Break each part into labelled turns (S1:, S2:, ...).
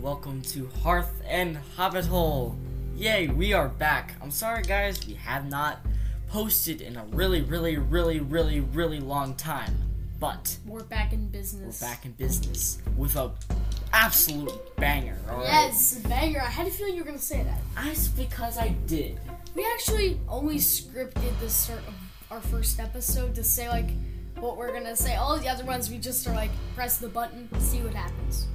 S1: welcome to Hearth and Hobbit Hole. Yay, we are back. I'm sorry, guys, we have not posted in a really, really, really, really, really long time, but
S2: We're back in
S1: we're
S2: business.
S1: back in business with a absolute banger. All right?
S2: Yes, banger. I had a feeling you were gonna say that.
S1: that's because I did.
S2: We actually only scripted the start of our first episode to say like what we're gonna say. All the other ones we just are like press the button, see what happens.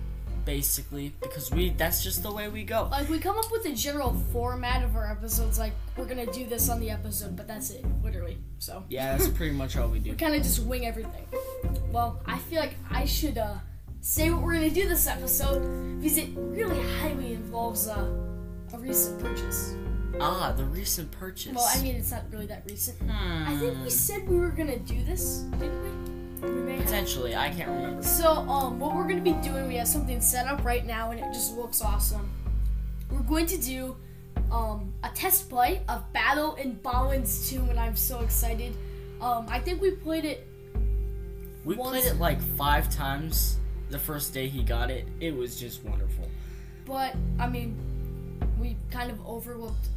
S1: Basically, because we that's just the way we go.
S2: Like we come up with a general format of our episodes, like we're gonna do this on the episode, but that's it, literally. So
S1: Yeah, that's pretty much all we do.
S2: we kind of just wing everything. Well, I feel like I should uh, say what we're gonna do this episode because it really highly involves uh, a recent purchase.
S1: Ah, the recent purchase. Hmm.
S2: Well, I mean, it's not really that recent. I think we
S1: Mm.
S2: said we were gonna do this, didn't we? We may have.
S1: potentially, I can't remember.
S2: So, um, what we're gonna be doing, we have something set up right now, and it just looks awesome. We're going to do um, a test play of Battle in Bowen's Tomb, and I'm so excited. Um, I think we played it
S1: We
S2: Once-
S1: played it like five times the first day he got it. It was just wonderful.
S2: but I mean, we kind of overlooked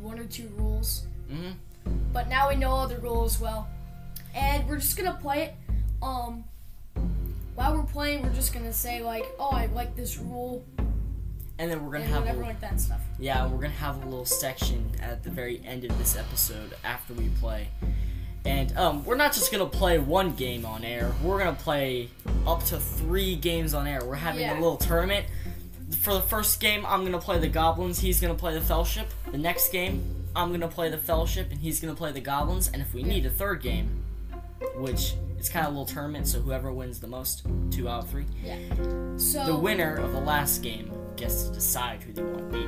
S2: one or two rules.
S1: Mhm.
S2: But now we know all the rules well, and we're just gonna play it. Um, while we're playing, we're just gonna say like, "Oh, I like this rule,"
S1: And then we're gonna
S2: and
S1: have
S2: whatever
S1: a,
S2: like that stuff.
S1: yeah, we're gonna have a little section at the very end of this episode after we play. And um, we're not just gonna play one game on air. We're gonna play up to three games on air. We're having
S2: Yeah.
S1: a little tournament. For the first game, I'm gonna play the goblins. He's gonna play the fellowship. The next game, I'm gonna play the fellowship, and he's gonna play the goblins. And if we need a third game, which it's kind of a little tournament, so whoever wins the most, two out of three,
S2: Yeah.
S1: the
S2: So
S1: winner of the last game gets to decide who they want to be.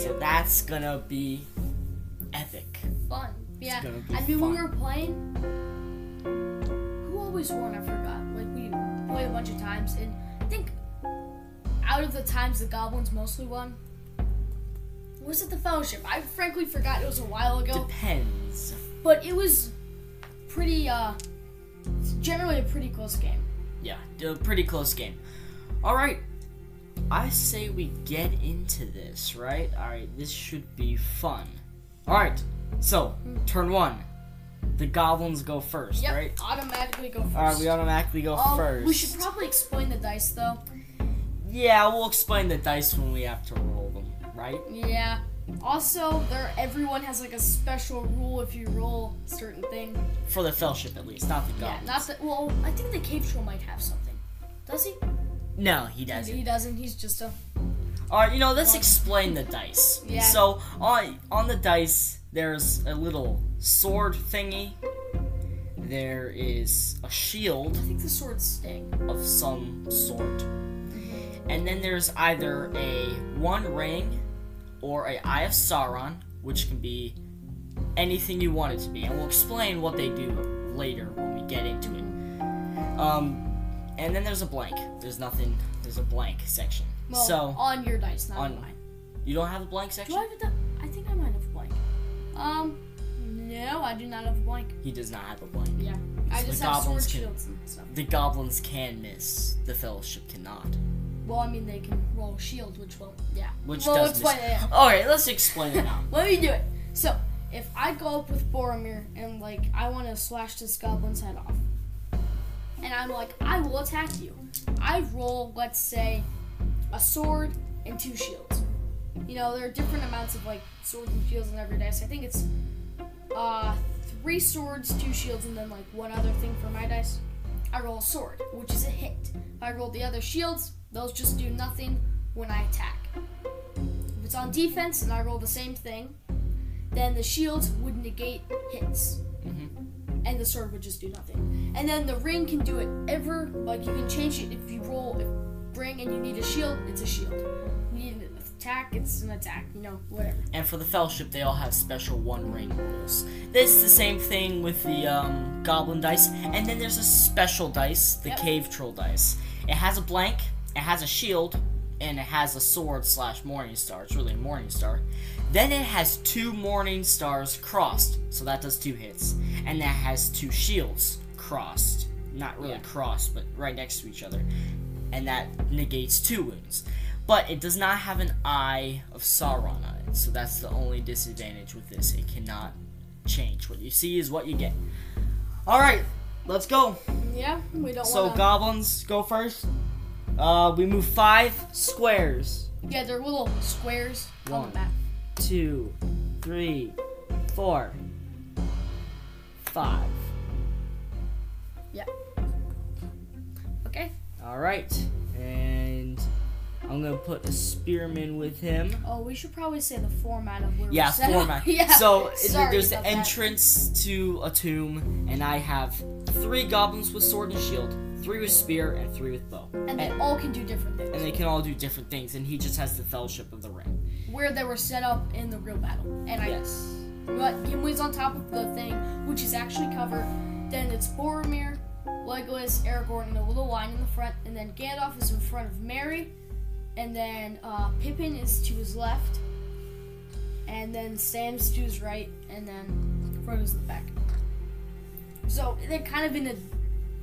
S1: So that's gonna be epic.
S2: fun. Yeah.
S1: gonna be
S2: I mean, when we
S1: fun.
S2: were playing, who always won? I forgot. Like we played a bunch of times, and I think out of the times the goblins mostly won. Was it the fellowship? I frankly forgot. It was a while ago.
S1: Depends.
S2: but it was pretty uh it's generally a pretty close game
S1: Yeah, a pretty close game. All right, I say we get into this, right? All right, this should be fun. All right, so turn one. The goblins go first,
S2: yep
S1: right?
S2: automatically go first
S1: All right, we automatically go
S2: Um,
S1: first.
S2: we should probably explain the dice though
S1: yeah, we'll explain the dice when we have to roll them, right?
S2: yeah also there everyone has like a special rule if you roll certain thing
S1: For the fellowship, at least, not the
S2: yeah
S1: goblins.
S2: not that well i think the cave troll might have something does he
S1: No, he doesn't.
S2: he doesn't he's just a
S1: All right, you know, let's
S2: One.
S1: explain the dice.
S2: Yeah.
S1: So on on the dice, there's a little sword thingy. There is a shield
S2: i think the sword sting
S1: of some sort, and then there's either a one ring or a eye of Sauron, which can be anything you want it to be, and we'll explain what they do later when we get into it. Um, and then there's a blank. There's nothing. There's a blank section.
S2: well
S1: so
S2: on your dice not
S1: on-
S2: mine
S1: you don't have a blank section.
S2: do i have a di- i think i might have a blank um no i do not have a blank
S1: He does not have a blank.
S2: Yeah. I
S1: So
S2: just
S1: the
S2: have sword
S1: goblins can-
S2: shields and stuff.
S1: The goblins can miss. The fellowship cannot.
S2: Well, I mean, they can roll shield, which will, yeah.
S1: Which
S2: well,
S1: does
S2: it's
S1: miss.
S2: fine, yeah.
S1: Alright, let's explain it now.
S2: Let me do it. So, if I go up with Boromir and, like, I want to slash this goblin's head off, and I'm like, I will attack you, I roll, let's say, a sword and two shields. You know, there are different amounts of, like, swords and shields in every dice. I think it's, uh, three swords, two shields, and then, like, one other thing for my dice. I roll a sword, which is a hit. If I roll the other shields, those just do nothing when I attack. If it's on defense and I roll the same thing, then the shields would negate hits. And the sword would just do nothing. And then the ring can do it ever. Like you can change it if you roll a ring and you need a shield, it's a shield. You need an attack, it's an attack. You know, whatever.
S1: and for the fellowship, they all have special one ring rules. This is the same thing with the um, goblin dice. And then there's a special dice, the
S2: Yep.
S1: cave troll dice. It has a blank, it has a shield, and it has a sword slash morning star. It's really a morning star. Then it has two morning stars crossed, so that does two hits. And that has two shields crossed. Not really crossed, but right next to each other. And that negates two wounds. But it does not have an eye of Sauron on it, so that's the only disadvantage with this. It cannot change. What you see is what you get. Alright, let's go.
S2: Yeah, we don't
S1: So,
S2: want
S1: goblins go first. Uh, we move five squares.
S2: Yeah, they're little squares on
S1: One.
S2: the map.
S1: Two, three, four, five.
S2: Yeah. Okay.
S1: Alright, and I'm gonna put a spearman with him.
S2: Oh, we should probably say the format of where
S1: Yeah,
S2: we're set up.
S1: format.
S2: yeah.
S1: So it-
S2: Sorry
S1: there's the
S2: about that.
S1: entrance to a tomb, and I have three goblins with sword and shield, three with spear, and three with bow.
S2: And they all can do different things.
S1: and they can all do different things, and he just has the fellowship of the ring.
S2: where they were set up in the real battle. And I
S1: Yes.
S2: But Gimli's on top of the thing, which is actually covered. Then it's Boromir, Legolas, Aragorn in a little line in the front, and then Gandalf is in front of Mary, and then uh, Pippin is to his left, and then Sam's to his right, and then Frodo's in the back. So they're kind of in a.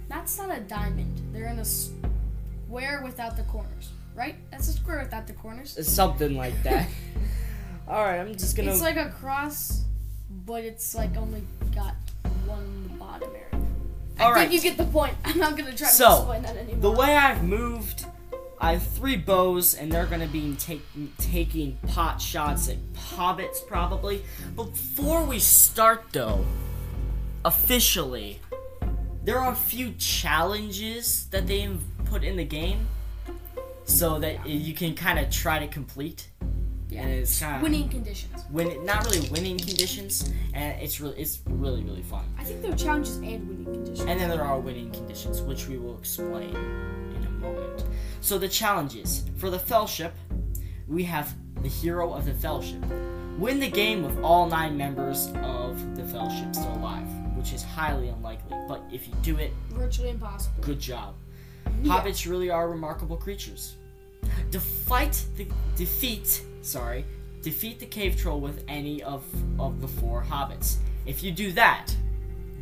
S2: That's not a diamond. They're in a square without the corners, right? That's a square without the corners.
S1: It's something like that. all right, I'm just gonna.
S2: It's like a cross, but it's like only got one on the bottom area.
S1: all
S2: I
S1: right.
S2: think you get the point. I'm not gonna try
S1: So,
S2: to explain that anymore.
S1: the way I've moved, I have three bows, and they're gonna be taking taking pot shots at hobbits probably. Before we start, though, officially, there are a few challenges that they have put in the game, so that you can kind of try to complete.
S2: yeah.
S1: And it's kind of
S2: winning conditions.
S1: win not really winning conditions, and it's really it's really really fun.
S2: I think there are challenges and winning conditions.
S1: And then there are winning conditions, which we will explain in a moment. So the challenges for the fellowship, we have the hero of the fellowship. Win the game with all nine members of the fellowship still alive, which is highly unlikely. But if you do it,
S2: Virtually impossible.
S1: good job. Hobbits really are remarkable creatures. Defight the defeat, sorry, defeat the cave troll with any of of the four hobbits. If you do that,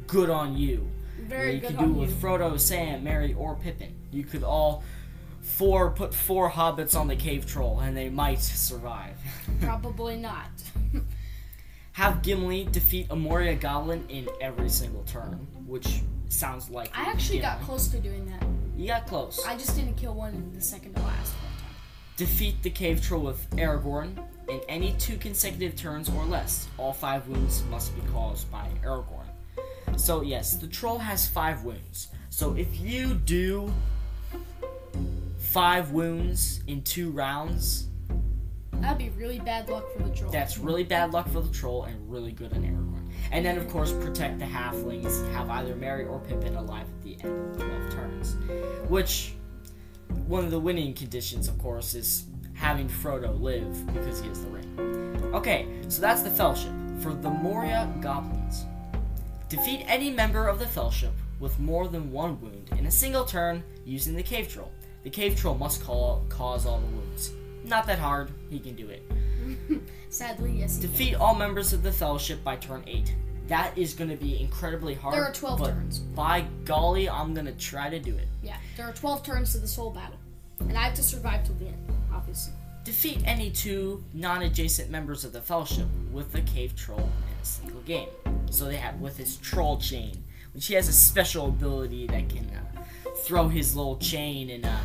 S1: good on you.
S2: Very
S1: you
S2: good
S1: could do
S2: on
S1: it
S2: you.
S1: with Frodo, Sam, Mary, or Pippin. You could all four put four hobbits on the cave troll, and they might survive.
S2: Probably not.
S1: Have Gimli defeat a Moria goblin in every single turn, which sounds like
S2: I actually got close to doing that.
S1: You got close.
S2: I just didn't kill one in the second to last one time.
S1: defeat the cave troll with Aragorn in any two consecutive turns or less. All five wounds must be caused by Aragorn. So yes, the troll has five wounds. So if you do five wounds in two rounds,
S2: That'd be really bad luck for the troll.
S1: that's really bad luck for the troll and really good on Aragorn. And then of course protect the halflings, have either Mary or Pippin alive at the end of twelve turns. Which one of the winning conditions, of course, is having Frodo live because he has the ring. Okay, so that's the fellowship. For the Moria goblins. Defeat any member of the fellowship with more than one wound in a single turn using the cave troll. The cave troll must call, cause all the wounds. Not that hard, he can do it.
S2: Sadly, yes. he-
S1: Defeat all members of the Fellowship by turn 8. That is going to be incredibly hard.
S2: There are 12
S1: but
S2: turns.
S1: By golly, I'm going to try to do it.
S2: Yeah. There are 12 turns to this whole battle, and I have to survive till the end, obviously.
S1: Defeat any two non adjacent members of the Fellowship with the Cave Troll in a single game. So they have with his Troll Chain, which he has a special ability that can uh, throw his little chain and uh,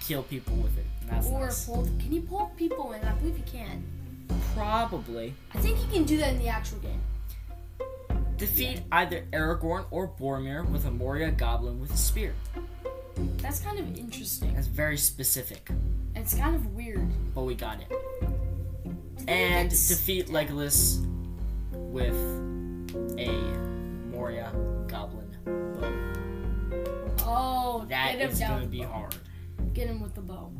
S1: kill people with it. And that's
S2: Or
S1: nice.
S2: pull. Can you pull people in? I believe you can.
S1: Probably.
S2: I think you can do that in the actual game.
S1: Defeat either Aragorn or Boromir with a Moria Goblin with a spear.
S2: That's kind of interesting.
S1: That's very specific.
S2: It's kind of weird.
S1: but we got it. And
S2: Yes.
S1: defeat Legolas with a Moria goblin bow.
S2: Oh,
S1: That
S2: get him
S1: is
S2: down.
S1: going to be hard.
S2: Get him with the bow.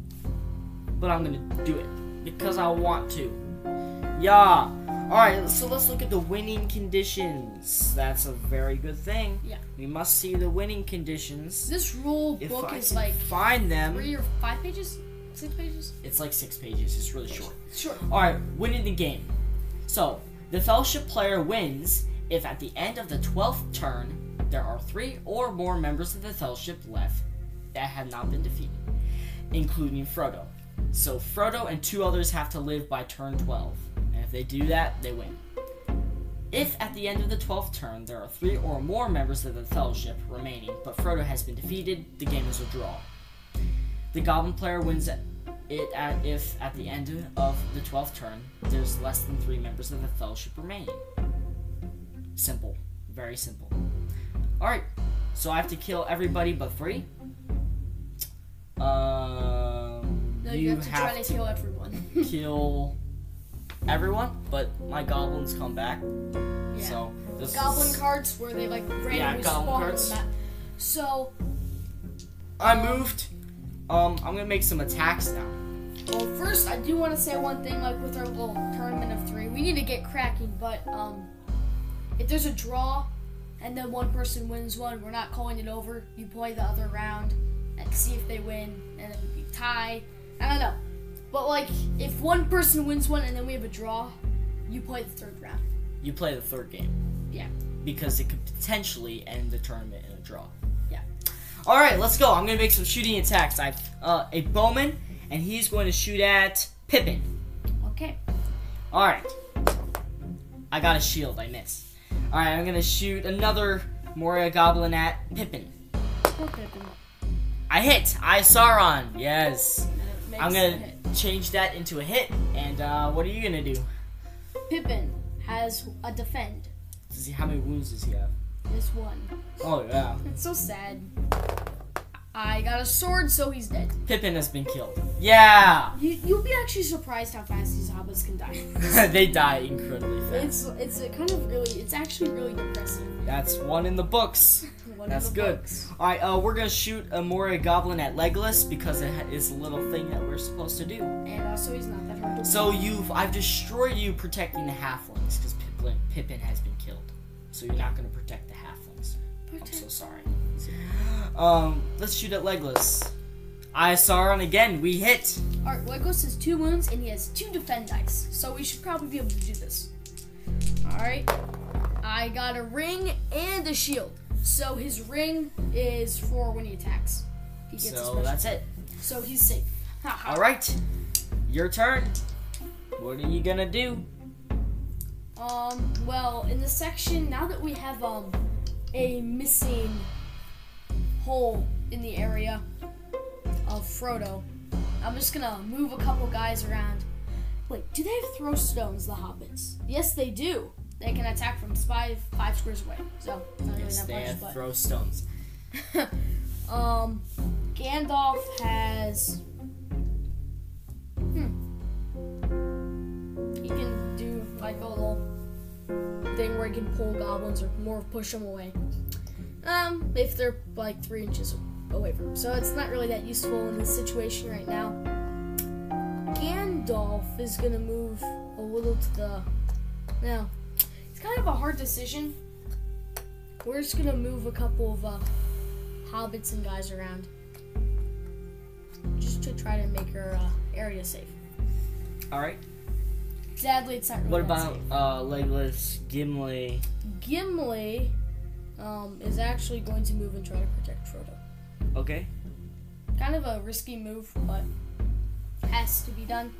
S1: But I'm going to do it because I want to. Yeah. All right, so let's look at the winning conditions. That's a very good thing.
S2: Yeah.
S1: We must see the winning conditions.
S2: This rule
S1: If
S2: book
S1: I
S2: is
S1: can
S2: like
S1: find them,
S2: three or five pages, six pages.
S1: it's like six pages. It's really short.
S2: Sure.
S1: Alright, winning the game. So, the Fellowship player wins if at the end of the 12th turn there are three or more members of the Fellowship left that have not been defeated, including Frodo. So Frodo and two others have to live by turn 12, and if they do that, they win. If at the end of the 12th turn there are three or more members of the Fellowship remaining, but Frodo has been defeated, the game is a draw. The Goblin player wins it at, if at the end of the 12th turn there's less than three members of the Fellowship remaining. Simple. Very simple. Alright, so I have to kill everybody but three. Um,
S2: No, you, have to try to kill everyone.
S1: kill everyone, but my goblins come back.
S2: yeah.
S1: So this
S2: Goblin
S1: is-
S2: cards where they like randomly
S1: Yeah, goblin
S2: spawn on
S1: cards.
S2: the map. So
S1: I moved. Um, I'm gonna make some attacks now.
S2: Well, first, I do want to say one thing, like with our little tournament of three, we need to get cracking. But um, if there's a draw, and then one person wins one, we're not calling it over. You play the other round and see if they win, and it would be tie. I don't know, but like if one person wins one and then we have a draw, you play the third round.
S1: You play the third game
S2: Yeah,
S1: because it could potentially end the tournament in a draw.
S2: yeah.
S1: All right, let's go. I'm gonna make some shooting attacks. I have uh, a bowman, and he's going to shoot at Pippin.
S2: Okay.
S1: All right, I got a shield. I miss. All right, I'm gonna shoot another Moria goblin at Pippin.
S2: Poor Pippin.
S1: I hit. I Sauron. Yes.
S2: And it makes
S1: I'm
S2: a
S1: gonna
S2: hit.
S1: change that into a hit. And uh, what are you gonna do?
S2: Pippin has a defend.
S1: Does he, how many wounds does he have?
S2: This one.
S1: Oh yeah.
S2: It's so sad. I got a sword, so he's dead.
S1: Pippin has been killed. Yeah.
S2: You, you'll be actually surprised how fast these hobbits can die.
S1: they die incredibly fast.
S2: It's it's a kind of really it's actually really depressing.
S1: That's one in the books.
S2: One of
S1: That's
S2: the
S1: good.
S2: books.
S1: All right, uh, we're gonna shoot a Moria goblin at Legolas because it ha- is a little thing that we're supposed to do.
S2: And also, he's not that hard. to
S1: So you've, I've destroyed you protecting the halflings because Pippin, Pippin has been killed. So you're not gonna protect the halflings. I'm so
S2: protect.
S1: sorry. Um, let's shoot at Legolas. I Sauron again. We hit.
S2: All right, Legolas has two wounds and he has two defend dice, so we should probably be able to do this. All right, I got a ring and a shield. So his ring is for when he attacks. He gets a
S1: So
S2: special.
S1: that's it.
S2: So he's safe. Haha.
S1: All right, your turn. What are you gonna do?
S2: Um, well, in the section, now that we have um, a missing hole in the area of Frodo, I'm just gonna move a couple guys around. Wait, do they have throw stones, the hobbits? Yes, they do. They can attack from five, five squares away. So, not
S1: Yes,
S2: really
S1: they
S2: that
S1: have
S2: much,
S1: throw stones.
S2: but. Um, Gandalf has. Hmm. He can do like a little thing where he can pull goblins or more push them away. Um, if they're like three inches away from him. So it's not really that useful in this situation right now. Gandalf is gonna move a little to the. Now, it's kind of a hard decision. We're just gonna move a couple of uh, hobbits and guys around. Just to try to make our uh, area safe.
S1: All right.
S2: Sadly, it's not really
S1: What
S2: that
S1: about
S2: safe.
S1: uh, Legolas, Gimli?
S2: Gimli um, is actually going to move and try to protect Frodo.
S1: Okay.
S2: Kind of a risky move, but has to be done.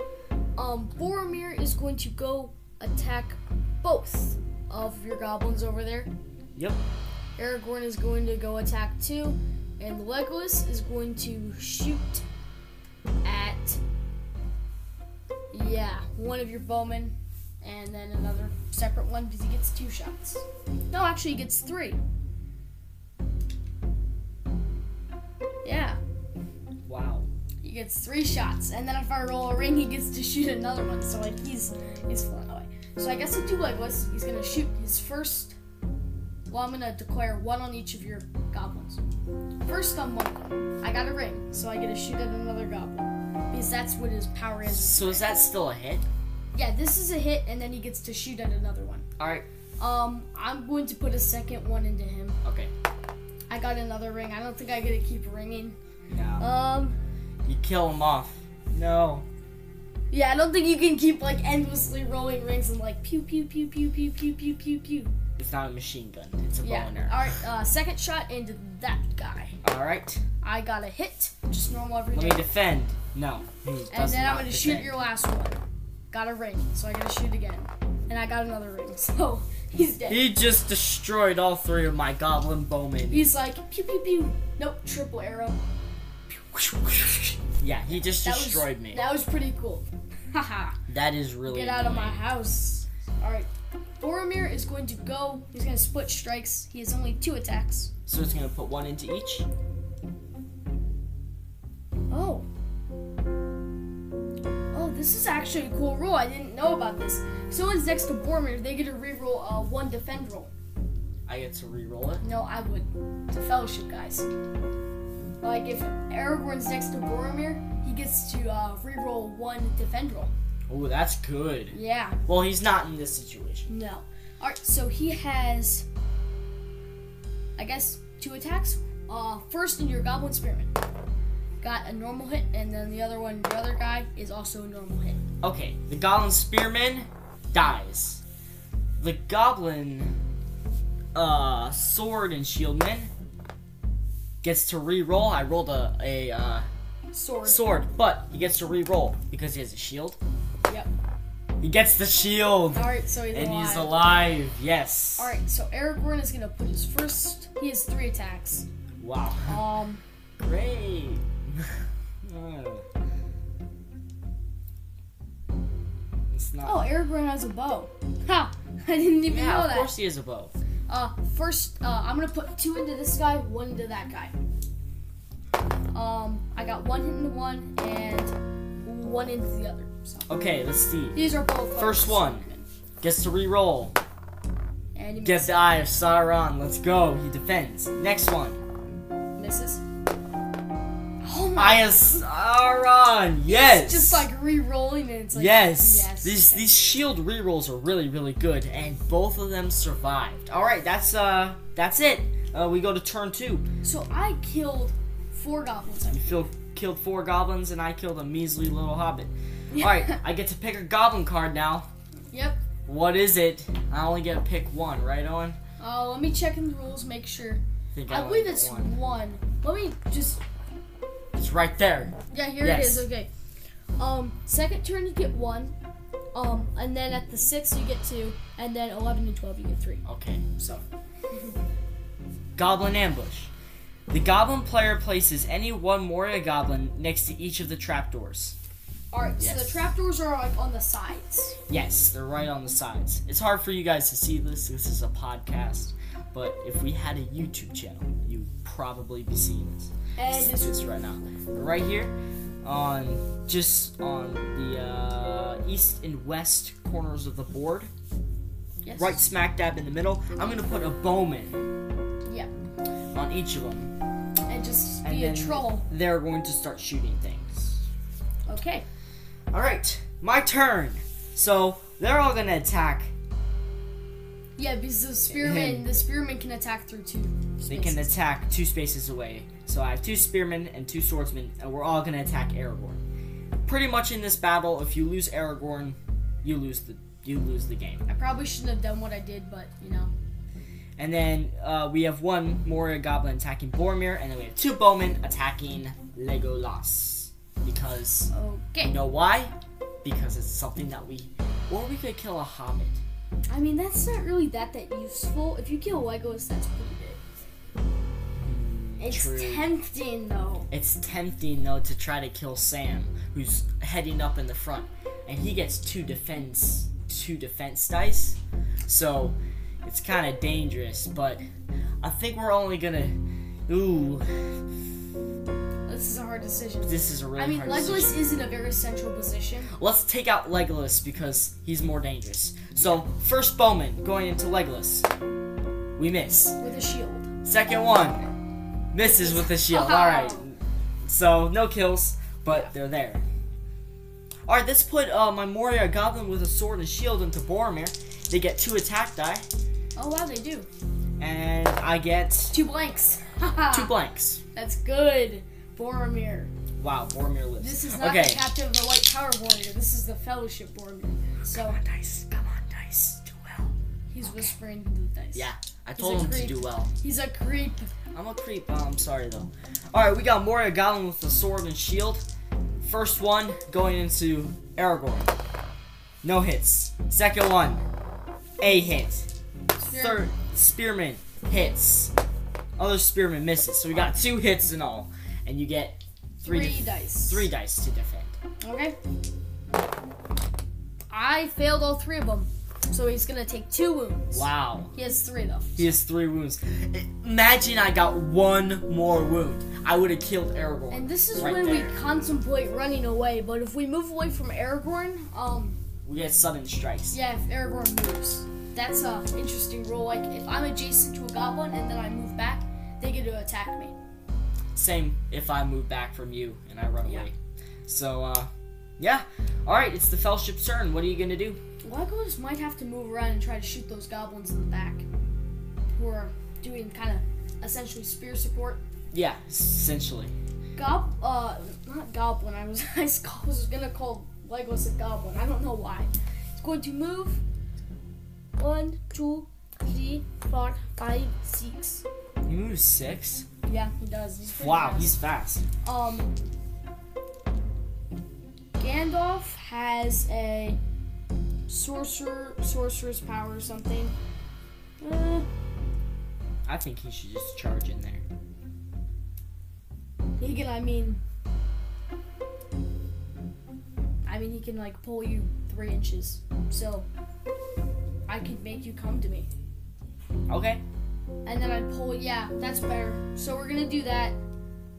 S2: Um, Boromir is going to go attack both of your goblins over there.
S1: Yep.
S2: Aragorn is going to go attack two, and Legolas is going to shoot at yeah one of your bowmen, and then another separate one because he gets two shots. No, actually, he gets three. Yeah,
S1: Wow.
S2: he gets three shots, and then if I roll a ring, he gets to shoot another one. So like he's he's flying away. So I guess with two Legolas, he's gonna shoot his first. Well, I'm gonna declare one on each of your goblins. First on one of them, I got a ring, so I get to shoot at another goblin because that's what his power is.
S1: So is that still a hit?
S2: Yeah, this is a hit, and then he gets to shoot at another one.
S1: All right.
S2: Um, I'm going to put a second one into him.
S1: Okay.
S2: I got another ring. I don't think I get to keep ringing.
S1: No.
S2: Um,
S1: You kill him off. No.
S2: Yeah, I don't think you can keep like endlessly rolling rings and like pew pew pew pew pew pew pew pew pew.
S1: It's not a machine gun. It's a
S2: Yeah.
S1: bow and arrow.
S2: All right. Uh, second shot into that guy.
S1: All right.
S2: I got a hit. Just normal every
S1: Let me
S2: day.
S1: defend. No. He
S2: And
S1: does
S2: then I'm
S1: not
S2: gonna shoot
S1: fit.
S2: your last one. Got a ring, so I gotta shoot again. And I got another ring, so he's dead.
S1: He just destroyed all three of my goblin bowmen.
S2: He's like pew pew pew. Nope, triple arrow.
S1: yeah, he just
S2: That
S1: destroyed
S2: was,
S1: me.
S2: That was pretty cool. Haha.
S1: that is really.
S2: Get out of my
S1: annoying.
S2: house. Alright. Boromir is going to go. He's gonna split strikes. He has only two attacks.
S1: So it's gonna put one into each.
S2: Oh. Oh, this is actually a cool rule. I didn't know about this. Someone's next to Boromir, they get to reroll uh, one defend roll.
S1: I get to re-roll it.
S2: No, I would. It's a fellowship, guys. Like, if Aragorn's next to Boromir, he gets to uh, reroll one defend roll.
S1: Oh, that's good.
S2: Yeah,
S1: Well, he's not in this situation.
S2: no. Alright, so he has, I guess, two attacks. Uh, first in your Goblin Spearman. Got a normal hit, and then the other one, the other guy, is also a normal hit.
S1: Okay, the goblin spearman dies. The goblin uh sword and shieldman gets to re-roll. I rolled a, a uh,
S2: Sword.
S1: sword, but he gets to re-roll because he has a shield.
S2: Yep.
S1: He gets the shield.
S2: Alright, so he's
S1: And
S2: alive.
S1: he's alive, yes.
S2: Alright, so Aragorn is gonna put his first. He has three attacks.
S1: Wow.
S2: Um,
S1: Great. Oh. it's not.
S2: Oh, Aragorn has a bow. Ha! I didn't even
S1: yeah,
S2: know
S1: of
S2: that.
S1: course he is a bow.
S2: Uh, first, uh, I'm gonna put two into this guy, one into that guy. Um, I got one into one and one into the other. So
S1: Okay, let's see.
S2: these are both.
S1: First one. Gets to re-roll.
S2: And he
S1: Gets the Eye of Sauron. Let's go. He defends. Next one.
S2: misses. Oh my!
S1: Eye of Sauron. Yes.
S2: It's just like re-rolling and it's like.
S1: Yes.
S2: Yes.
S1: These these shield rerolls are really really good, and both of them survived. All right, that's uh that's it. Uh, we go to turn two.
S2: So I killed four goblins.
S1: You feel killed four goblins, and I killed a measly little hobbit. All right, I get to pick a goblin card now.
S2: Yep.
S1: What is it? I only get to pick one, right, Owen?
S2: Uh, let me check in the rules, make sure.
S1: think
S2: I
S1: only
S2: believe
S1: get
S2: it's one. Let me just
S1: It's right there.
S2: Yeah, here
S1: Yes.
S2: it is. Okay. Um, second turn you get one. Um, and then at the sixth you get two, and then eleven and twelve you get three.
S1: Okay.
S2: So
S1: Goblin Ambush. The goblin player places any one warrior goblin next to each of the trapdoors.
S2: all right. So
S1: Yes.
S2: the trapdoors are like on the sides.
S1: Yes, they're right on the sides. It's hard for you guys to see this. This is a podcast, but if we had a YouTube channel, you'd probably be seeing this.
S2: And
S1: It's
S2: it's,
S1: just right now. Right here on just on the uh, east and west corners of the board.
S2: yes.
S1: Right smack dab in the middle. I'm gonna put a bowman
S2: Yeah.
S1: on each of them.
S2: And just
S1: And
S2: be a
S1: then
S2: troll.
S1: They're going to start shooting things.
S2: Okay.
S1: Alright, my turn. So they're all gonna attack.
S2: Yeah, because the spearman, the spearman can attack through two.
S1: They can
S2: spaces.
S1: attack two spaces away. So I have two spearmen and two swordsmen, and we're all gonna attack Aragorn. Pretty much in this battle, if you lose Aragorn, you lose the you lose the game.
S2: I probably shouldn't have done what I did, but you know.
S1: And then uh, we have one Moria Goblin attacking Boromir, and then we have two Bowmen attacking Legolas. Because,
S2: Okay.
S1: you know why? Because it's something that we. Or we could kill a Hobbit.
S2: I mean, that's not really that that useful. If you kill Legos, that's pretty big. It's
S1: Hmm, true.
S2: tempting though.
S1: It's tempting, though, to try to kill Sam, who's heading up in the front. And he gets two defense, two defense dice. So it's kind of dangerous, but I think we're only gonna. Ooh,
S2: This is a hard decision.
S1: this is a really
S2: I mean,
S1: hard decision.
S2: Legolas is in a very central position.
S1: Let's take out Legolas because he's more dangerous. So, first Bowman going into Legolas. We miss.
S2: with a shield.
S1: Second one misses with the shield.
S2: Uh-huh.
S1: Alright. So, no kills, but they're there. Alright, let's put uh, my Moria Goblin with a sword and shield into Boromir. They get two attack die,
S2: Oh wow, they do.
S1: and I get
S2: Two blanks. Haha.
S1: two blanks.
S2: That's good. Boromir.
S1: Wow, Boromir lives.
S2: This is not
S1: okay.
S2: the captive of the White Tower warrior. This is the Fellowship Boromir. So
S1: dice. Come on, dice. Do well.
S2: he's whispering to the dice.
S1: Yeah, I told
S2: a
S1: him to
S2: creep.
S1: do well.
S2: He's a creep.
S1: I'm a creep. Oh, I'm sorry though. All right, we got Moria Goblin with the sword and shield. First one going into Aragorn. No hits. Second one, a hit. Third, Spearman hits. Other Spearman misses. So we got two hits in all. And you get three,
S2: Three
S1: def-
S2: dice.
S1: three dice to defend.
S2: Okay. I failed all three of them, so he's gonna take two wounds.
S1: Wow.
S2: He has three though.
S1: He has three wounds. Imagine I got one more wound. I would have killed Aragorn.
S2: And this is
S1: right
S2: when
S1: there.
S2: we contemplate running away. But if we move away from Aragorn, um,
S1: we get sudden strikes.
S2: yeah, if Aragorn moves, that's a interesting rule. Like if I'm adjacent to a goblin and then I move back, they get to attack me.
S1: Same if I move back from you and I run
S2: Yeah.
S1: away. So, uh, yeah. All right, it's the fellowship's turn. What are you gonna do?
S2: Wago just might have to move around and try to shoot those goblins in the back, who are doing kind of essentially spear support.
S1: Yeah, essentially.
S2: Gob, uh, not goblin. I was, I was I was gonna call Legos a goblin. I don't know why. It's going to move. One, two, three, four, five, six.
S1: You move six.
S2: Yeah, he does. He's pretty
S1: Wow,
S2: fast.
S1: he's fast.
S2: um. Gandalf has a sorcerer, sorcerer's power or something. Uh,
S1: I think he should just charge in there.
S2: He can, I mean, I mean, he can like pull you three inches. So I could make you come to me,
S1: Okay.
S2: and then I'd pull. Yeah, that's better. So we're gonna do that.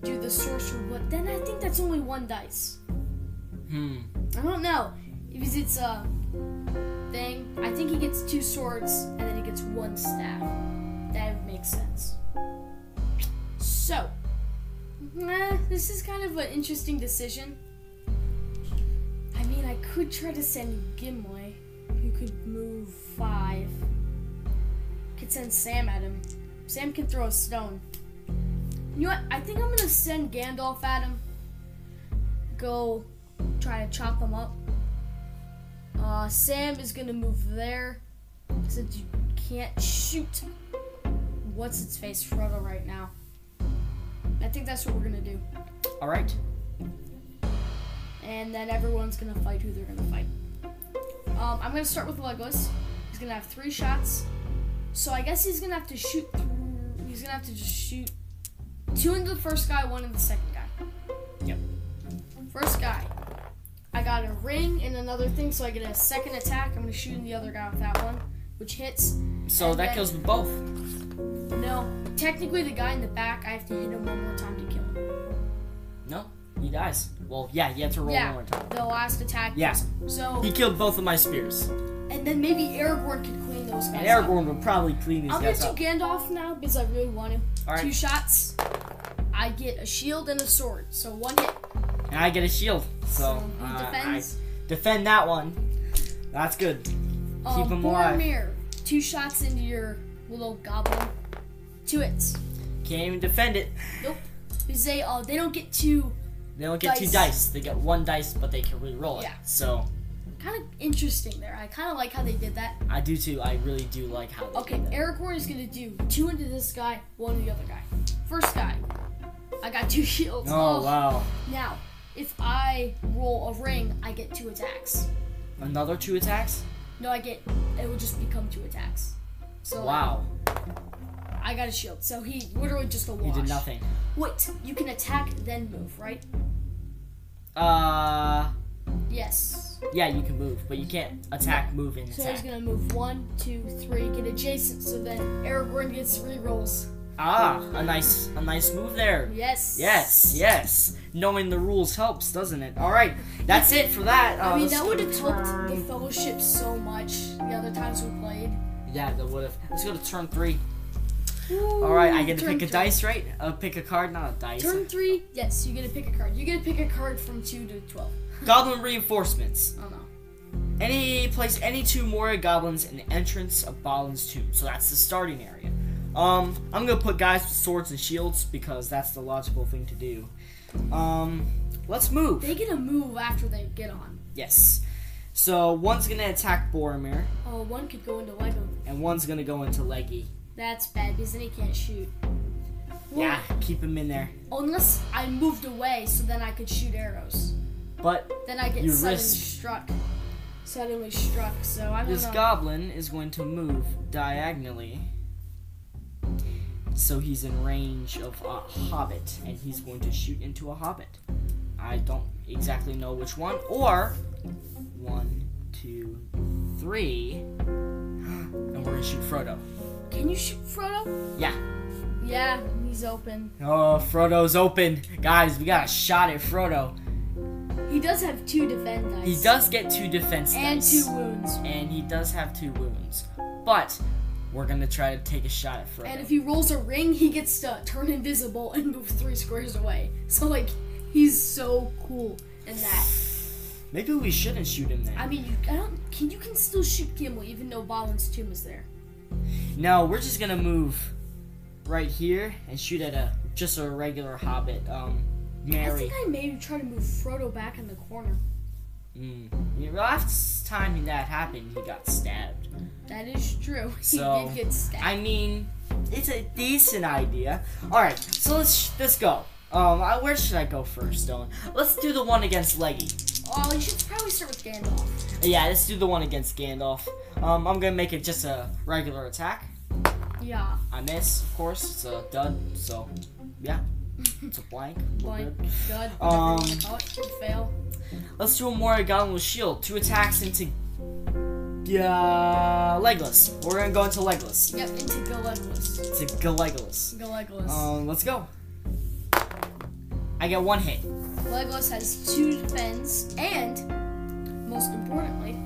S2: Do the sorcerer, but then I think that's only one dice.
S1: Hmm.
S2: I don't know because it's a thing. I think he gets two swords, and then he gets one staff. That would make sense. So, eh, this is kind of an interesting decision. I mean, I could try to send Gimli, who could move five. Could send Sam at him. Sam can throw a stone. You know what? I think I'm gonna send Gandalf at him. Go try to chop him up. Uh, Sam is gonna move there since you can't shoot. What's its face, Frodo, right now? I think that's what we're gonna do.
S1: All right.
S2: And then everyone's gonna fight who they're gonna fight. Um, I'm gonna start with Legos. He's gonna have three shots. So I guess he's gonna have to shoot. Th- he's gonna have to just shoot two into the first guy, one into the second guy.
S1: Yep.
S2: First guy. I got a ring and another thing, so I get a second attack. I'm gonna shoot in the other guy with that one, which hits.
S1: So
S2: And
S1: that
S2: then-
S1: kills them both.
S2: No, technically the guy in the back, I have to hit him one more time to kill him.
S1: No, he dies. Well, yeah, you have to roll
S2: yeah,
S1: one more time.
S2: the last attack.
S1: Yeah.
S2: So
S1: He killed both of my spears.
S2: and then maybe Aragorn can clean those guys.
S1: And
S2: up.
S1: Aragorn would probably clean these
S2: I'm gonna
S1: guys up.
S2: do Gandalf now because I really want to.
S1: All right.
S2: Two shots. I get a shield and a sword, so one hit.
S1: And I get a shield. So,
S2: So he
S1: uh,
S2: defends.
S1: I defend that one. That's good.
S2: Um,
S1: him alive.
S2: Boromir, two shots into your little goblin. Two hits.
S1: Can't even defend it.
S2: Nope. Because they uh, they don't get two.
S1: They don't get two
S2: Dice.
S1: dice. They get one dice, but they can re-roll it.
S2: Yeah.
S1: So
S2: Kind of interesting there. I kind of like how they did that.
S1: I do too. I really do like how. They
S2: Okay,
S1: did that.
S2: Aragorn is gonna do two into this guy, one into the other guy. First guy, I got two shields.
S1: Oh wow!
S2: Now, if I roll a ring, I get two attacks.
S1: Another two attacks.
S2: No, I get it will just become two attacks. So
S1: Wow!
S2: I got a shield, so he literally just a
S1: You
S2: wash.
S1: did nothing.
S2: Wait, you can attack then move, right?
S1: Uh,
S2: Yes.
S1: yeah, you can move, but you can't attack, move, and
S2: So
S1: attack.
S2: he's gonna move one, two, three, get adjacent. So then Aragorn gets three rolls.
S1: Ah, a nice, a nice move there.
S2: Yes.
S1: Yes, yes. Knowing the rules helps, doesn't it? All right, that's it for that. Uh,
S2: I mean
S1: let's
S2: that
S1: go
S2: would
S1: to
S2: have helped the
S1: turn-
S2: fellowship so much the other times we played.
S1: Yeah, that would have. Let's go to turn three. All right, I get to
S2: Turn
S1: pick a
S2: three.
S1: dice, right? Uh, pick a card, not a dice.
S2: Turn three. Yes, you get to pick a card. You get to pick a card from two to twelve.
S1: Goblin reinforcements.
S2: I don't know.
S1: Any place any two Moria goblins in the entrance of Balin's tomb. So that's the starting area. Um, I'm gonna put guys with swords and shields because that's the logical thing to do. Um, let's move.
S2: They get a move after they get on.
S1: Yes. So one's gonna attack Boromir
S2: Oh, one could go into Lego.
S1: and one's gonna go into Leggy.
S2: That's bad because then he can't shoot. Well,
S1: Yeah, keep him in there.
S2: Unless I moved away, so then I could shoot arrows.
S1: But
S2: Then I get
S1: You
S2: suddenly
S1: risk-
S2: struck. Suddenly struck. So I don't
S1: this
S2: know.
S1: goblin is going to move diagonally. So he's in range of a hobbit, and he's going to shoot into a hobbit. I don't exactly know which one, or one, two, three, and we're gonna shoot Frodo.
S2: Can you shoot Frodo?
S1: Yeah.
S2: Yeah, he's open.
S1: Oh, Frodo's open, guys. We got a shot at Frodo.
S2: He does have two defend dice.
S1: He does get two defense
S2: And
S1: dice.
S2: two wounds.
S1: and he does have two wounds. But we're gonna try to take a shot at Frodo.
S2: And if he rolls a ring, he gets to turn invisible and move three squares away. So like, he's so cool in that.
S1: Maybe we shouldn't shoot him then.
S2: I mean, you I don't. Can you can still shoot Gimli even though Balin's tomb is there.
S1: No, we're just gonna move right here and shoot at a just a regular hobbit, um,
S2: I
S1: Mary.
S2: think I maybe try to move Frodo back in the corner.
S1: Mm. Yeah, Last time that happened, he got stabbed.
S2: That is true.
S1: So,
S2: he did get stabbed.
S1: I mean, it's a decent idea. All right, so let's let's go. Um, I, where should I go first, Dylan? Let's do the one against Leggy.
S2: oh, you should probably start with Gandalf.
S1: Yeah, let's do the one against Gandalf. Um, I'm gonna make it just a regular attack.
S2: Yeah.
S1: I miss, of course. It's a dud. So, yeah, it's a blank. We're
S2: Blank.
S1: good.
S2: Good.
S1: Um,
S2: whatever you wanna call it. You fail.
S1: Let's do a Morrigan with shield. Two attacks into. Yeah, legless. We're gonna go into legless.
S2: Yep. Into Gallegos.
S1: To Galegolas.
S2: Gallegos.
S1: Um, let's go. I get one hit.
S2: Gallegos has two defends, and most importantly,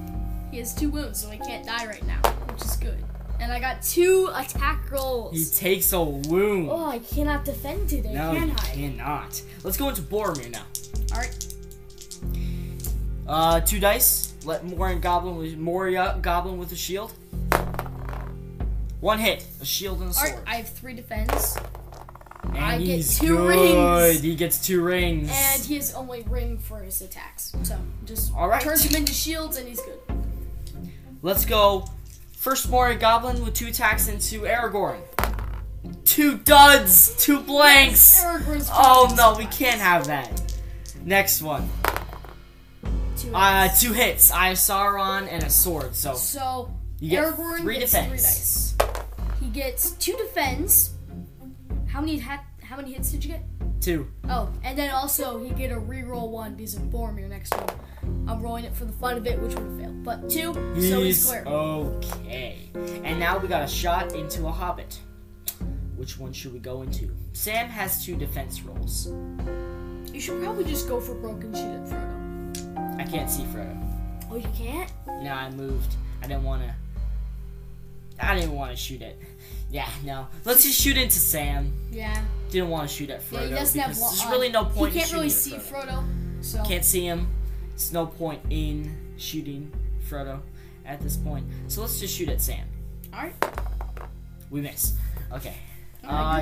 S2: he has two wounds, so he can't die right now, which is good. And I got two attack rolls.
S1: He takes a wound.
S2: oh, I cannot defend today,
S1: no,
S2: can
S1: you
S2: I?
S1: cannot. Let's go into Boromir now.
S2: All right.
S1: Uh, two dice. Let Morin Goblin with Moria Goblin with a shield. One hit. A shield and a
S2: All
S1: sword.
S2: right. I have three defends.
S1: and
S2: I get
S1: he's
S2: two
S1: good.
S2: rings.
S1: He gets two rings.
S2: And he has only ring for his attacks. So just
S1: All right.
S2: turns him into shields and he's good.
S1: Let's go. First Moria Goblin with two attacks into Aragorn. Two duds. Two blanks.
S2: Aragorn's
S1: Oh
S2: trying
S1: no,
S2: to
S1: we
S2: survive.
S1: can't have that. Next one.
S2: Two
S1: Uh,
S2: dice.
S1: two hits. I have Sauron and a sword. So
S2: so
S1: you get
S2: Aragorn
S1: uh, three
S2: gets
S1: defense.
S2: three dice. he gets two defends. How many ha- how many hits did you get?
S1: Two.
S2: Oh, and then also he get a reroll one because of Boromir next one. I'm rolling it for the fun of it, which would have failed. But two, so he's
S1: He's
S2: square.
S1: okay. And now we got a shot into a hobbit. Which one should we go into? Sam has two defense rolls.
S2: you should probably just go for broken shit at Frodo.
S1: I can't see Frodo.
S2: Oh, you can't?
S1: No, I moved. I didn't want to. I didn't want to shoot it. Yeah, no. Let's just shoot into Sam.
S2: Yeah.
S1: Didn't want to shoot at
S2: Yeah,
S1: Frodo
S2: he doesn't have
S1: because
S2: one.
S1: there's really no point.
S2: He can't
S1: in
S2: really see
S1: shooting at
S2: Frodo. so
S1: Can't see him. It's no point in shooting Frodo at this point. So let's just shoot at Sam.
S2: all right.
S1: We miss. Okay.
S2: Alright,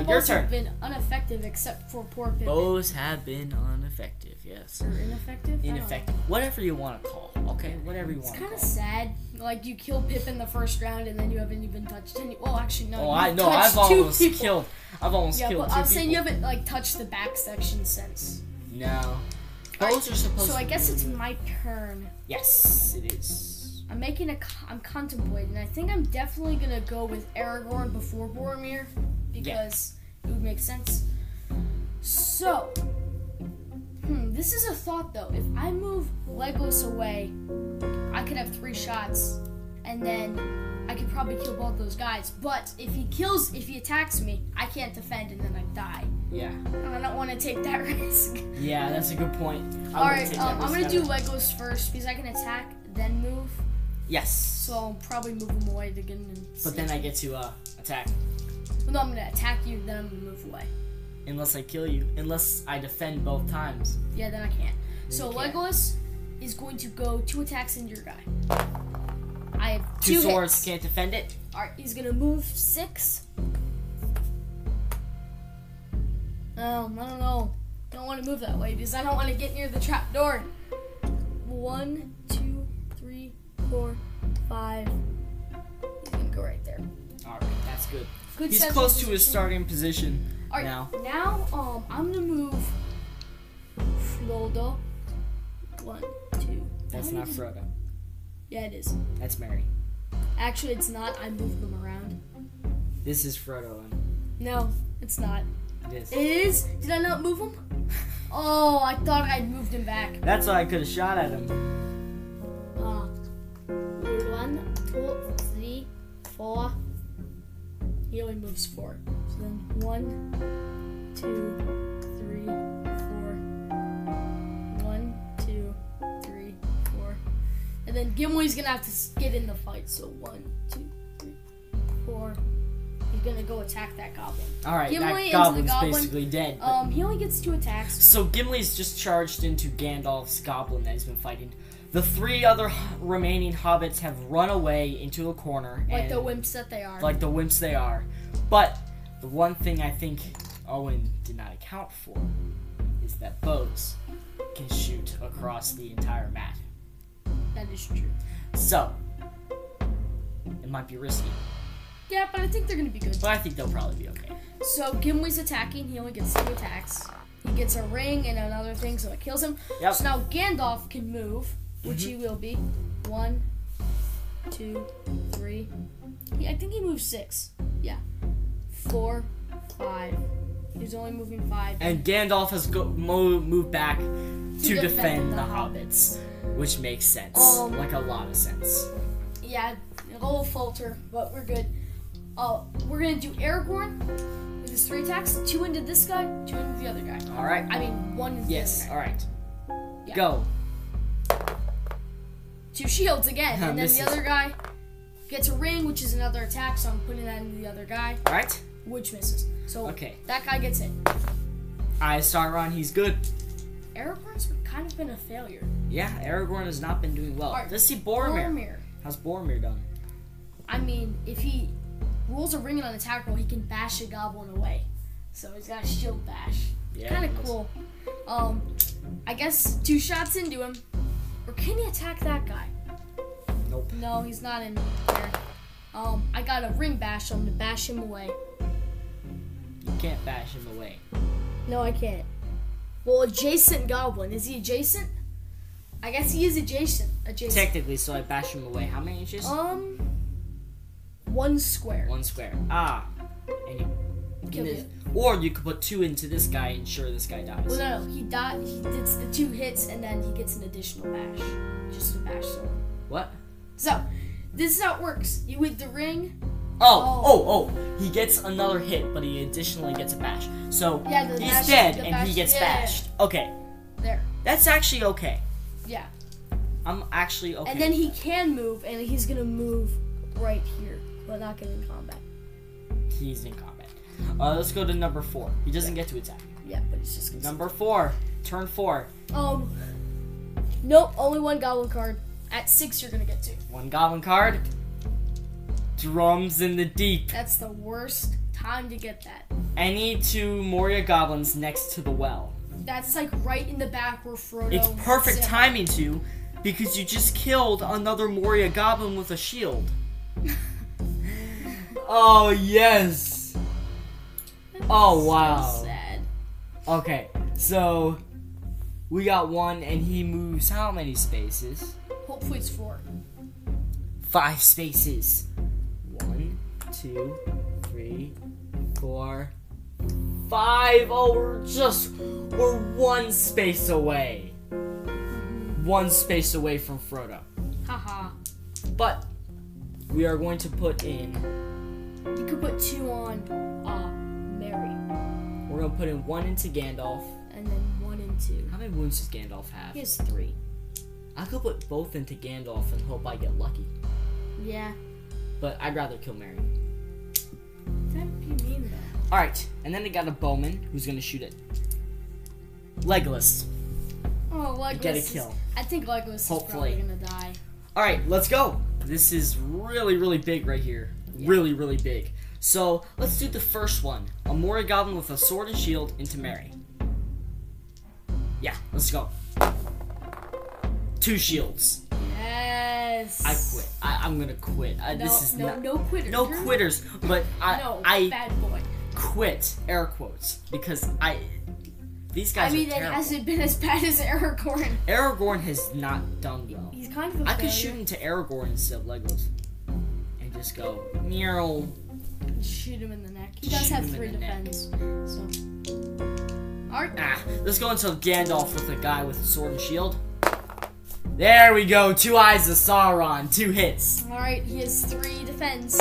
S1: Uh,
S2: you
S1: your
S2: both Have
S1: turn.
S2: been ineffective except for poor Pippin.
S1: Bows have been ineffective, yes.
S2: Or ineffective. I don't know.
S1: Ineffective. Whatever you want to call. Okay, whatever you
S2: It's
S1: want to
S2: kind
S1: call.
S2: of sad. Like you kill Pippin the first round and then you haven't even touched any. Well, actually no.
S1: Oh,
S2: you've
S1: I know.
S2: touched
S1: I've
S2: two
S1: almost
S2: people.
S1: killed. I've almost
S2: Yeah,
S1: killed
S2: but
S1: two
S2: I'm saying you
S1: people.
S2: haven't like touched the back section since.
S1: No. Bows are supposed
S2: So
S1: to
S2: I guess it's my turn.
S1: Yes, it is.
S2: I'm making a. co- I'm contemplating. I think I'm definitely gonna go with Aragorn before Boromir because it would make sense. So, hmm, this is a thought though. If I move Legos away, I could have three shots, and then I could probably kill both those guys. But if he kills, if he attacks me, I can't defend, and then I die.
S1: Yeah.
S2: And I don't want to take that risk.
S1: Yeah, that's a good point. I
S2: All
S1: wouldn't
S2: right,
S1: take that
S2: um, I'm
S1: risk
S2: gonna do
S1: either.
S2: Legos first because I can attack, then move.
S1: Yes.
S2: So I'll probably move him away to get in.
S1: but then I get to uh, attack.
S2: Well, no, I'm gonna attack you, then I'm gonna move away.
S1: Unless I kill you. Unless I defend both times.
S2: Yeah, then I can't. So
S1: you can't.
S2: Legolas is going to go two attacks into your guy. I have
S1: Two,
S2: two,
S1: swords
S2: Hits.
S1: can't defend it.
S2: All right, he's gonna move six. Um, I don't know. Don't want to move that way because I don't want to get near the trap door. One, two, three, four, five. He's gonna go right there.
S1: Alright, that's good.
S2: Good
S1: He's
S2: central
S1: close to his
S2: position.
S1: starting position
S2: All right,
S1: now.
S2: um, I'm gonna move Frodo One, two.
S1: That's
S2: How
S1: not
S2: did-
S1: Frodo.
S2: Yeah, it is.
S1: That's Mary.
S2: Actually, it's not. I moved them around.
S1: This is Frodo. And
S2: No, it's not.
S1: it is.
S2: It is. Did I not move them? Oh, I thought I'd moved him back.
S1: That's why I could have shot at him.
S2: Uh,
S3: One, two, three, four.
S2: he only moves four. So then one, two, three, four. One, two, three, four. And then Gimli's gonna have to s- get in the fight. So one, two, three, four. He's gonna go attack that goblin.
S1: All right,
S2: Gimli is
S1: that goblin's
S2: the goblin.
S1: basically dead. but-
S2: Um, he only gets two attacks.
S1: So Gimli's just charged into Gandalf's goblin that he's been fighting. The three other h- remaining hobbits have run away into a corner,
S2: Like
S1: and
S2: the wimps that they are.
S1: like the wimps they are. But the one thing I think Owen did not account for is that bows can shoot across the entire map.
S2: that is true.
S1: So it might be risky,
S2: Yeah, but I think they're gonna be good.
S1: but I think they'll probably be okay.
S2: So Gimli's attacking. He only gets two attacks. He gets a ring and another thing, so it kills him.
S1: Yep. Mm-hmm.
S2: So now Gandalf can move, which he will be. One, two, three. He, I think he moves six. Yeah. Four, five. He's only moving five.
S1: And Gandalf has go- mo- moved back to, defend, the, hobbits, which makes sense,
S2: Um,
S1: like a lot of sense.
S2: Yeah, a little falter, but we're good. Uh, we're gonna do Aragorn with his three attacks. Two into this guy, two into the other guy.
S1: All right.
S2: I mean, one into
S1: Yes.
S2: the other guy.
S1: All right.
S2: Yeah.
S1: Go.
S2: two shields again, and then
S1: Misses.
S2: the other guy gets a ring, which is another attack. So I'm putting that into the other guy,
S1: All right.
S2: which misses. So
S1: Okay.
S2: that guy gets it.
S1: I Sauron. He's good.
S2: Aragorn's kind of been a failure.
S1: Yeah. Aragorn has not been doing well.
S2: All right,
S1: Let's see Boromir.
S2: Boromir.
S1: How's Boromir done?
S2: I mean, if he rolls a ring on a tackle, he can bash a goblin away. So he's got a shield bash.
S1: Yeah.
S2: kind
S1: he
S2: of
S1: was-
S2: cool. Um, I guess two shots into him, or can he attack that guy?
S1: Nope.
S2: No, he's not in there. Um, I got a ring bash on him to bash him away.
S1: You can't bash him away.
S2: No, I can't. Well, adjacent goblin. Is he adjacent? I guess he is adjacent. Adjacent.
S1: Technically, so I bash him away. How many inches?
S2: Um, one square.
S1: One square. Ah. And you.
S2: Kill
S1: and it- Or you could put two into this guy and sure this guy dies.
S2: Well, no, no, he died. He gets the two hits, and then he gets an additional bash, just to bash someone.
S1: What?
S2: So, this is how it works. You with the ring.
S1: Oh, oh, oh! He gets another hit, but he additionally gets a bash. So
S2: Yeah, the
S1: he's
S2: bash-
S1: dead,
S2: the
S1: and he
S2: bash-
S1: gets
S2: yeah.
S1: bashed. Okay,
S2: There.
S1: that's actually okay.
S2: Yeah.
S1: I'm actually okay.
S2: And then he can move, and he's gonna move right here, but not get in combat.
S1: He's in combat. Uh, let's go to number four. He doesn't get to attack.
S2: Yeah, but he's just gonna.
S1: Number four, turn four.
S2: Um. Nope. Only one goblin card. At six, you're gonna get two.
S1: One goblin card. Drums in the deep.
S2: That's the worst time to get that.
S1: Any two Moria goblins next to the well.
S2: That's like right in the back where Frodo.
S1: It's perfect
S2: sits.
S1: timing too, because you just killed another Moria goblin with a shield. oh yes. Oh wow.
S2: Sad.
S1: Okay, so we got one, and he moves how many spaces?
S2: Hopefully it's four.
S1: five spaces. One, two, three, four, five. Oh, we're just we're one space away. One space away from Frodo.
S2: Haha.
S1: But we are going to put in
S2: You could put two on uh Mary
S1: we're gonna put in one into Gandalf.
S2: and then one and two.
S1: How many wounds does Gandalf have?
S2: He has three.
S1: I could put both into Gandalf and hope I get lucky.
S2: Yeah.
S1: But I'd rather kill Mary.
S2: That'd be mean though.
S1: Alright, and then they got a bowman who's gonna shoot it. Legolas.
S2: Oh Legolas.
S1: get a
S2: is-
S1: kill.
S2: I think Legolas
S1: Hopefully.
S2: is probably gonna die.
S1: All right, let's go. This is really, really big right here. Really, really big. So let's do the first one. A Mori Goblin with a sword and shield into Mary. Yeah, let's go. Two shields.
S2: Yes.
S1: I quit. I, I'm gonna quit. I,
S2: No,
S1: this is
S2: no,
S1: not.
S2: no quitter.
S1: No
S2: You're-
S1: quitters, but I
S2: No,
S1: I
S2: bad boy.
S1: quit air quotes because I These
S2: I
S1: guys
S2: mean,
S1: are
S2: it
S1: terrible.
S2: hasn't been as bad as Aragorn.
S1: Aragorn has not done well.
S2: He's kind of a
S1: I could shoot
S2: failure.
S1: into Aragorn instead of Legolas, and just go meow.
S2: Shoot him in the neck. He does
S1: Shoot
S2: have
S1: him in
S2: three
S1: the neck.
S2: defense. So. Alright.
S1: Ah, let's go into Gandalf with a guy with a sword and shield. There we go. Two eyes of Sauron. Two hits.
S2: Alright, he has three defense.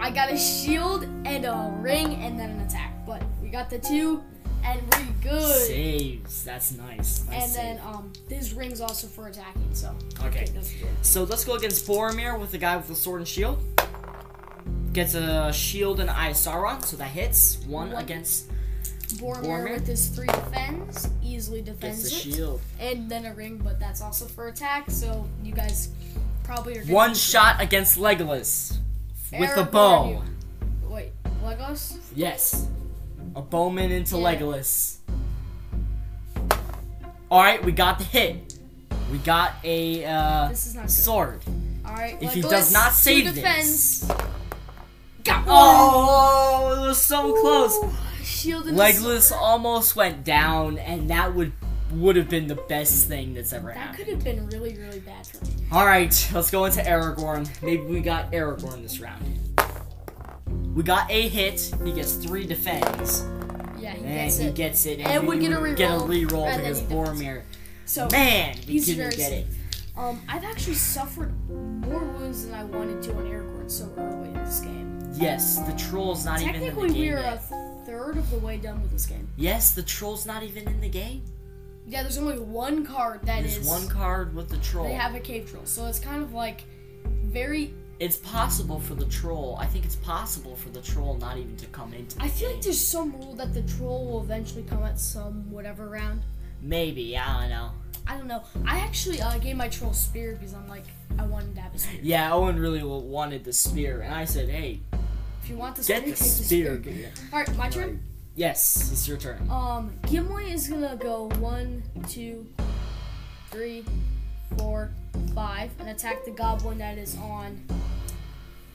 S2: I got a shield and a ring and then an attack. But we got the two and we're good.
S1: Saves. That's nice. nice
S2: And
S1: save.
S2: then um this ring's also for attacking, so
S1: Okay.
S2: that's good.
S1: So let's go against Boromir with the guy with the sword and shield. Gets a shield and eye of Sauron, so that hits. One
S2: One.
S1: against
S2: Boromir,
S1: Boromir?
S2: with his three defense easily
S1: gets
S2: defends
S1: the
S2: it.
S1: shield.
S2: And then a ring, but that's also for attack, so you guys probably are gonna
S1: One shot against Legolas with a
S2: Aragorn,
S1: bow.
S2: you- Wait, Legos?
S1: Yes, a bowman into
S2: Yeah.
S1: Legolas. All right, we got the hit. We got a uh,
S2: This is not good.
S1: sword.
S2: Alright,
S1: If he
S2: Legolas,
S1: does not save
S2: two defense.
S1: this,
S2: Got one.
S1: oh, it was so close.
S2: Ooh, Shield and
S1: Legolas
S2: sword.
S1: almost went down, and that would would have been the best thing that's ever
S2: That could
S1: happened.
S2: have been really, really bad for me.
S1: All right, let's go into Aragorn. Maybe we got Aragorn this round. We got a hit. He gets three defends,
S2: Yeah, he
S1: and
S2: gets
S1: he
S2: it.
S1: gets it,
S2: And
S1: we
S2: would get a
S1: would get a
S2: reroll,
S1: reroll
S2: and then
S1: because
S2: he defends.
S1: Boromir.
S2: so,
S1: Man, he
S2: He's
S1: didn't
S2: very
S1: get it.
S2: um, I've actually suffered more wounds than I wanted to on Aragorn so early in this game.
S1: Yes, the troll's not even in the
S2: Technically,
S1: game.
S2: we are a
S1: yet.
S2: third of the way done with this game.
S1: Yes, the troll's not even in the game.
S2: Yeah, there's only one card that is.
S1: There's one card with the troll.
S2: They have a cave troll, so it's kind of like very.
S1: It's possible for the troll. I think it's possible for the troll not even to come into. The
S2: I feel
S1: game.
S2: like there's some rule that the troll will eventually come at some whatever round.
S1: maybe I don't know.
S2: I don't know. I actually uh, gave my troll spear because I'm like I wanted to have a spear.
S1: Yeah, Owen really wa- wanted the spear, and I said, "Hey,
S2: If you want the spear,
S1: get the
S2: take
S1: spear."
S2: the spear.
S1: dude."
S2: All right, my turn.
S1: Yes, it's your turn.
S2: Um, Gimli is gonna go one, two, three, four, five, and attack the goblin that is on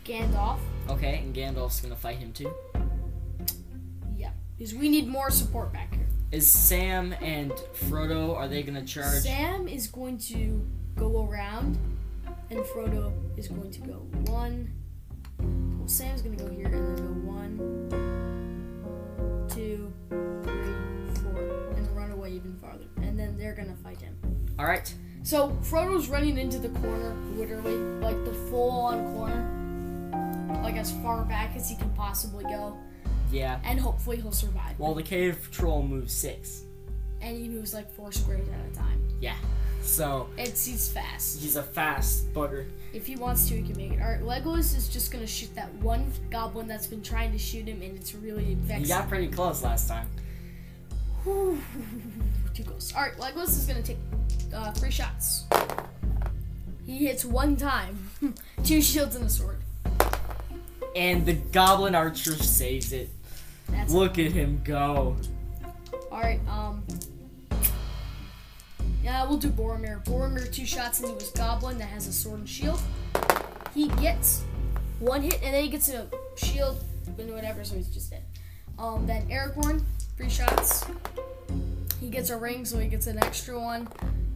S2: Gandalf.
S1: Okay, and Gandalf's gonna fight him too.
S2: Yeah, because we need more support back here.
S1: Is Sam and Frodo are they gonna charge?
S2: Sam is going to go around, and Frodo is going to go one. Well, Sam's going to go here and then go one, two, three, four, and run away even farther. And then they're going to fight him.
S1: All right,
S2: So Frodo's running into the corner, literally, like the full-on corner, like as far back as he can possibly go,
S1: yeah.
S2: and hopefully he'll survive.
S1: Well, the cave troll moves six.
S2: and he moves like four squares at a time.
S1: Yeah. So
S2: It's he's fast.
S1: he's a fast bugger.
S2: If he wants to, he can make it. All right, Legolas is just gonna shoot that one goblin that's been trying to shoot him, and it's really
S1: He
S2: vexing.
S1: got pretty close last time.
S2: Whew, Too close. All right, Legolas is gonna take uh, three shots. He hits one time, two shields and a sword.
S1: And the goblin archer saves it.
S2: That's
S1: Look at him go.
S2: All right. Um. Yeah, we'll do Boromir. Boromir two shots into his goblin that has a sword and shield. He gets one hit and then he gets a shield and whatever, so he's just dead. Um, then Aragorn three shots. He gets a ring, so he gets an extra one.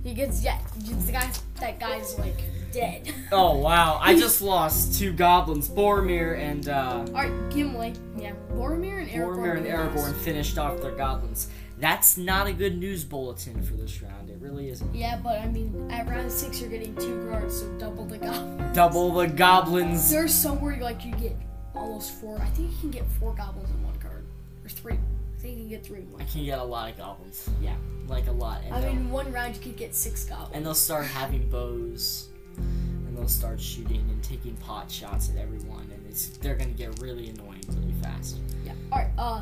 S2: He gets yeah. The guy that guy's like dead.
S1: Oh wow! I just lost two goblins, Boromir and uh,
S2: All right, Gimli. Yeah, Boromir and Aragorn.
S1: Boromir and
S2: are the
S1: Aragorn
S2: last.
S1: finished off their goblins. That's not a good news bulletin for this round. It really isn't.
S2: Yeah, but I mean, at round six you're getting two cards, so double the goblin.
S1: Double the goblins.
S2: There's somewhere like you get almost four. I think you can get four goblins in one card, or three. I think you can get three in
S1: I
S2: one.
S1: can get a lot of goblins. Yeah, like a lot. And,
S2: I
S1: they'll,
S2: mean, one round you could get six goblins.
S1: and they'll start having bows, and they'll start shooting and taking pot shots at everyone, and it's they're gonna get really annoying really fast.
S2: Yeah. All right. Uh,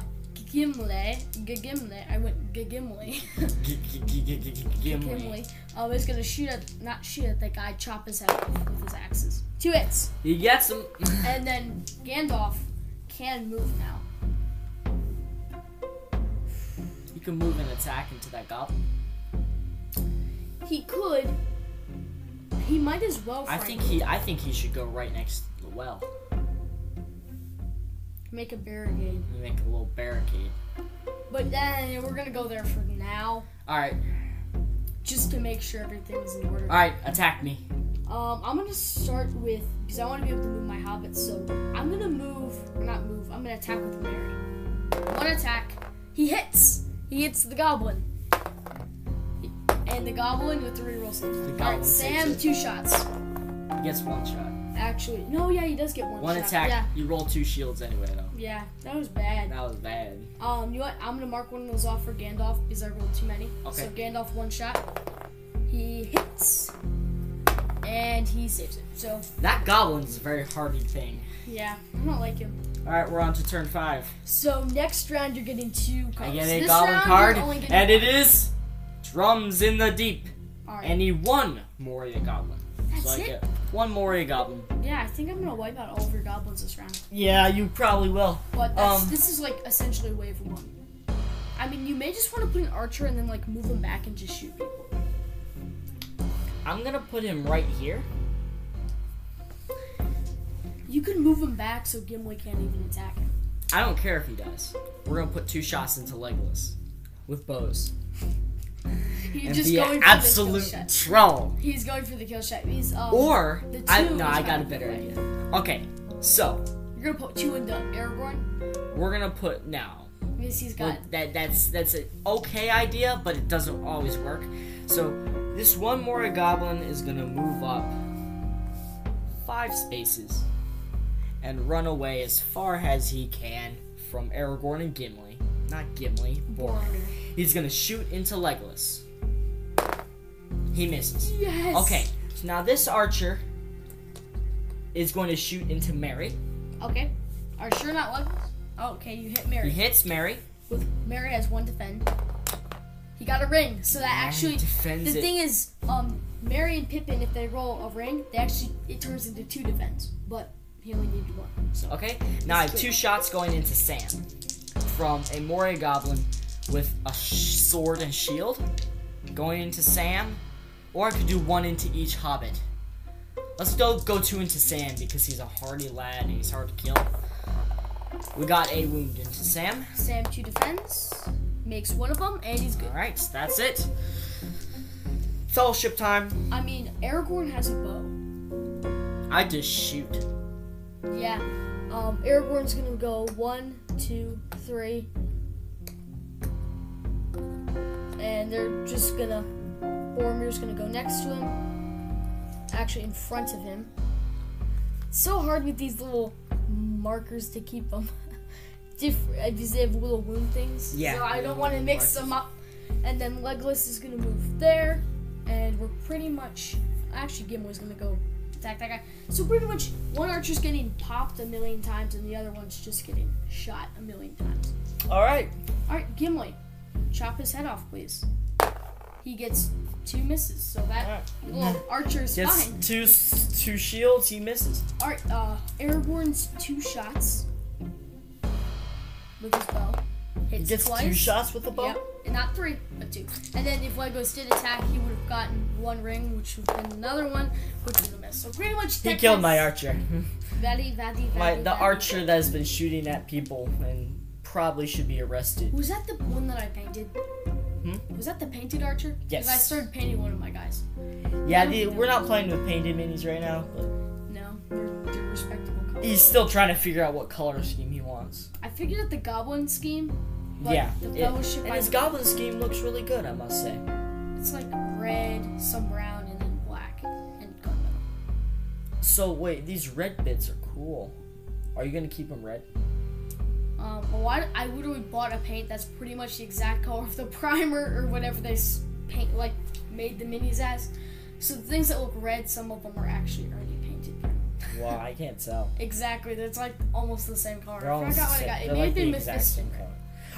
S2: Gimli, Gimli. I went Gimli.
S1: G- g- g- g- g- g- Gimli.
S2: Gimli. Um, is gonna shoot at not shoot at that guy, chop his head off with his axes. Two hits,
S1: He gets him.
S2: and then Gandalf can move now.
S1: You can move and attack into that goblin.
S2: He could. He might as well.
S1: I think he. I think he should go right next to the well
S2: make a barricade.
S1: and make a little barricade.
S2: But then we're gonna go there for now,
S1: Alright,
S2: just to make sure everything's in order.
S1: alright, attack me.
S2: Um, I'm gonna start with because I want to be able to move my hobbits. So I'm gonna move, or not move. I'm gonna attack with Mary. One attack. He hits. He hits the goblin. And the goblin with the reroll save. All
S1: goblin
S2: right,
S1: saves
S2: Sam,
S1: it.
S2: two shots.
S1: He gets one shot.
S2: Actually, no, yeah, he does get one.
S1: One
S2: shot.
S1: attack.
S2: Yeah,
S1: You roll two shields anyway, though.
S2: yeah, that was bad.
S1: That was bad.
S2: Um, you know what? I'm gonna mark one of those off for Gandalf because I rolled too many.
S1: Okay.
S2: So Gandalf one shot. He hits. And he saves it. So
S1: That goblin's a very hardy thing.
S2: yeah, I don't like him.
S1: Alright, we're on to turn five.
S2: So next round you're getting two
S1: I
S2: cards.
S1: get a
S2: This
S1: goblin
S2: round,
S1: card,
S2: you're only getting
S1: and it
S2: one.
S1: is Drums in the Deep.
S2: Alright.
S1: And he won Moria Goblin. so I
S2: That's it?
S1: get one Moria Goblin.
S2: Yeah, I think I'm gonna wipe out all of your goblins this round.
S1: Yeah, you probably will.
S2: But that's,
S1: Um,
S2: this is like essentially wave one. I mean, you may just want to put an archer and then like move him back and just shoot people.
S1: I'm gonna put him right here.
S2: You can move him back so Gimli can't even attack him.
S1: I don't care if he dies. We're gonna put two shots into Legolas with bows.
S2: He's
S1: And
S2: just
S1: be
S2: going
S1: an
S2: for the
S1: absolute
S2: kill shot.
S1: troll.
S2: He's going for the kill shot. He's um,
S1: Or
S2: the two
S1: I no,
S2: is
S1: I got
S2: gotta
S1: a
S2: be
S1: better
S2: right.
S1: idea. Okay, so
S2: You're gonna put two into Aragorn
S1: we're gonna put now.
S2: because he's
S1: Well,
S2: got
S1: that that's that's an okay idea, but it doesn't always work. So this one more goblin is gonna move up five spaces and run away as far as he can from Aragorn and Gimli. Not Gimli, Boromir.
S2: Boromir.
S1: He's gonna shoot into Legolas. He misses.
S2: Yes.
S1: Okay, so now this archer is going to shoot into Mary.
S2: Okay. Are sure not Legolas? Oh, okay, you hit Mary.
S1: He hits Mary.
S2: with Mary has one defend. He got a ring, so that actually
S1: defends
S2: the
S1: it.
S2: thing is, um, Mary and Pippin, if they roll a ring, they actually it turns into two defense, but he only needed one. So
S1: Okay, now I have two shots going into Sam from a Moria Goblin with a sh- sword and shield going into Sam, or I could do one into each Hobbit. Let's go go two into Sam because he's a hardy lad and he's hard to kill. We got a wound into Sam.
S2: Sam two defense makes one of them, and he's good.
S1: All right, so that's it. Fellowship time.
S2: I mean, Aragorn has a bow.
S1: I just shoot.
S2: Yeah. Um, Aragorn's gonna go one, two, three, and they're just gonna. Boromir's gonna go next to him, actually in front of him. It's so hard with these little markers to keep them different because they have little wound things.
S1: Yeah,
S2: So I
S1: little
S2: don't want to
S1: wound
S2: mix them up. And then Legolas is gonna move there, and we're pretty much. Actually, Gimli's gonna go attack that guy. So pretty much, one archer's getting popped a million times, and the other one's just getting shot a million times.
S1: All right.
S2: All right, Gimli, chop his head off, please. He gets two misses, so that little archer's
S1: Gets
S2: fine.
S1: two s- two shields. He misses.
S2: All right, uh, Aragorn's two shots with his bow.
S1: He
S2: Hits
S1: gets
S2: twice.
S1: two shots with the bow.
S2: Yep, and not three, but two. And then if Legolas did attack, he would have gotten one ring, which would have been another one, which would have missed. So pretty much.
S1: He
S2: that
S1: killed
S2: is
S1: my archer.
S2: Very, very,
S1: My
S2: very,
S1: the
S2: very-
S1: archer that has been shooting at people and probably should be arrested.
S2: Was that the one that I painted?
S1: Hmm?
S2: Was that the painted archer? 'Cause
S1: Yes.
S2: I started painting one of my guys.
S1: Yeah, the, we're not playing with painted minis right now. But
S2: No, they're, they're respectable colors.
S1: he's still trying to figure out what color scheme he wants.
S2: I figured out the goblin scheme. But
S1: yeah,
S2: The
S1: it-
S2: fellowship.
S1: and
S2: I-
S1: his goblin scheme looks really good, I must say.
S2: It's like red, some brown, and then black and gunmetal.
S1: So wait, these red bits are cool. Are you gonna keep them red?
S2: Um, but why? I literally bought a paint that's pretty much the exact color of the primer or whatever they s- paint like made the minis as. So the things that look red, some of them are actually already painted. primer.
S1: Wow, I can't tell.
S2: Exactly, that's like almost the same color.
S1: They're
S2: I
S1: almost the
S2: forgot what
S1: same.
S2: I got. It
S1: They're
S2: may
S1: like
S2: have been
S1: the exact
S2: Mephisto.
S1: same color.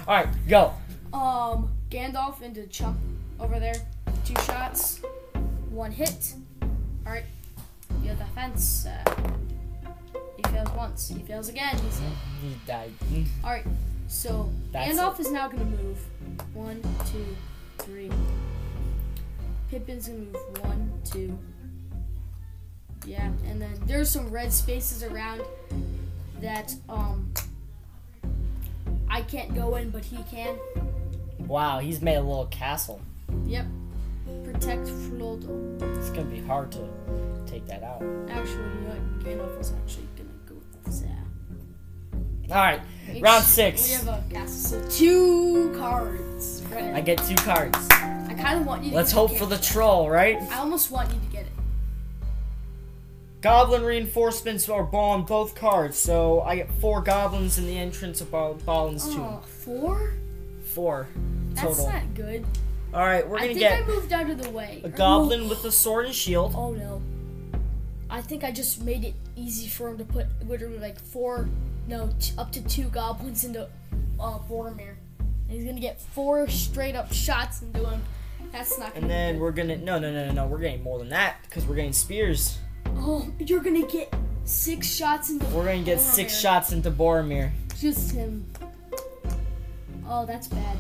S1: All right, go.
S2: Um, Gandalf into Chump over there. Two shots, one hit. All right, your defense. Uh, he fails once. He fails again. He's hit.
S1: He died. Hmm,
S2: All right, so
S1: That's
S2: Gandalf is now gonna move. One, two, three. Pippin's gonna move one, two. Yeah, and then there's some red spaces around that um I can't go in, but he can.
S1: Wow, he's made a little castle.
S2: Yep. Protect Frodo.
S1: It's gonna be hard to take that out.
S2: Actually, you know what? Gandalf was actually gonna go with that.
S1: All right, round six.
S2: We have a castle. So two cards. Right?
S1: I get two cards.
S2: I kind of want you. To
S1: Let's
S2: get
S1: hope
S2: it.
S1: for the troll, right?
S2: I almost want you to get it.
S1: Goblin reinforcements are ball on both cards, so I get four goblins in the entrance of Bal- Balin's
S2: Oh, four?
S1: tomb. Four
S2: That's
S1: total.
S2: not good.
S1: All right, we're
S2: I
S1: gonna
S2: think
S1: get
S2: I moved out of the way.
S1: a
S2: Or no.
S1: goblin with a sword and shield.
S2: Oh no. I think I just made it easy for him to put literally like four, no, t- up to two goblins into uh, Boromir. And he's gonna get four straight up shots into him. That's not gonna
S1: And then
S2: be
S1: we're gonna no no no no no we're getting more than that because we're getting spears.
S2: good. Oh, you're gonna get six shots into
S1: We're gonna get six
S2: Boromir.
S1: shots into Boromir.
S2: Just him. Oh, that's bad.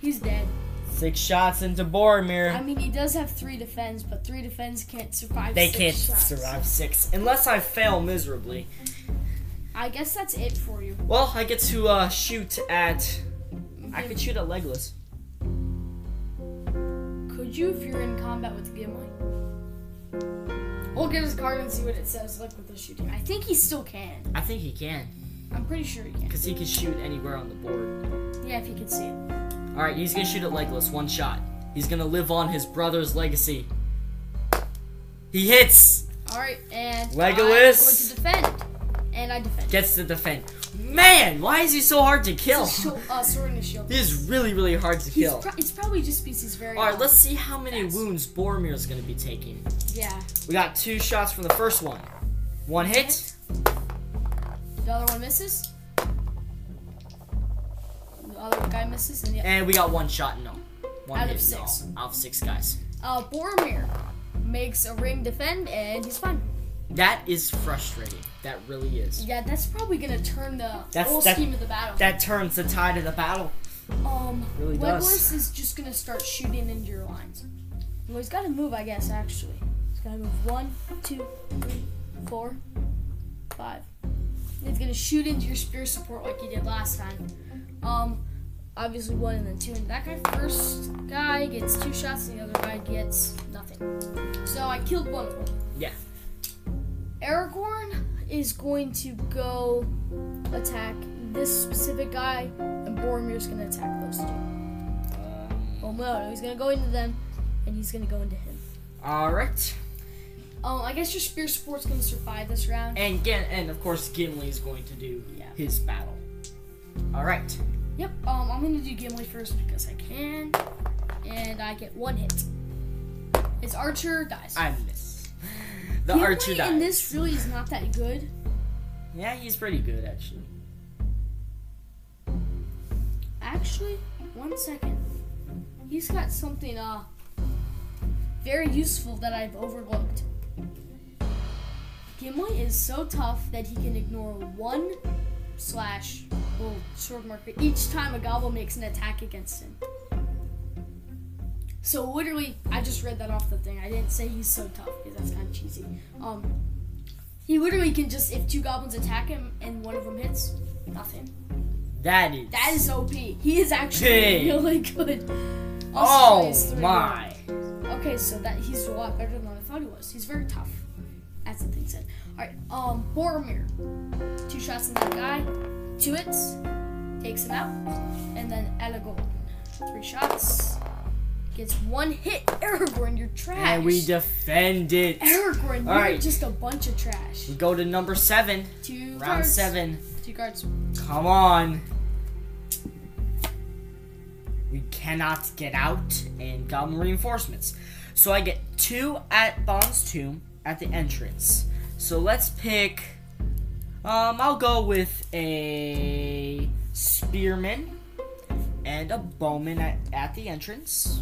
S2: He's dead.
S1: Six shots into Boromir.
S2: I mean, he does have three defense, but three defense can't survive.
S1: they
S2: six
S1: can can't
S2: shots.
S1: survive six unless I fail miserably.
S2: I guess that's it for you.
S1: Well, I get to uh, shoot at. I could shoot at Legolas.
S2: Could you if you're in combat with Gimli? We'll get his card and see what it says. Look what they're shooting. I think he still can.
S1: I think he can
S2: I'm pretty sure he can.
S1: because he can shoot anywhere on the board.
S2: Yeah, if he can see it.
S1: All right, he's gonna shoot at Legolas one shot. He's gonna live on his brother's legacy. He hits,
S2: All right, and
S1: Legolas.
S2: I'm going to defend, and I defend.
S1: gets to defend. Man, why is he so hard to kill?
S2: So, uh, sword and a shield.
S1: This is really, really hard to
S2: He's
S1: kill.
S2: pro- it's probably just because he's very.
S1: Alright, let's see how many wounds Boromir's gonna be taking.
S2: Yeah,
S1: We got two shots from the first one. One hit,
S2: the other one misses. The other guy misses, and the
S1: and we got one shot, no. One
S2: Out of
S1: hit,
S2: six.
S1: no. Out of six guys.
S2: uh, Boromir makes a ring defend, and he's fine.
S1: That is frustrating. That really is.
S2: Yeah, that's probably gonna turn the
S1: That's-
S2: whole
S1: that-
S2: scheme of the battle.
S1: That turns the tide of the battle.
S2: Um,
S1: Really
S2: Legolas
S1: does.
S2: is just gonna start shooting into your lines. Well, he's gotta move, I guess. Actually, he's gotta move one, two, three, four, five. And he's gonna shoot into your spear support like he did last time. Um, obviously one and then two. And that guy first guy gets two shots, and the other guy gets nothing. So I killed one of them.
S1: Yeah.
S2: Aragorn is going to go attack this specific guy, and Boromir's gonna attack those two.
S1: Um,
S2: Oh no, no, he's gonna go into them, and he's gonna go into him.
S1: Alright.
S2: Um, I guess your spear support's gonna survive this round.
S1: And Gim- and of course Gimli is going to do
S2: Yeah.
S1: his battle. Alright.
S2: Yep. Um, I'm gonna do Gimli first because I can, and I get one hit. His archer dies.
S1: I miss. The
S2: Gimli
S1: archer dies.
S2: in this really is not that good.
S1: Yeah, he's pretty good actually.
S2: Actually, one second. He's got something uh very useful that I've overlooked. Gimli is so tough that he can ignore one slash little sword marker each time a goblin makes an attack against him. So literally, I just read that off the thing. I didn't say he's so tough because that's kind of cheesy. Um, he literally can just if two goblins attack him and one of them hits, nothing.
S1: That is.
S2: That is OP. He is actually
S1: Dang.
S2: really good. Also,
S1: Oh
S2: he's three
S1: my.
S2: more. Okay, so that he's a lot better than I thought he was. He's very tough. That's the thing said. All right, um, Boromir, two shots in that guy, two hits, takes him out, and then Aragorn, three shots, gets one hit. Aragorn, you're trash.
S1: And we defend it.
S2: Aragorn, you're
S1: All right.
S2: just a bunch of trash.
S1: We go to number seven,
S2: Two
S1: round
S2: cards,
S1: seven.
S2: Two cards.
S1: Come on. We cannot get out and goblin reinforcements. So I get two at Bond's tomb at the entrance. So let's pick. Um, I'll go with a spearman and a bowman at, at the entrance.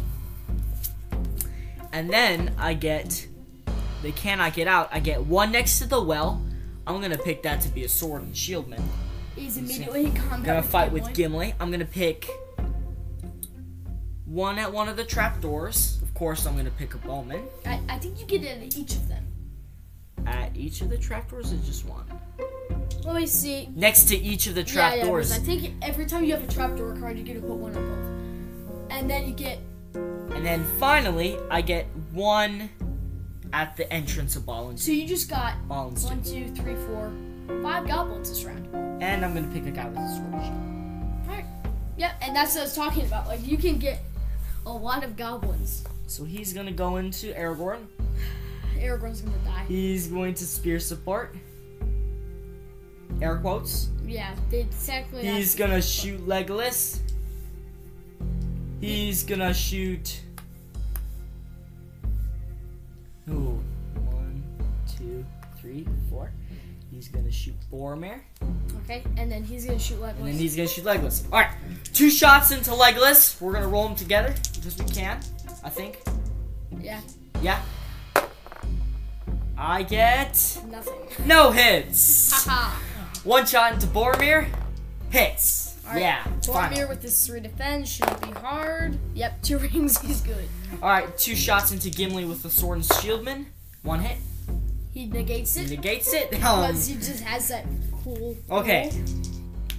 S1: And then I get. They cannot get out. I get one next to the well. I'm gonna pick that to be a sword and shieldman.
S2: Is immediately in combat.
S1: I'm gonna fight with
S2: Gimli.
S1: Gimli. I'm gonna pick one at one of the trapdoors. Of course, I'm gonna pick a bowman
S2: I, I think you get it in each of them.
S1: at each of the trapdoors, or just one?
S2: Let me see.
S1: next to each of the trap
S2: yeah, yeah,
S1: doors.
S2: because I think every time you have a trapdoor card, you get to put one up both. And then you get
S1: And then finally, I get one at the entrance of Ballin's.
S2: so you just got
S1: Ballin's.
S2: one, two, three, four, five goblins this round.
S1: And I'm gonna pick a guy with a sword shield.
S2: Alright. Yeah, and that's what I was talking about. Like you can get a lot of goblins.
S1: So he's gonna go into Aragorn.
S2: Aragorn's gonna die.
S1: He's going to spear support. Air quotes.
S2: Yeah, they technically have
S1: He's
S2: to-
S1: gonna shoot Legolas. He's gonna shoot. Ooh. One, two, three, four. He's gonna shoot Boromir.
S2: Okay, and then he's gonna shoot like
S1: And then he's gonna shoot Legolas. Alright, two shots into Legolas. We're gonna roll them together because we can, I think.
S2: Yeah,
S1: Yeah. I get
S2: nothing.
S1: no hits.
S2: Haha.
S1: One shot into Boromir. Hits.
S2: Alright,
S1: Yeah.
S2: Boromir with his three defense shouldn't be hard. Yep, two rings, he's good.
S1: Alright, two shots into Gimli with the sword and shieldman. One hit.
S2: He negates it
S1: Negates it. Um,
S2: because he just has that cool.
S1: okay.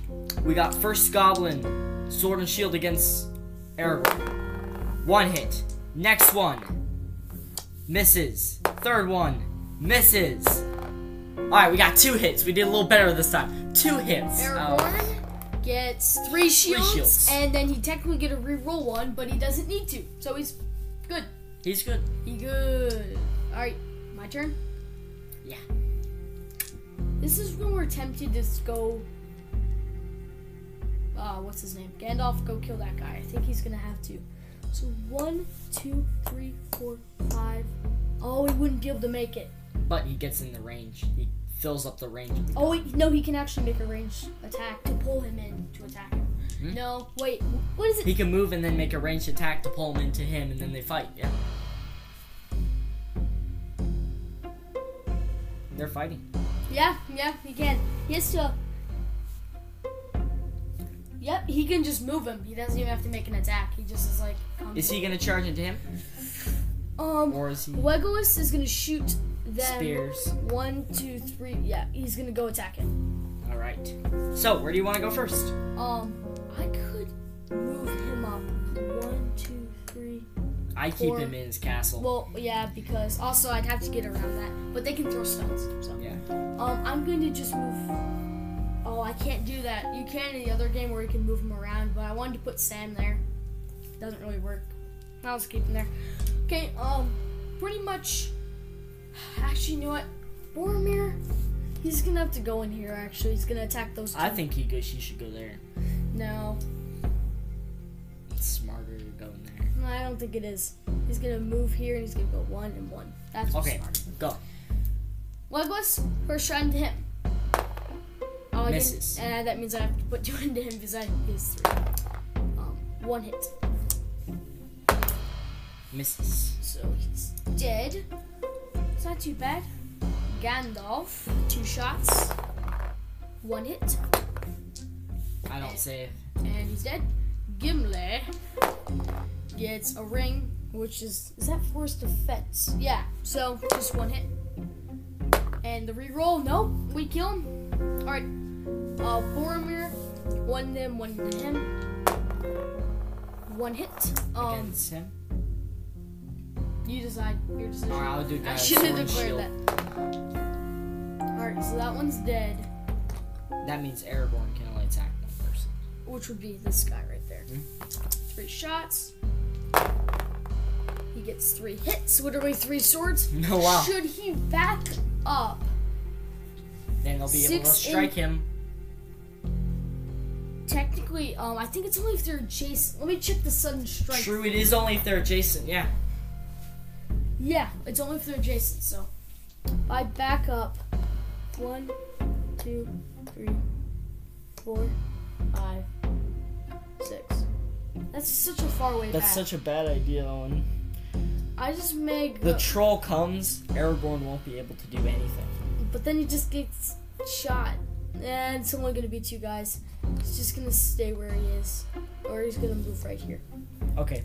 S2: roll.
S1: We got first goblin, sword and shield against Aragorn. One hit. Next one. Misses. Third one. Misses. Alright, we got two hits. We did a little better this time. Two hits. Uh,
S2: Aragorn gets three shields,
S1: shields.
S2: and then he technically get a re-roll one, but he doesn't need to, so he's good.
S1: he's good.
S2: He good. All right, my turn.
S1: Yeah.
S2: This is when we're tempted to s- go. Uh, what's his name? Gandalf, go kill that guy. I think he's gonna have to. So one, two, three, four, five. Oh, he wouldn't be able to make it.
S1: But he gets in the range. He fills up the range.
S2: Oh wait, no, he can actually make a ranged attack to pull him in to attack him.
S1: Hmm?
S2: No, wait, what is it?
S1: He can move and then make a ranged attack to pull him into him, and then they fight. Yeah. They're fighting.
S2: Yeah, yeah, he can. He has to. Yep, he can just move him. He doesn't even have to make an attack. He just is like. comes
S1: Is
S2: in.
S1: he gonna charge into him,
S2: Um,
S1: or is he
S2: Legolas is gonna shoot them.
S1: spears?
S2: One, two, three. Yeah, he's gonna go attack him.
S1: All right. So where do you want to go first?
S2: Um, I could move him up. One, two, three.
S1: I keep
S2: Or-
S1: him in his castle.
S2: Well, yeah, because also I'd have to get around that. But they can throw stones. So.
S1: yeah.
S2: Um, I'm going to just move. Oh, I can't do that. You can in the other game where you can move him around, but I wanted to put Sam there. Doesn't really work. I'll just keep him there. Okay. Um, pretty much. Actually, you know what? Boromir, he's gonna have to go in here. Actually, he's gonna attack those. Two.
S1: I think he go, she should go there.
S2: no.
S1: It's smarter to go in there.
S2: No, I don't think it is. He's gonna move here and he's gonna go one and one. That's what's
S1: Okay,
S2: smart.
S1: go.
S2: Legolas, first shot into him. Oh, I didn't-
S1: Misses.
S2: And that means I have to put two into him because I his three. Um, one hit.
S1: Misses.
S2: So he's dead. It's not too bad. Gandalf, two shots. One hit.
S1: I don't save.
S2: And he's dead. Gimli gets a ring, which is is that forced defense? Yeah. So just one hit. And the reroll, nope, we kill him. Alright. Uh Boromir, one them, one to him. One hit. Um
S1: Against him.
S2: you decide your decision.
S1: Alright, I'll do
S2: I
S1: guys.
S2: should have
S1: sword and
S2: declared
S1: shield.
S2: that. Alright, so that one's dead,
S1: That means Aragorn can only attack one person.
S2: which would be this guy right there. Three shots. He gets three hits, literally three swords.
S1: Oh wow.
S2: Should he back up?
S1: Then they'll be able to
S2: Six
S1: strike him.
S2: Technically, um, I think it's only if they're adjacent. Let me check the sudden strike.
S1: True, it is only if they're adjacent. Yeah.
S2: Yeah, it's only if they're adjacent. So, if I back up. One, two, three, four, five, six. That's such a far way back.
S1: a bad idea, Owen.
S2: I just make.
S1: The troll comes, Aragorn won't be able to do anything.
S2: but then he just gets shot, and it's only gonna be two guys. He's just gonna stay where he is, or he's gonna move right here.
S1: Okay.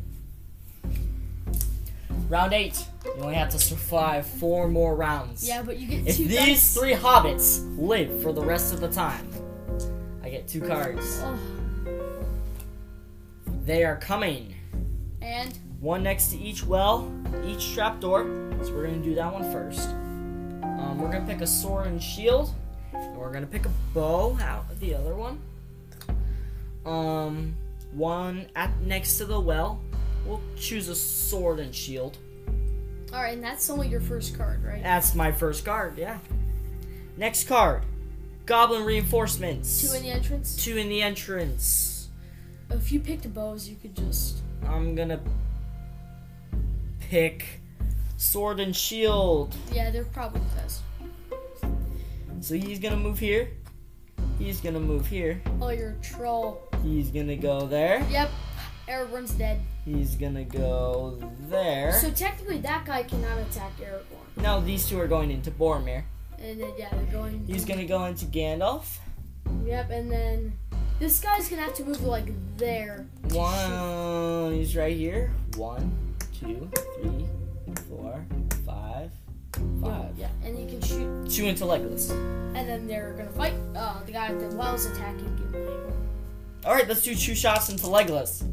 S1: Round eight. You only have to survive four more rounds.
S2: Yeah, but you get
S1: If
S2: two
S1: these
S2: dice.
S1: three hobbits live for the rest of the time, I get two cards.
S2: Oh,
S1: They are coming.
S2: and
S1: One next to each well, each trapdoor. So we're gonna do that one first. Um, we're gonna pick a sword and shield. And we're gonna pick a bow out of the other one. Um, one at next to the well. We'll choose a sword and shield.
S2: all right, and that's only your first card, right?
S1: That's my first card. Yeah. Next card, goblin reinforcements.
S2: Two in the entrance.
S1: Two in the entrance.
S2: If you picked bows, you could just
S1: I'm gonna pick sword and shield.
S2: yeah, they're probably the best.
S1: So he's gonna move here. He's gonna move here.
S2: Oh, you're a troll.
S1: He's gonna go there.
S2: Yep, Aragorn's dead.
S1: He's gonna go there.
S3: So technically, that guy cannot attack Aragorn.
S1: now these two are going into Boromir.
S3: And then yeah, they're going.
S1: He's gonna go into Gandalf.
S3: Yep, and then this guy's gonna have to move like there.
S1: One. He's right here. One, two, three, four, five, five.
S2: Yeah, and you can shoot,
S1: Two into Legolas.
S2: and then they're gonna fight. Uh, the guy at the well's attacking you.
S1: All right, let's do two shots into Legolas.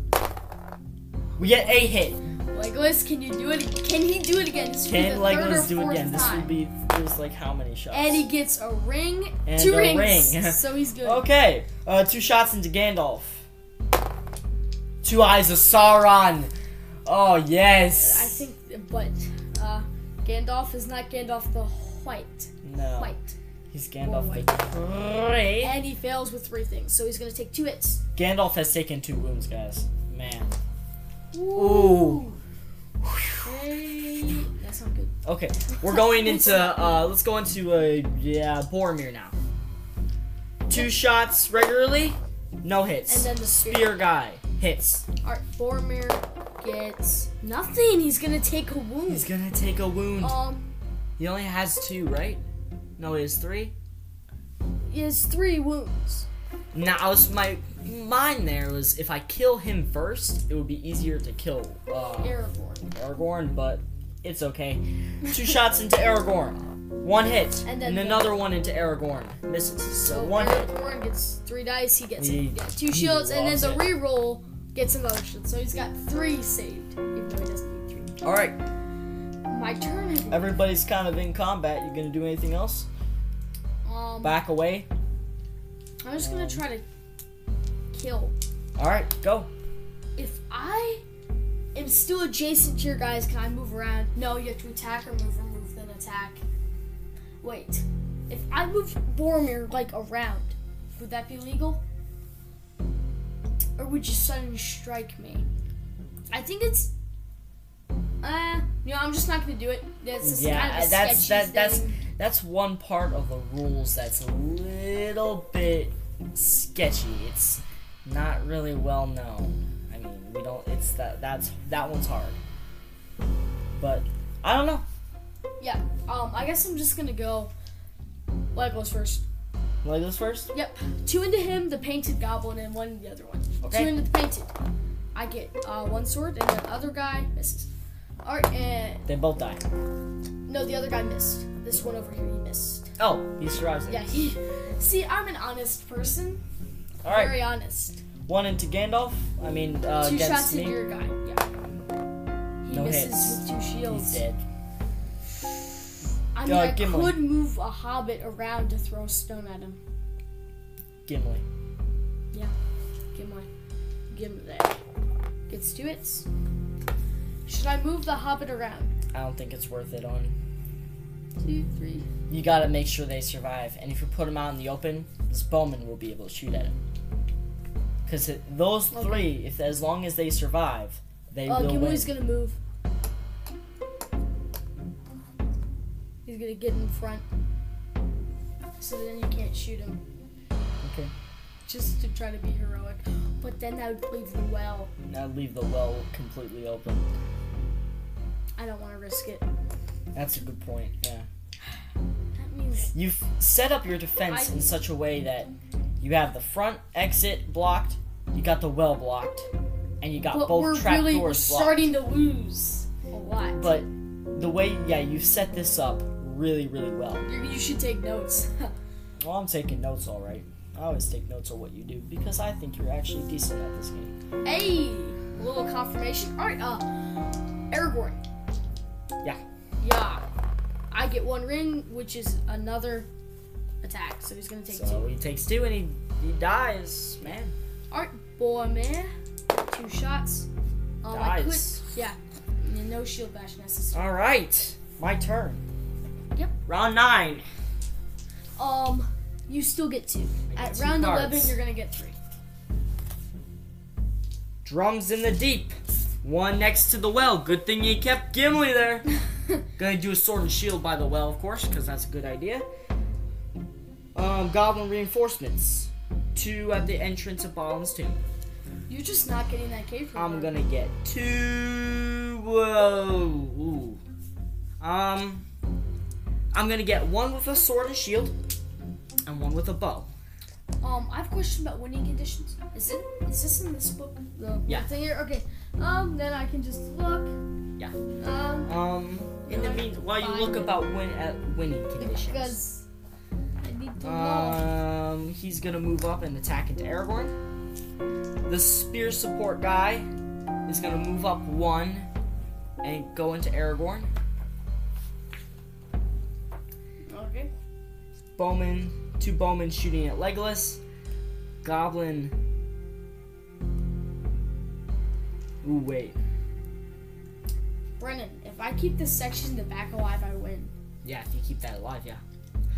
S1: We get a hit.
S2: Legolas, can you do it? Can he do it again? This will be
S1: Can
S2: the third or
S1: Legolas do it
S2: fourth
S1: again? This
S2: time.
S1: would be it was like how many shots?
S2: And he gets a ring,
S1: And
S2: two
S1: a
S2: rings,
S1: ring.
S2: so he's good.
S1: Okay, uh, two shots into Gandalf. Two eyes of Sauron. Oh yes.
S2: I think, but uh, Gandalf is not Gandalf the White.
S1: no.
S2: White.
S1: He's Gandalf
S2: White.
S1: the Great.
S2: And he fails with three things, so he's gonna take two hits.
S1: Gandalf has taken two wounds, guys. Man.
S2: Ooh. Hey, that's not good.
S1: Okay, we're going into uh, let's go into uh, yeah Boromir now. Two shots regularly, no hits.
S2: And then the spear.
S1: Spear guy hits.
S2: All right, Boromir gets nothing. He's gonna take a wound.
S1: He's gonna take a wound.
S2: um,
S1: He only has two, right? No, he has three.
S2: he has three wounds.
S1: Now, I was my mind there was if I kill him first, it would be easier to kill uh,
S2: Aragorn,
S1: Aragorn, but it's okay. Two shots into Aragorn, one hit,
S2: And
S1: and,
S2: then the-
S1: another one into Aragorn misses. So
S2: so
S1: one hit.
S2: Aragorn gets three dice. He gets
S1: He-
S2: yeah, two
S1: he
S2: shields, and then
S1: loves
S2: the
S1: it.
S2: reroll gets an ocean. So he's got three saved, even though he doesn't need three.
S1: All right,
S2: My turn. everyone.
S1: everybody's kind of in combat. You gonna do anything else?
S2: Um,
S1: Back away.
S2: I'm just gonna try to kill.
S1: All right, go.
S2: If I am still adjacent to your guys, can I move around? No, you have to attack or move or move then attack. Wait, if I move Boromir like around, would that be legal? Or would you sudden strike me? I think it's. Uh, no, I'm just not gonna do it. That's just
S1: yeah,
S2: kind of a
S1: that's
S2: sketchy
S1: that that's
S2: thing.
S1: that's one part of the rules that's a little bit sketchy. It's not really well known. I mean, we don't. It's that that's that one's hard. But I don't know.
S2: Yeah. Um, I guess I'm just gonna go. Legolas first.
S1: Legos first.
S2: Yep. Two into him, the painted goblin, and one into the other one.
S1: Okay.
S2: Two into the painted. I get uh, one sword, and the other guy misses. All right, and
S1: They both die.
S2: no, the other guy missed. This one over here, he missed.
S1: Oh, he survives it.
S2: Yeah, he. See, I'm an honest person.
S1: All right,
S2: Very honest.
S1: one into Gandalf. I mean, uh,
S2: two
S1: against
S2: shots
S1: me.
S2: into your guy. Yeah. He
S1: No
S2: misses
S1: hits.
S2: with two shields.
S1: He's dead.
S2: I mean,
S1: Uh,
S2: I could
S1: Gimli.
S2: move a hobbit around to throw a stone at him.
S1: Gimli.
S2: Give my, give him there. Gets two hits. Should I move the hobbit around?
S1: I don't think it's worth it. On
S2: Two, three.
S1: you gotta make sure they survive, and if you put them out in the open, this bowman will be able to shoot at him. Because those
S2: Okay.
S1: three, if as long as they survive, they
S2: Uh,
S1: will win.
S2: Gimli's gonna move. He's gonna get in front. So then you can't shoot him.
S1: Okay.
S2: Just to try to be heroic. But then that would leave the well.
S1: Now leave the well completely open.
S2: I don't wanna risk it.
S1: That's a good point. Yeah.
S2: That means
S1: You've set up your defense
S2: I-
S1: in such a way that you have the front exit blocked, you got the well blocked, and you got
S2: but
S1: both
S2: we're
S1: trap
S2: really we're
S1: doors blocked.
S2: starting to lose. lot.
S1: But the way, yeah, you set this up really, really well.
S2: you you should take notes.
S1: Well, I'm taking notes, all right. I always take notes on what you do because I think you're actually decent at this game.
S2: hey, a little confirmation. All right, uh, Aragorn.
S1: Yeah.
S2: Yeah. I get one ring, which is another attack. So he's gonna take two.
S1: So he takes two and he, he dies, man.
S2: Art boy man, two shots. Um, I quit.
S1: Dies.
S2: Yeah, no shield bash necessary.
S1: All right, my turn.
S2: Yep.
S1: Round nine.
S2: Um, you still get two.
S1: I
S2: At
S1: get two
S2: round
S1: cards.
S2: eleven, you're gonna get three.
S1: Drums in the deep. One next to the well. Good thing you kept Gimli there. Gonna do a sword and shield by the well, of course, because that's a good idea. Um, goblin reinforcements. Two at the entrance of Balaam's tomb.
S2: You're just not getting that cave. from
S1: I'm
S2: her.
S1: gonna get two. Whoa. Ooh. Um. I'm gonna get one with a sword and shield, and one with a bow.
S2: Um, I have a question about winning conditions. Is it is this in this book?
S3: The
S1: Yeah.
S3: thing here. Okay. Um. Then I can just look.
S1: Yeah.
S3: Um.
S1: Um. In the mean, while you look about win at winning conditions.
S3: Because I need to know.
S1: Um. He's gonna move up and attack into Aragorn. The spear support guy is gonna move up one and go into Aragorn.
S2: Okay.
S1: Bowman, two bowmen shooting at Legolas. Goblin. Ooh, wait.
S2: Brennan, if I keep this section in the back alive, I win.
S1: Yeah, if you keep that alive, yeah.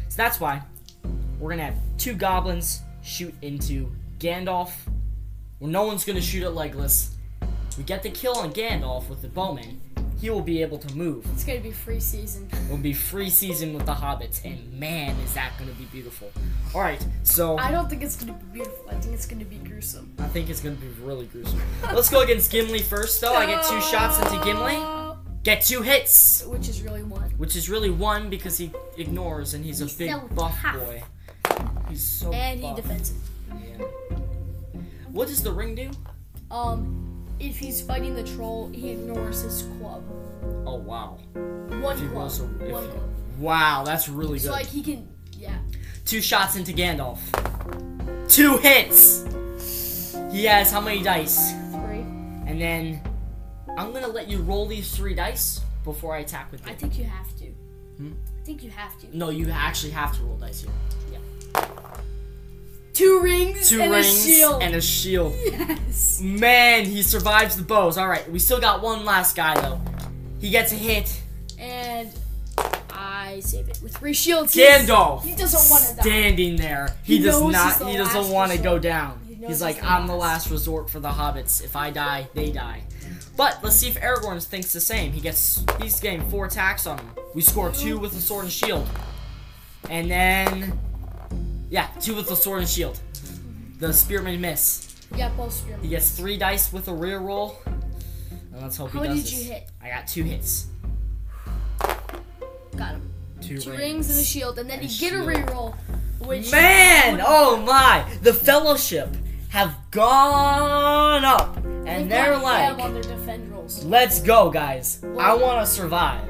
S1: So that's why we're gonna have two goblins shoot into Gandalf. Well, no one's gonna shoot at Legolas. We get the kill on Gandalf with the bowman. He will be able to move.
S2: It's gonna be free season.
S1: It'll be free season with the hobbits, and man, is that gonna be beautiful. All right, so
S2: I don't think it's gonna be beautiful. I think it's gonna be gruesome.
S1: I think it's gonna be really gruesome. Let's go against Gimli first, though. Oh, I get two shots into Gimli, get two hits,
S2: Which is really one.
S1: which is really one because he ignores and he's a big
S2: so
S1: buff
S2: tough.
S1: boy. He's so
S2: And he
S1: buff.
S2: defends it.
S1: Yeah. What does the ring do?
S2: Um, if he's fighting the troll, he ignores his club.
S1: Oh wow!
S2: One
S1: If he
S2: club.
S1: rolls a- if
S2: one
S1: he-
S2: club.
S1: Wow, that's really good.
S2: So like he can, yeah.
S1: two shots into Gandalf, two hits. He has how many dice?
S2: Three.
S1: And then I'm gonna let you roll these three dice before I attack with you.
S2: I think you have to. I think you have to.
S1: no, you actually have to roll dice here.
S2: Two rings
S1: two
S2: and
S1: rings
S2: a shield.
S1: and a shield.
S2: yes.
S1: Man, he survives the bows. All right, we still got one last guy though. He gets a hit.
S2: And I save it with three shields. He's-
S1: Gandalf.
S2: He doesn't want to die.
S1: Standing there, he,
S2: He
S1: does
S2: knows he's
S1: not.
S2: the
S1: He
S2: last
S1: doesn't want to go
S2: resort.
S1: down.
S2: He knows
S1: He's like,
S2: he's the
S1: I'm the
S2: last."
S1: last resort for the hobbits. If I die, they die. But let's see if Aragorn thinks the same. He gets. He's getting four attacks on him. We score two with the sword and shield, and then, yeah, two with the sword and shield. The spearmen miss.
S2: Yeah, both spear.
S1: He gets three dice with a rear roll. And let's hope
S2: How
S1: he
S2: many
S1: does
S2: did you
S1: this.
S2: hit?
S1: I got two hits.
S2: Got him.
S1: Two,
S2: Two rings and a shield, and then
S1: And
S2: you
S1: a
S2: get a
S1: shield.
S2: reroll. Which
S1: Man, oh my! The fellowship have gone up, and they're
S2: yeah,
S1: like,
S2: on their defend rolls.
S1: "Let's go, guys! I want to survive."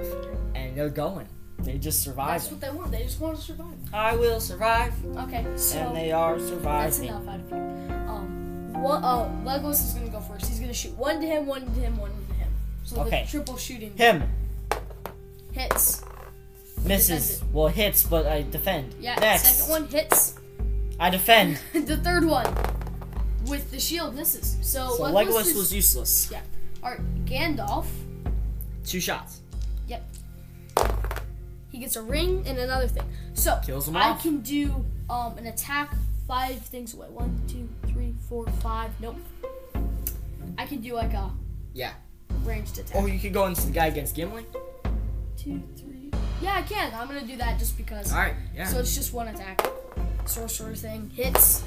S1: And they're going. They just survive.
S2: That's what they want. They just want to survive.
S1: I will survive,
S2: Okay, so
S1: and they are
S2: that's
S1: surviving.
S2: enough out of you. Um, what? Uh, Legolas is gonna go first. He's gonna shoot one to him, one to him, one to him. So
S1: Okay.
S2: the triple shooting
S1: Him
S2: hits.
S1: misses. Well, hits, but I defend.
S2: Yeah,
S1: Next,
S2: second one hits.
S1: I defend.
S2: the third one with the shield misses. So,
S1: So
S2: Legolas,
S1: Legolas
S2: is-
S1: was useless.
S2: Yeah. All right, Gandalf.
S1: Two shots
S2: Yep. He gets a ring and another thing. So
S1: kills them
S2: I
S1: off.
S2: can do um, an attack five things away. One, two, three, four, five. Nope. I can do like a
S1: Yeah.
S2: ranged attack.
S1: Or you could go into the guy against Gimli.
S2: Two, three. Yeah, I can. I'm gonna do that just because.
S1: All right. Yeah.
S2: So it's just one attack. Sorcerer thing hits,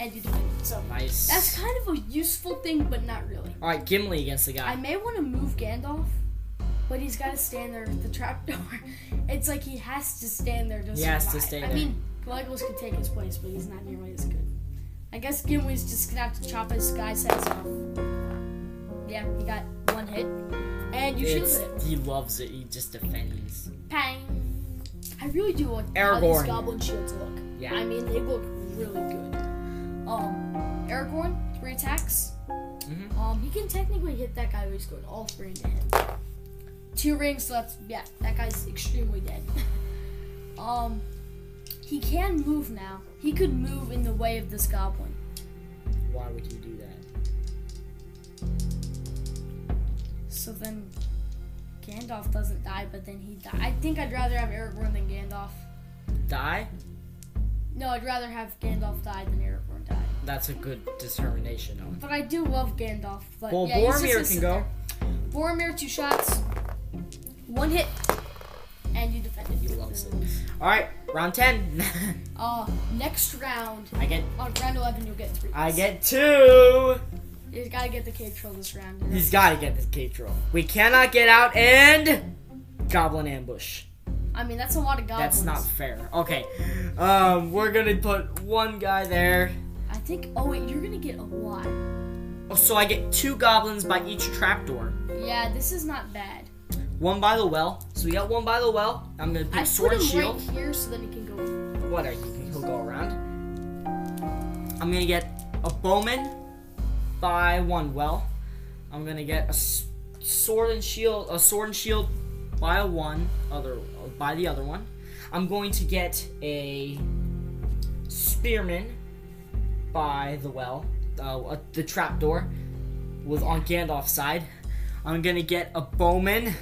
S2: and you defend it. So
S1: nice.
S2: that's kind of a useful thing, but not really.
S1: All right, Gimli against the guy.
S2: I may want to move Gandalf, but he's got to stand there with the trapdoor. It's like he has to stand there to
S1: He has to
S2: survive.
S1: stay
S2: I
S1: there.
S2: mean, Legolas could take his place, but he's not nearly as good. I guess Gimli's just gonna have to chop his guy's heads off. Yeah, he got one hit. and you
S1: It's-
S2: shielded it.
S1: He loves it. He just defends.
S2: Bang! I really do like how
S1: Aragorn.
S2: these goblin shields look.
S1: Yeah.
S2: I mean, they look really good. Um, Aragorn, three attacks.
S1: Mhm.
S2: Um, he can technically hit that guy, but he's going all three into him. Two rings, so that's yeah, that guy's extremely dead. um, he can move now. He could move in the way of this goblin.
S1: Why would you do that?
S2: So then, Gandalf doesn't die, but then he die. I think I'd rather have Aragorn than Gandalf.
S1: Die?
S2: No, I'd rather have Gandalf die than Aragorn die.
S1: That's a good determination. Owen.
S2: But I do love Gandalf. But
S1: Well,
S2: yeah, he's just gonna
S1: Boromir can
S2: sit
S1: go.
S2: there. Boromir, two shots, one hit, and you defended.
S1: He loves it. All right, round ten.
S2: Uh, next round,
S1: I get,
S2: on round 11, you'll get three.
S1: I get two.
S2: You gotta get the cave troll this round.
S1: He's got to get this cave troll. We cannot get out and goblin ambush.
S2: I mean, that's a lot of goblins.
S1: That's not fair. Okay, um, we're gonna put one guy there.
S2: I think. Oh wait, you're gonna get a lot.
S1: Oh, So I get two goblins by each trapdoor.
S2: Yeah, this is not bad.
S1: One by the well. So we got one by the well. I'm gonna pick
S2: I put
S1: sword
S2: him
S1: shield.
S2: right here so then he can go.
S1: What are you? He'll go around. I'm gonna get a bowman by one well. I'm gonna get a s- sword and shield, a sword and shield by one other by the other one. I'm going to get a spearman by the well, uh, uh, the trapdoor was on Gandalf's side. I'm gonna get a bowman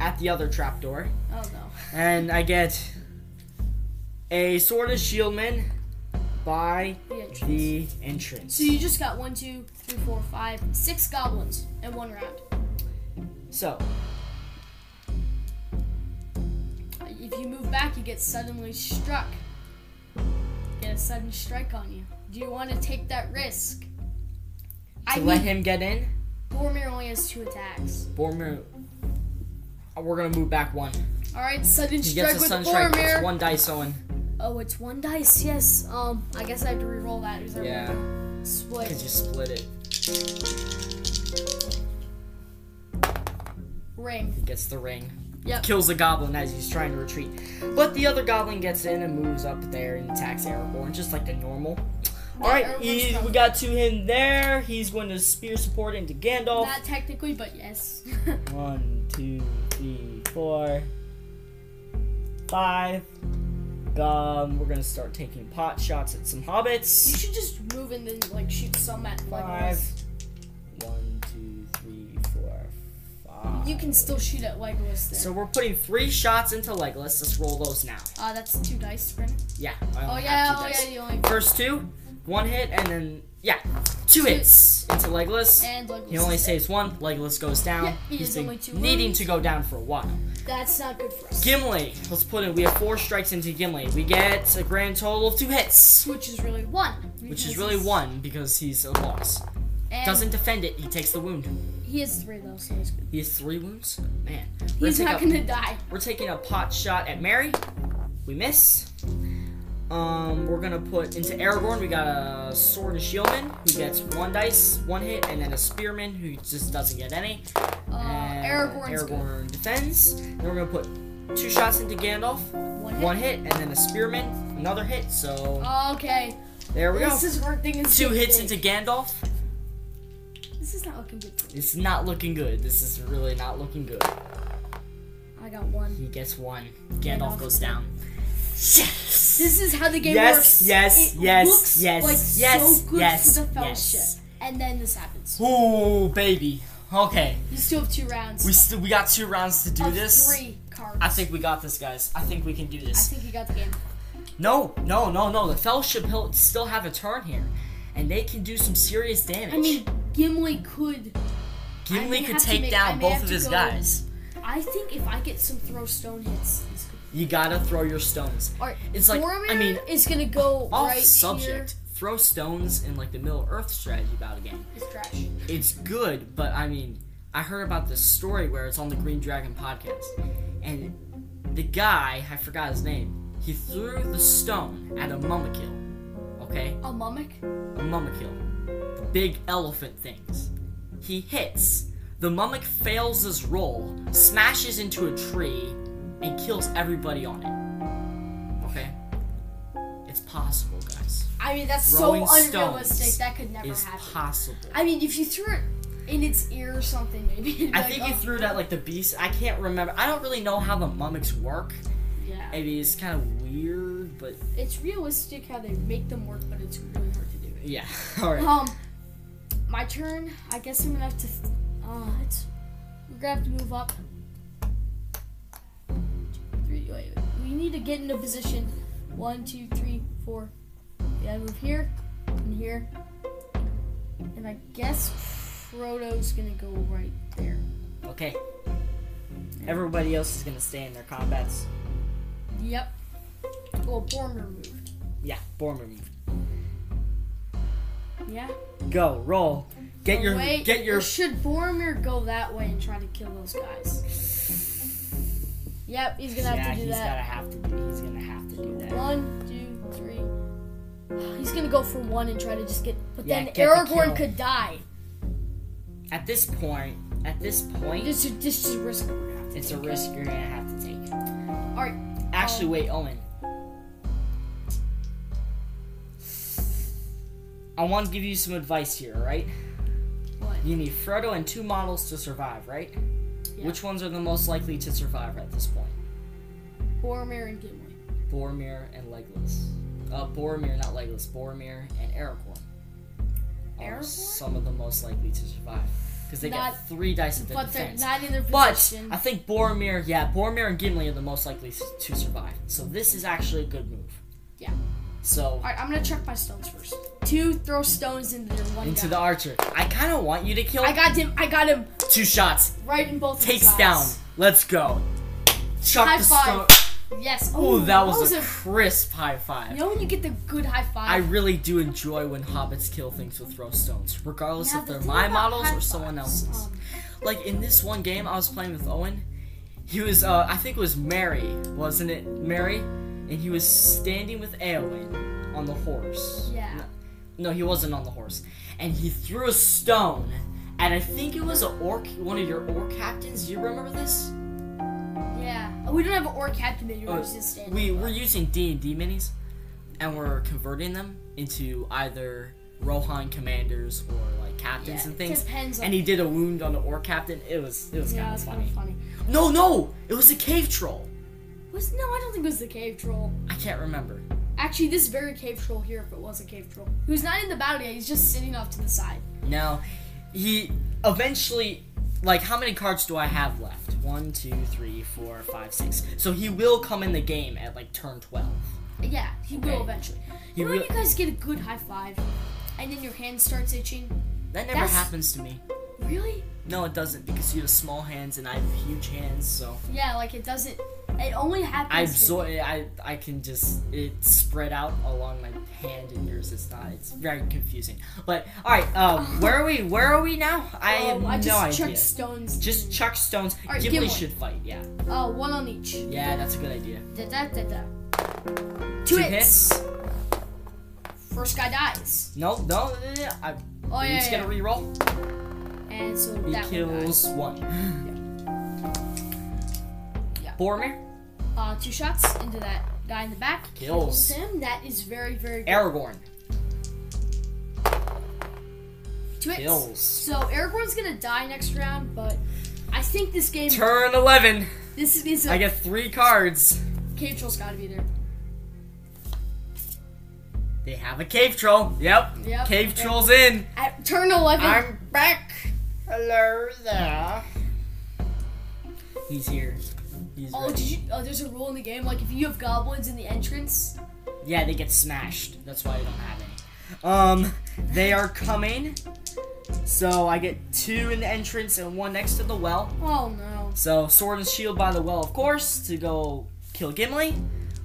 S1: at the other trapdoor.
S2: Oh no.
S1: And I get a sword and shieldman by
S2: The entrance.
S1: the entrance.
S2: So you just got one, two, three, four, five, six goblins in one round.
S1: So
S2: If you move back, you get suddenly struck. Get a sudden strike on you. Do you want to take that risk? I
S1: to
S2: mean,
S1: let him get in,
S2: Boromir only has two attacks.
S1: Boromir. We're gonna move back one.
S2: All right, sudden
S1: He
S2: strike
S1: gets a
S2: with
S1: sun strike.
S2: Boromir.
S1: It's one dice, Owen.
S2: Oh, it's one dice. Yes. Um, I guess I have to re-roll that. Is there
S1: Yeah,
S2: Split.
S1: because you split it.
S2: Ring.
S1: He gets the ring.
S2: Yep.
S1: Kills the goblin as he's trying to retreat. But the other goblin gets in and moves up there and attacks Aragorn, just like the normal. Alright,
S2: Aragorn's
S1: he- we
S2: coming.
S1: got to him there. He's going to spear support into Gandalf.
S2: Not technically, but yes.
S1: One, two, three, four, five. Um, we're gonna start taking pot shots at some
S2: you
S1: hobbits.
S2: should just move and then like shoot some at like
S1: Five.
S2: Legolas.
S1: One, two, three, four, five.
S2: You can still shoot at Legolas then.
S1: So we're putting three shots into Legolas. Let's roll those now.
S2: uh, that's two dice, Bryn.
S1: Yeah. I
S2: Oh
S1: only
S2: yeah,
S1: have two
S2: oh
S1: dice.
S2: yeah, you only
S1: First two, one hit, and then yeah, two
S2: Two.
S1: hits into Legolas.
S2: and Legolas.
S1: He only
S2: is
S1: saves one. Legolas goes down.
S2: Yeah, he
S1: He's
S2: has
S1: been
S2: only two
S1: needing
S2: wounds.
S1: to go down for a while.
S2: dead. That's not good for us.
S1: Gimli. Let's put it. We have four strikes into Gimli. We get a grand total of two hits,
S2: Which is really one.
S1: which is
S2: because
S1: really
S2: he's-
S1: one because he's a loss.
S2: And
S1: Doesn't defend it. He takes the wound.
S2: He has three though, so he's good.
S1: He has three wounds. Man, we're,
S2: He's
S1: take
S2: not
S1: a,
S2: gonna die.
S1: we're taking a pot shot at Mary. We miss. Um, we're gonna put into Aragorn. We got a sword and shieldman who gets one dice, one hit, and then a spearman who just doesn't get any.
S2: Uh,
S1: And
S2: Aragorn's
S1: Aragorn defends. Then we're gonna put two shots into Gandalf.
S2: good. One hit.
S1: One hit and then a spearman, another hit. So
S2: Okay.
S1: there we go.
S2: This is working. Is
S1: Two
S2: good
S1: hits
S2: thing.
S1: into Gandalf.
S2: This is not looking good. for me.
S1: It's not looking good. This is really not looking good.
S2: I got one.
S1: He gets one. Gandalf goes down. Yes.
S2: This is how the game
S1: Yes,
S2: works.
S1: yes,
S2: it
S1: yes,
S2: looks
S1: yes,
S2: like
S1: yes,
S2: so good
S1: yes,
S2: for the
S1: yes.
S2: fellowship. And then this happens.
S1: Ooh, baby. Okay,
S2: You still have two rounds.
S1: we st- we got two rounds to do
S2: of
S1: this.
S2: Three cards.
S1: I think we got this, guys. I think we can do
S2: I
S1: this.
S2: think you got the game.
S1: no, no, no, no. The Fellowship he'll still have a turn here, and they can do some serious damage.
S2: I mean, Gimli could. I
S1: Gimli
S2: may
S1: could
S2: have to
S1: take
S2: make- I
S1: down
S2: may
S1: both
S2: have
S1: of
S2: to
S1: his
S2: go-
S1: guys.
S2: I think if I get some throw stone hits, this could.
S1: You gotta throw your stones.
S2: All right,
S1: It's like- I
S2: Boromir
S1: mean,
S2: is gonna go
S1: Off
S2: right
S1: subject. Throw stones in like the Middle Earth strategy battle game.
S2: here. It's trash.
S1: It's good, but I mean, I heard about this story where it's on the Green Dragon podcast, and the guy I forgot his name. He threw the stone at a mummikill. Okay,
S2: A mummic.
S1: a mummikill, the big elephant things. He hits. The mummic fails his roll, smashes into a tree, and kills everybody on it. Okay? It's possible, guys.
S2: I mean, that's
S1: Rolling
S2: so unrealistic.
S1: Stones
S2: That could never
S1: It's
S2: happen.
S1: possible.
S2: I mean, if you threw it in its ear or something, maybe. It'd be
S1: I
S2: like,
S1: think you
S2: oh,
S1: threw it at like the beast. I can't remember. I don't really know how the mummics work.
S2: Yeah.
S1: Maybe it's kind of weird, but
S2: It's realistic how they make them work, but it's really hard to do.
S1: yeah. All right.
S2: Um, my turn. I guess I'm gonna have to. Uh, it's we're gonna have to move up. Three. Wait, wait. We need to get into position. One, two, three, four. We gotta move here and here. And I guess Frodo's gonna go right there.
S1: Okay. Everybody else is gonna stay in their combats.
S2: Yep. Well, Boromir moved.
S1: Yeah, Boromir moved.
S2: Yeah.
S1: Go, roll. Get
S2: Oh,
S1: your
S2: wait,
S1: get your
S2: or should Boromir go that way and try to kill those guys? Yep, he's gonna have
S1: Yeah,
S2: to do
S1: he's
S2: that.
S1: gonna have to do he's gonna have to do that.
S2: One, two, three. He's gonna go for one and try to just get. But
S1: Yeah,
S2: then
S1: get the kill.
S2: Aragorn could die.
S1: At this point at this point
S2: This is this is a risk. we're gonna have to
S1: it's a
S2: take.
S1: risk you're gonna have to take.
S2: All right,
S1: Actually wait, Owen. I want to give you some advice here, alright?
S2: what?
S1: You need Frodo and two models to survive, right?
S2: Yeah.
S1: Which ones are the most likely to survive at this point?
S2: Boromir and Gimli.
S1: Boromir and Legolas. Uh, Boromir, not Legolas. Boromir and Aragorn. Are
S2: Aragorn?
S1: some of the most likely to survive because they
S2: Not-
S1: get three dice at their
S2: But they're
S1: defense.
S2: not in their
S1: but
S2: position.
S1: I think Boromir, yeah, Boromir and Gimli are the most likely s- to survive. So this is actually a good move.
S2: Yeah.
S1: So
S2: All right, I'm gonna check my stones first. Two throw stones into their one
S1: into the
S2: guy.
S1: archer. I kind of want you to kill.
S2: I got him. I got him
S1: two shots.
S2: right in both. of his
S1: Takes
S2: eyes.
S1: down. Let's go. Chuck
S2: High
S1: the
S2: five.
S1: stone.
S2: Yes.
S1: Oh,
S2: Ooh,
S1: that was, a, crisp high five.
S2: You know when you get the good high five.
S1: I really do enjoy when hobbits kill things with throw stones, regardless
S2: Now,
S1: if
S2: the
S1: they're
S2: thing
S1: my
S2: about
S1: models
S2: high
S1: or someone
S2: fives,
S1: else's.
S2: um,
S1: Like in this one game I was playing with Owen, he was uh I think it was Mary, wasn't it? Mary? And he was standing with Eowyn on the horse.
S2: Yeah.
S1: No, no, he wasn't on the horse. And he threw a stone and I think it was a orc one of your orc captains. Do you remember this?
S2: Um, yeah. We don't have an orc captain in your
S1: Uh,
S2: resistance.
S1: we we're using D and D minis, and we're converting them into either Rohan commanders or like captains
S2: Yeah,
S1: and
S2: it
S1: things.
S2: depends on-
S1: and he did a wound on the orc captain. It was it was
S2: yeah,
S1: kind of
S2: that's
S1: funny.
S2: kind of funny.
S1: No, no, it was a cave troll.
S2: Was no, I don't think it was the cave troll.
S1: I can't remember.
S2: Actually, this very cave troll here, if it was a cave troll, who's not in the battle yet, he's just sitting off to the side.
S1: No, he eventually. Like, how many cards do I have left? One, two, three, four, five, six. So he will come in the game at like turn twelve.
S2: Yeah, he
S1: Okay.
S2: will eventually.
S1: He
S2: you know when
S1: will-
S2: you guys get a good high five, and then your hand starts itching.
S1: That never
S2: That's-
S1: happens to me.
S2: Really?
S1: No, it doesn't because you have small hands and I have huge hands, so.
S2: Yeah, like it doesn't. It only happens.
S1: I
S2: to-
S1: absorb. I I can just it spread out along my hand and yours. It's not. It's very confusing. But all right, uh, where are we? Where are we now? I
S2: Oh,
S1: have
S2: I
S1: no
S2: just
S1: idea.
S2: chucked stones.
S1: Just chuck stones.
S2: All right,
S1: Gimli,
S2: Gimli.
S1: should fight. Yeah.
S2: Uh, one on each.
S1: Yeah, that's a good idea.
S2: Da da da da.
S1: Two
S2: Two hits. First guy dies.
S1: No, no. no, no, no. I,
S2: Oh
S1: we
S2: yeah.
S1: each
S2: yeah.
S1: get a reroll.
S2: And so
S1: He
S2: that one dies.
S1: kills one.
S2: Yeah.
S1: Boromir
S2: Uh, two shots into that guy in the back.
S1: Kills.
S2: him. That is very very good.
S1: Aragorn
S2: Two hits.
S1: kills.
S2: So Aragorn's gonna die next round, but I think this game,
S1: Turn eleven.
S2: this is- is
S1: I
S2: a
S1: get three cards.
S2: cave troll's gotta be there.
S1: They have a cave troll. Yep.
S2: Yep.
S1: Cave
S2: Okay.
S1: troll's in.
S2: At turn 11
S1: I'm back. Hello there. He's here. He's
S2: Oh,
S1: ready.
S2: did you? Oh, there's a rule in the game. Like, if you have goblins in the entrance,
S1: yeah, they get smashed. That's why I don't have any. Um, they are coming. So I get two in the entrance and one next to the well.
S2: oh no.
S1: So sword and shield by the well, of course, to go kill Gimli.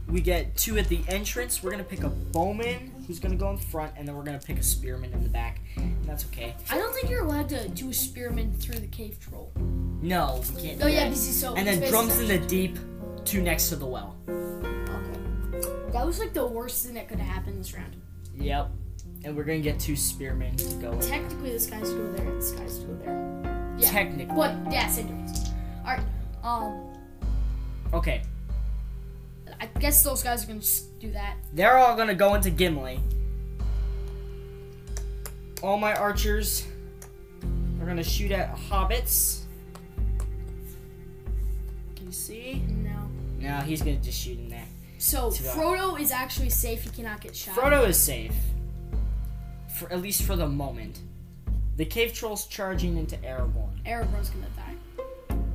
S1: We get two at the entrance. We're gonna pick a bowman who's gonna go in front, and then we're gonna pick a spearman in the back. And that's okay.
S2: I don't think you're allowed to do a spearman through the cave troll.
S1: No, we can't.
S2: Oh
S1: do
S2: yeah,
S1: that.
S2: because he's so.
S1: And then
S2: he's basically-
S1: drums in the deep, two next to the well.
S2: Okay. That was like the worst thing that could have happened this round.
S1: Yep. And we're gonna get two spearmen to go in.
S2: Technically, this guy's go there, and this guy's go there. Yeah.
S1: Technically.
S2: But that's anyways. Alright. Um
S1: Okay.
S2: I guess those guys are gonna just do that.
S1: They're all gonna go into Gimli. All my archers are gonna shoot at hobbits. Can you see?
S2: No.
S1: No, he's gonna just shoot in there.
S2: So
S1: Too bad.
S2: Frodo is actually safe, he cannot get shot.
S1: Frodo is safe. For at least for the moment. The cave troll's charging into Aragorn.
S2: Aragorn's gonna die.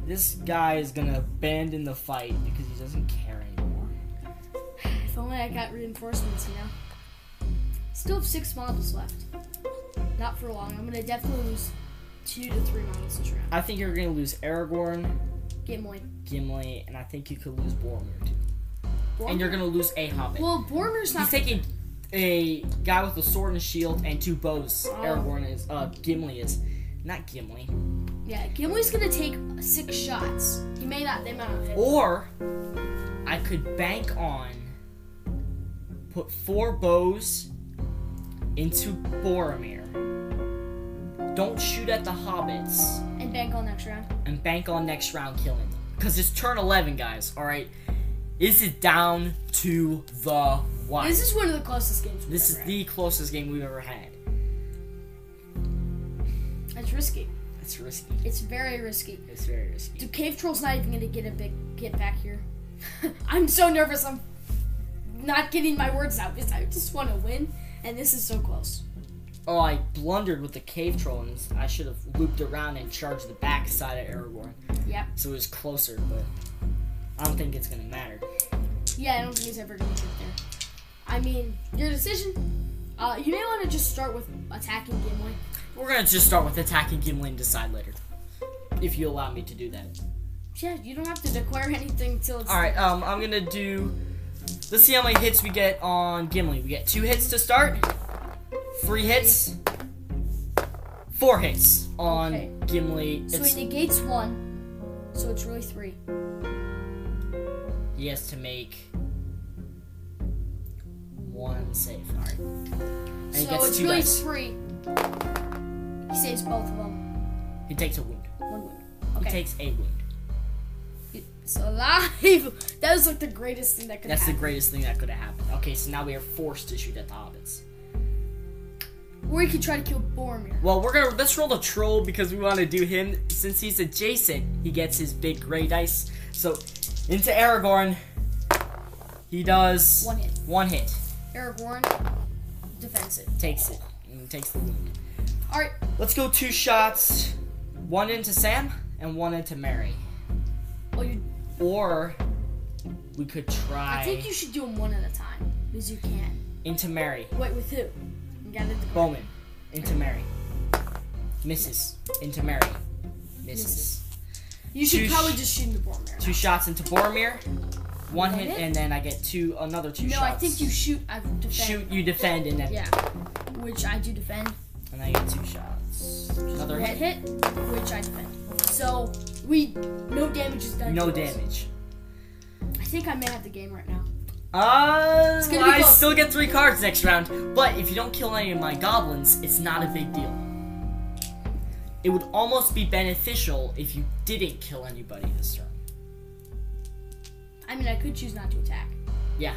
S1: This guy is gonna abandon the fight because he doesn't care anymore.
S2: If only I got reinforcements, you know. Still have six models left. Not for long. I'm gonna definitely lose two to three models this round.
S1: I think you're gonna lose Aragorn,
S2: Gimli.
S1: Gimli, and I think you could lose Boromir too. And you're gonna lose a hobbit.
S2: Well, Bormer's not.
S1: He's taking a guy with a sword and a shield and two bows.
S2: Oh.
S1: Aragorn is, uh, Gimli is. Not Gimli.
S2: yeah, Gimli's gonna take six shots. He may not. They might not hit.
S1: Or I could bank on put four bows into Boromir. Don't shoot at the hobbits
S2: And bank on next round.
S1: and bank on next round killing them. Cause it's turn eleven, guys. All right, this is down to the wire.
S2: This is one of the closest games. We've
S1: This is
S2: ever
S1: the closest game we've ever had.
S2: had. It's risky.
S1: It's risky.
S2: It's very risky.
S1: It's very risky.
S2: The cave troll's not even gonna get a big get back here. I'm so nervous. I'm not getting my words out because I just want to win, and this is so close.
S1: Oh, I blundered with the cave troll, and I should have looped around and charged the back side of Aragorn,
S2: Yep.
S1: so it was closer. But I don't think it's gonna matter.
S2: Yeah, I don't think he's ever gonna get there. I mean, your decision. Uh, you may want to just start with attacking Gimli.
S1: We're gonna just start with attacking Gimli and decide later, if you allow me to do that.
S2: Yeah, you don't have to declare anything till it's
S1: All right, um, I'm gonna do. Let's see how many hits we get on Gimli. We get two hits to start, three hits, four hits on
S2: Okay.
S1: Gimli.
S2: So
S1: It's,
S2: he negates one, so it's really three.
S1: he has to make one save. All right, and he
S2: so
S1: gets
S2: it's
S1: two
S2: really
S1: dice.
S2: three. He saves both of them.
S1: He takes a wound.
S2: One wound.
S1: He
S2: Okay.
S1: takes a wound.
S2: it's alive. That was like the greatest thing that could
S1: That's the
S2: happen.
S1: greatest thing that could have happened. Okay, so now we are forced to shoot at the hobbits.
S2: or he could try to kill Boromir.
S1: Well, we're gonna let's roll the troll because we want to do him since he's adjacent. He gets his big gray dice. So into Aragorn, he does
S2: One hit.
S1: One hit
S2: Aragorn defends it.
S1: takes it and takes the wound.
S2: All right.
S1: Let's go two shots, one into Sam and one into Mary.
S2: Well, you,
S1: Or we could try
S2: I think you should do them one at a time because you can.
S1: into Mary.
S2: Wait, with who? You gotta declare.
S1: Bowman, into Mary. Misses, into Mary. Misses.
S2: You should
S1: Two sh-
S2: probably just shoot in the Boromir.
S1: Two shots into Boromir. One hit,
S2: hit?
S1: and then I get two, another two
S2: no,
S1: shots.
S2: I think you shoot. I defend.
S1: shoot, you defend, and then
S2: Yeah. Which I do defend.
S1: and I get two shots. Another
S2: Red
S1: hit.
S2: hit, which I defend. So we no damage is done.
S1: No
S2: to us.
S1: damage.
S2: I think I may have the game right now.
S1: Uh,
S2: gonna be
S1: I
S2: close.
S1: still get three cards next round, but if you don't kill any of my goblins, it's not a big deal. It would almost be beneficial if you didn't kill anybody this turn.
S2: I mean, I could choose not to attack.
S1: Yeah,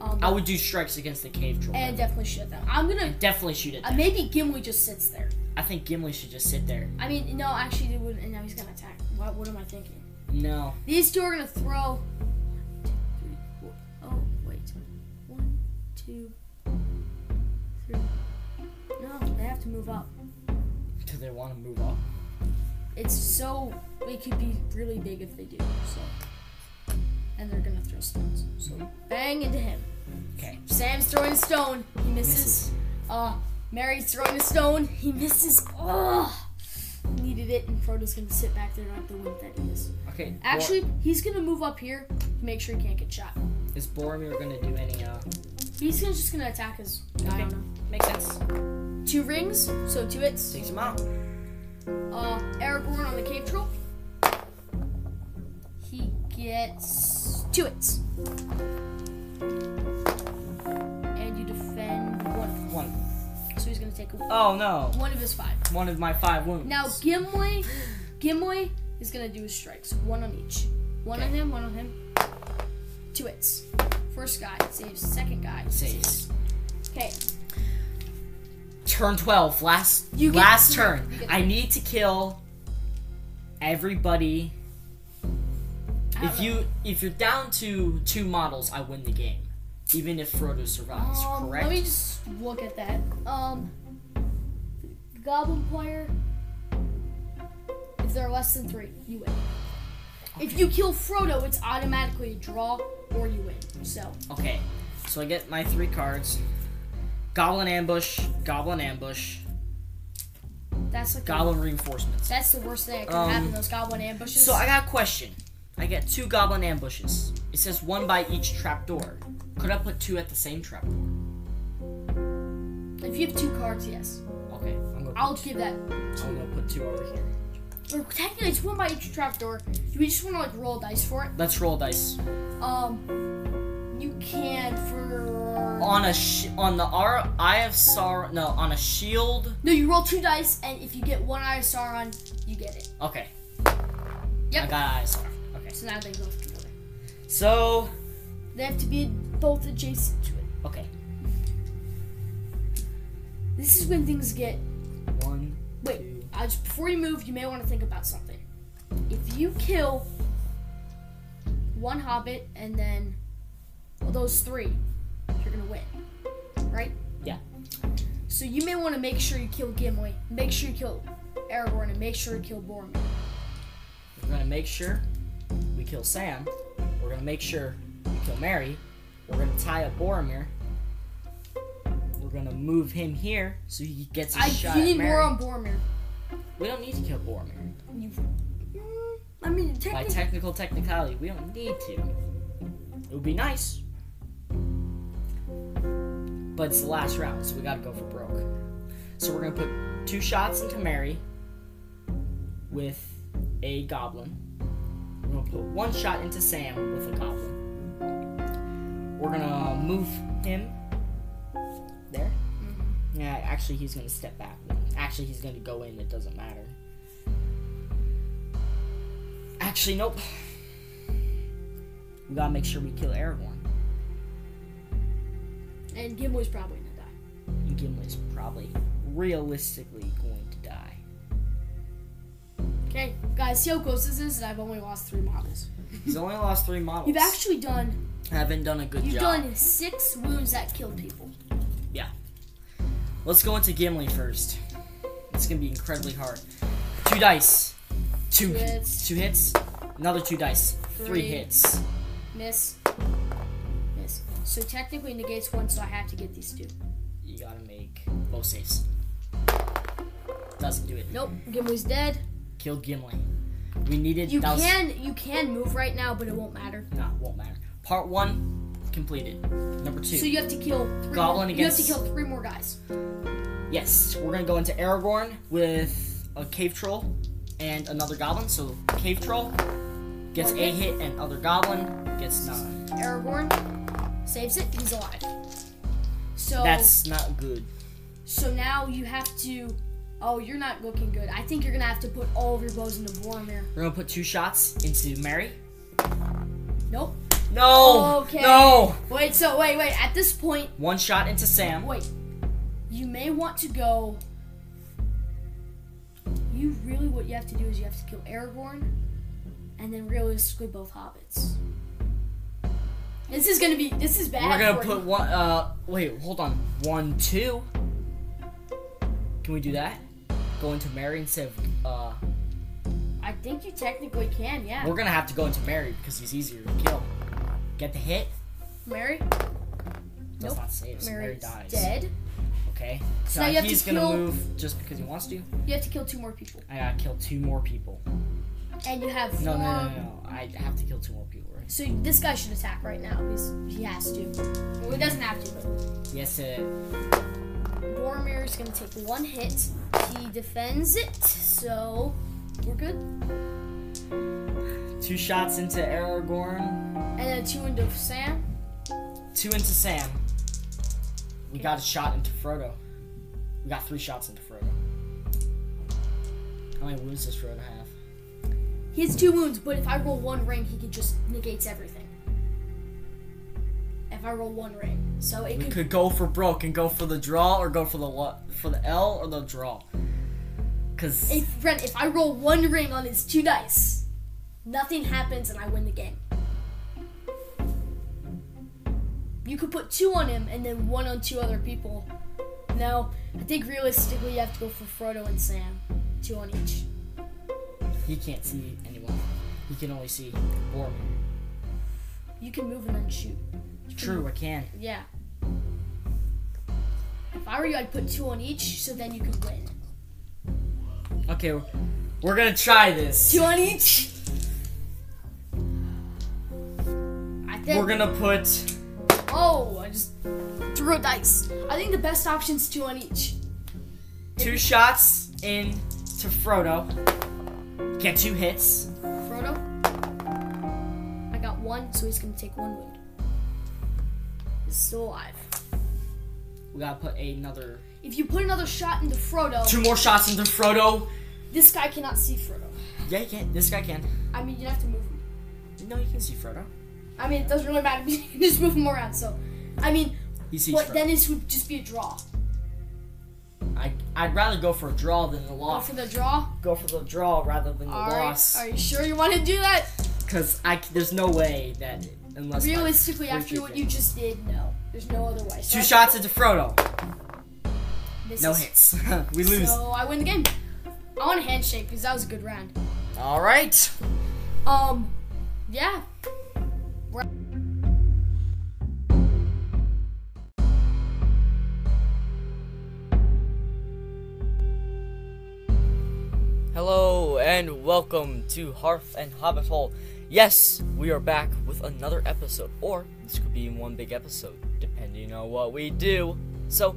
S2: Um,
S1: I would do strikes against the cave troll.
S2: and definitely shoot them. I'm gonna.
S1: Definitely shoot it.
S2: Uh, maybe Gimli just sits there.
S1: I think Gimli should just sit there.
S2: I mean, no, actually, they wouldn't. And now he's gonna attack. What, what am I thinking?
S1: No,
S2: These two are gonna throw. One, two, three, four. Oh wait, one, two, three. No, they have to move up.
S1: do they want to move up?
S2: It's so it could be really big if they do. So, and they're gonna throw stones. So bang into him.
S1: Okay.
S2: Sam's throwing a stone. He misses.
S1: Misses.
S2: Uh, Mary's throwing a stone. He misses. Oh, needed it. And Frodo's gonna sit back there like the wimp that he is.
S1: Okay. Bor-
S2: Actually, he's gonna move up here to make sure he can't get shot.
S1: is Boromir gonna do any? Uh,
S2: He's gonna, just gonna attack his. I don't know.
S1: makes sense.
S2: Two rings, so two hits.
S1: Takes him out.
S2: Uh, Aragorn on the cave troll. He gets two hits. And you defend one.
S1: One.
S2: So he's gonna take a,
S1: Oh no,
S2: one of his five.
S1: one of my five wounds.
S2: Now Gimli, Gimli is gonna do his strikes, one on each, one on
S1: Okay.
S2: him, one on him. Two hits. First guy saves. Second guy saves.
S1: Saves.
S2: Okay.
S1: Turn twelve, last
S2: You get-
S1: last turn.
S2: you get-
S1: I need to kill everybody.
S2: I don't
S1: If
S2: know.
S1: you if you're down to two models, I win the game. Even if Frodo survives,
S2: Um,
S1: correct?
S2: Let me just look at that. Um, Goblin player. If there are less than three, you win. If you kill Frodo, it's automatically a draw or you win. So
S1: Okay, so I get my three cards. Goblin ambush, goblin ambush,
S2: that's like the,
S1: goblin reinforcements.
S2: that's the worst thing that can
S1: Um,
S2: happen. Those goblin ambushes.
S1: So I got a question. I get two goblin ambushes. It says one by each trapdoor. Could I put two at the same trapdoor?
S2: if you have two cards, yes,
S1: Okay, I'm gonna,
S2: I'll give that.
S1: I'm gonna put two over here.
S2: Or technically, it's one by each trapdoor. Do we just want to like roll dice for it?
S1: Let's roll dice.
S2: Um, you can for
S1: On a sh- on the R Eye of Sorrow. No, on a shield.
S2: no, you roll two dice, and if you get one eye of Sauron, you get it.
S1: Okay.
S2: Yep.
S1: I got Eye of Sauron. Okay.
S2: So now they go together.
S1: So
S2: They have to be both adjacent to it.
S1: okay.
S2: This is when things get.
S1: One.
S2: Wait,
S1: Two.
S2: I just, before you move, you may want to think about something. If you kill one hobbit and then well, those three, you're gonna win, right?
S1: Yeah.
S2: So you may want to make sure you kill Gimli, make sure you kill Aragorn, and make sure you kill Boromir.
S1: We're gonna make sure we kill Sam. We're gonna make sure we kill Mary. We're gonna tie up Boromir. We're gonna move him here so he gets a
S2: I,
S1: shot
S2: you
S1: at
S2: need
S1: Mary.
S2: more on Boromir.
S1: we don't need to kill Boromir.
S2: You, Mm, I mean,
S1: By
S2: technically,
S1: technical technicality, we don't need to. It would be nice. But it's the last round, so we gotta go for broke. So we're gonna put two shots into Mary with a goblin. We're gonna put one shot into Sam with a goblin. We're gonna move him there. Yeah, actually, he's gonna step back. Actually, he's gonna go in. It doesn't matter. Actually, nope. We gotta make sure we kill Aragorn.
S2: and Gimli's probably gonna die.
S1: And Gimli's probably realistically going to die.
S2: Okay, guys, see how close this is, and I've only lost three models.
S1: He's only lost three models.
S2: You've actually done
S1: haven't done a good
S2: You've
S1: job.
S2: done six wounds that killed people.
S1: Let's go into Gimli first. It's gonna be incredibly hard. Two dice. Two,
S2: Two hits.
S1: two hits. Another two dice. Three,
S2: Three.
S1: hits.
S2: Miss. Miss. So technically negates one, so I have to get these two.
S1: You gotta make both saves. Doesn't do it.
S2: Nope, Gimli's dead.
S1: Kill Gimli. We needed
S2: You
S1: that was-
S2: can you can move right now, but it won't matter.
S1: Nah, won't matter. Part one completed. Number two.
S2: So you have to kill three
S1: Goblin
S2: more,
S1: against-
S2: You have to kill three more guys.
S1: yes, we're gonna go into Aragorn with a cave troll and another goblin. So cave troll gets
S2: One
S1: a
S2: hit.
S1: hit, and other goblin gets none.
S2: Aragorn saves it. He's alive. So
S1: That's not good.
S2: so now you have to. Oh, you're not looking good. I think you're gonna have to put all of your bows into Boromir.
S1: We're gonna put two shots into Mary.
S2: Nope.
S1: No.
S2: Okay.
S1: No.
S2: Wait. So wait, wait. At this point,
S1: One shot into Sam.
S2: Wait, you may want to go. You really, what you have to do is you have to kill Aragorn, and then realistically both hobbits. This is gonna be. This is bad.
S1: We're gonna
S2: for
S1: put
S2: you.
S1: one. Uh, wait, hold on. One, two. Can we do that? Go into Mary instead of uh.
S2: I think you technically can. Yeah.
S1: We're gonna have to go into Mary because he's easier to kill. Get the hit.
S2: Mary.
S1: Does
S2: Nope.
S1: not save. So Mary,
S2: Mary's
S1: dies.
S2: dead.
S1: Okay.
S2: So
S1: So
S2: now you have to
S1: he's gonna
S2: kill-
S1: move just because he wants to.
S2: You have to kill two more people,
S1: I gotta kill two more people.
S2: and you have
S1: No,
S2: four.
S1: no, no, no, no. I have to kill two more people, right?
S2: So this guy should attack right now. He's, he has to. Well, he doesn't have to, but
S1: Yes, uh,
S2: Boromir is gonna take one hit. He defends it, so we're good.
S1: two shots into Aragorn,
S2: And then two into Sam.
S1: two into Sam. We got a shot into Frodo. We got three shots into Frodo. How many wounds does Frodo have?
S2: He has two wounds, but if I roll one ring, he could just negates everything. If I roll one ring, so it
S1: We
S2: could.
S1: could go for broke and go for the draw, or go for the lo- for the L or the draw. Cause
S2: If Ren, if I roll one ring on his two dice, nothing happens and I win the game. You could put two on him and then one on two other people. No, I think realistically you have to go for Frodo and Sam, two on each.
S1: he can't see anyone, he can only see Boromir.
S2: You can move and then shoot.
S1: True, I can.
S2: Yeah. If I were you, I'd put two on each, so then you could win.
S1: Okay, we're- we're gonna try this.
S2: Two on each. I think.
S1: We're gonna put.
S2: Oh, I just threw a dice. I think the best option's two on each.
S1: two shots in to Frodo. Get two hits.
S2: Frodo. I got one, so he's gonna take one wound. He's still alive.
S1: We gotta put another.
S2: If you put another shot into Frodo,
S1: Two more shots into Frodo.
S2: this guy cannot see Frodo.
S1: Yeah, he can. This guy can.
S2: I mean, you have to move him.
S1: No, you can see Frodo.
S2: I mean, it doesn't really matter. you can just move him around. So, I mean,
S1: He sees
S2: what
S1: Frodo.
S2: then is would just be a draw.
S1: I, I'd rather go for a draw than a
S2: Go
S1: loss.
S2: for the draw.
S1: Go for the draw rather than the
S2: All right.
S1: loss.
S2: Are you sure you want to do that?
S1: Cause I c- there's no way that unless I-
S2: Realistically,
S1: we're
S2: after what
S1: keeping-
S2: you just did, no. There's no other way. So
S1: two
S2: I-
S1: shots into Frodo,
S2: this
S1: no
S2: is-
S1: hits. we lose.
S2: So I win the game. I want a handshake because that was a good round.
S1: All right.
S2: Um, yeah.
S1: Hello and welcome to Hearth and Hobbit Hole. Yes, we are back with another episode, or this could be one big episode, depending on what we do. So,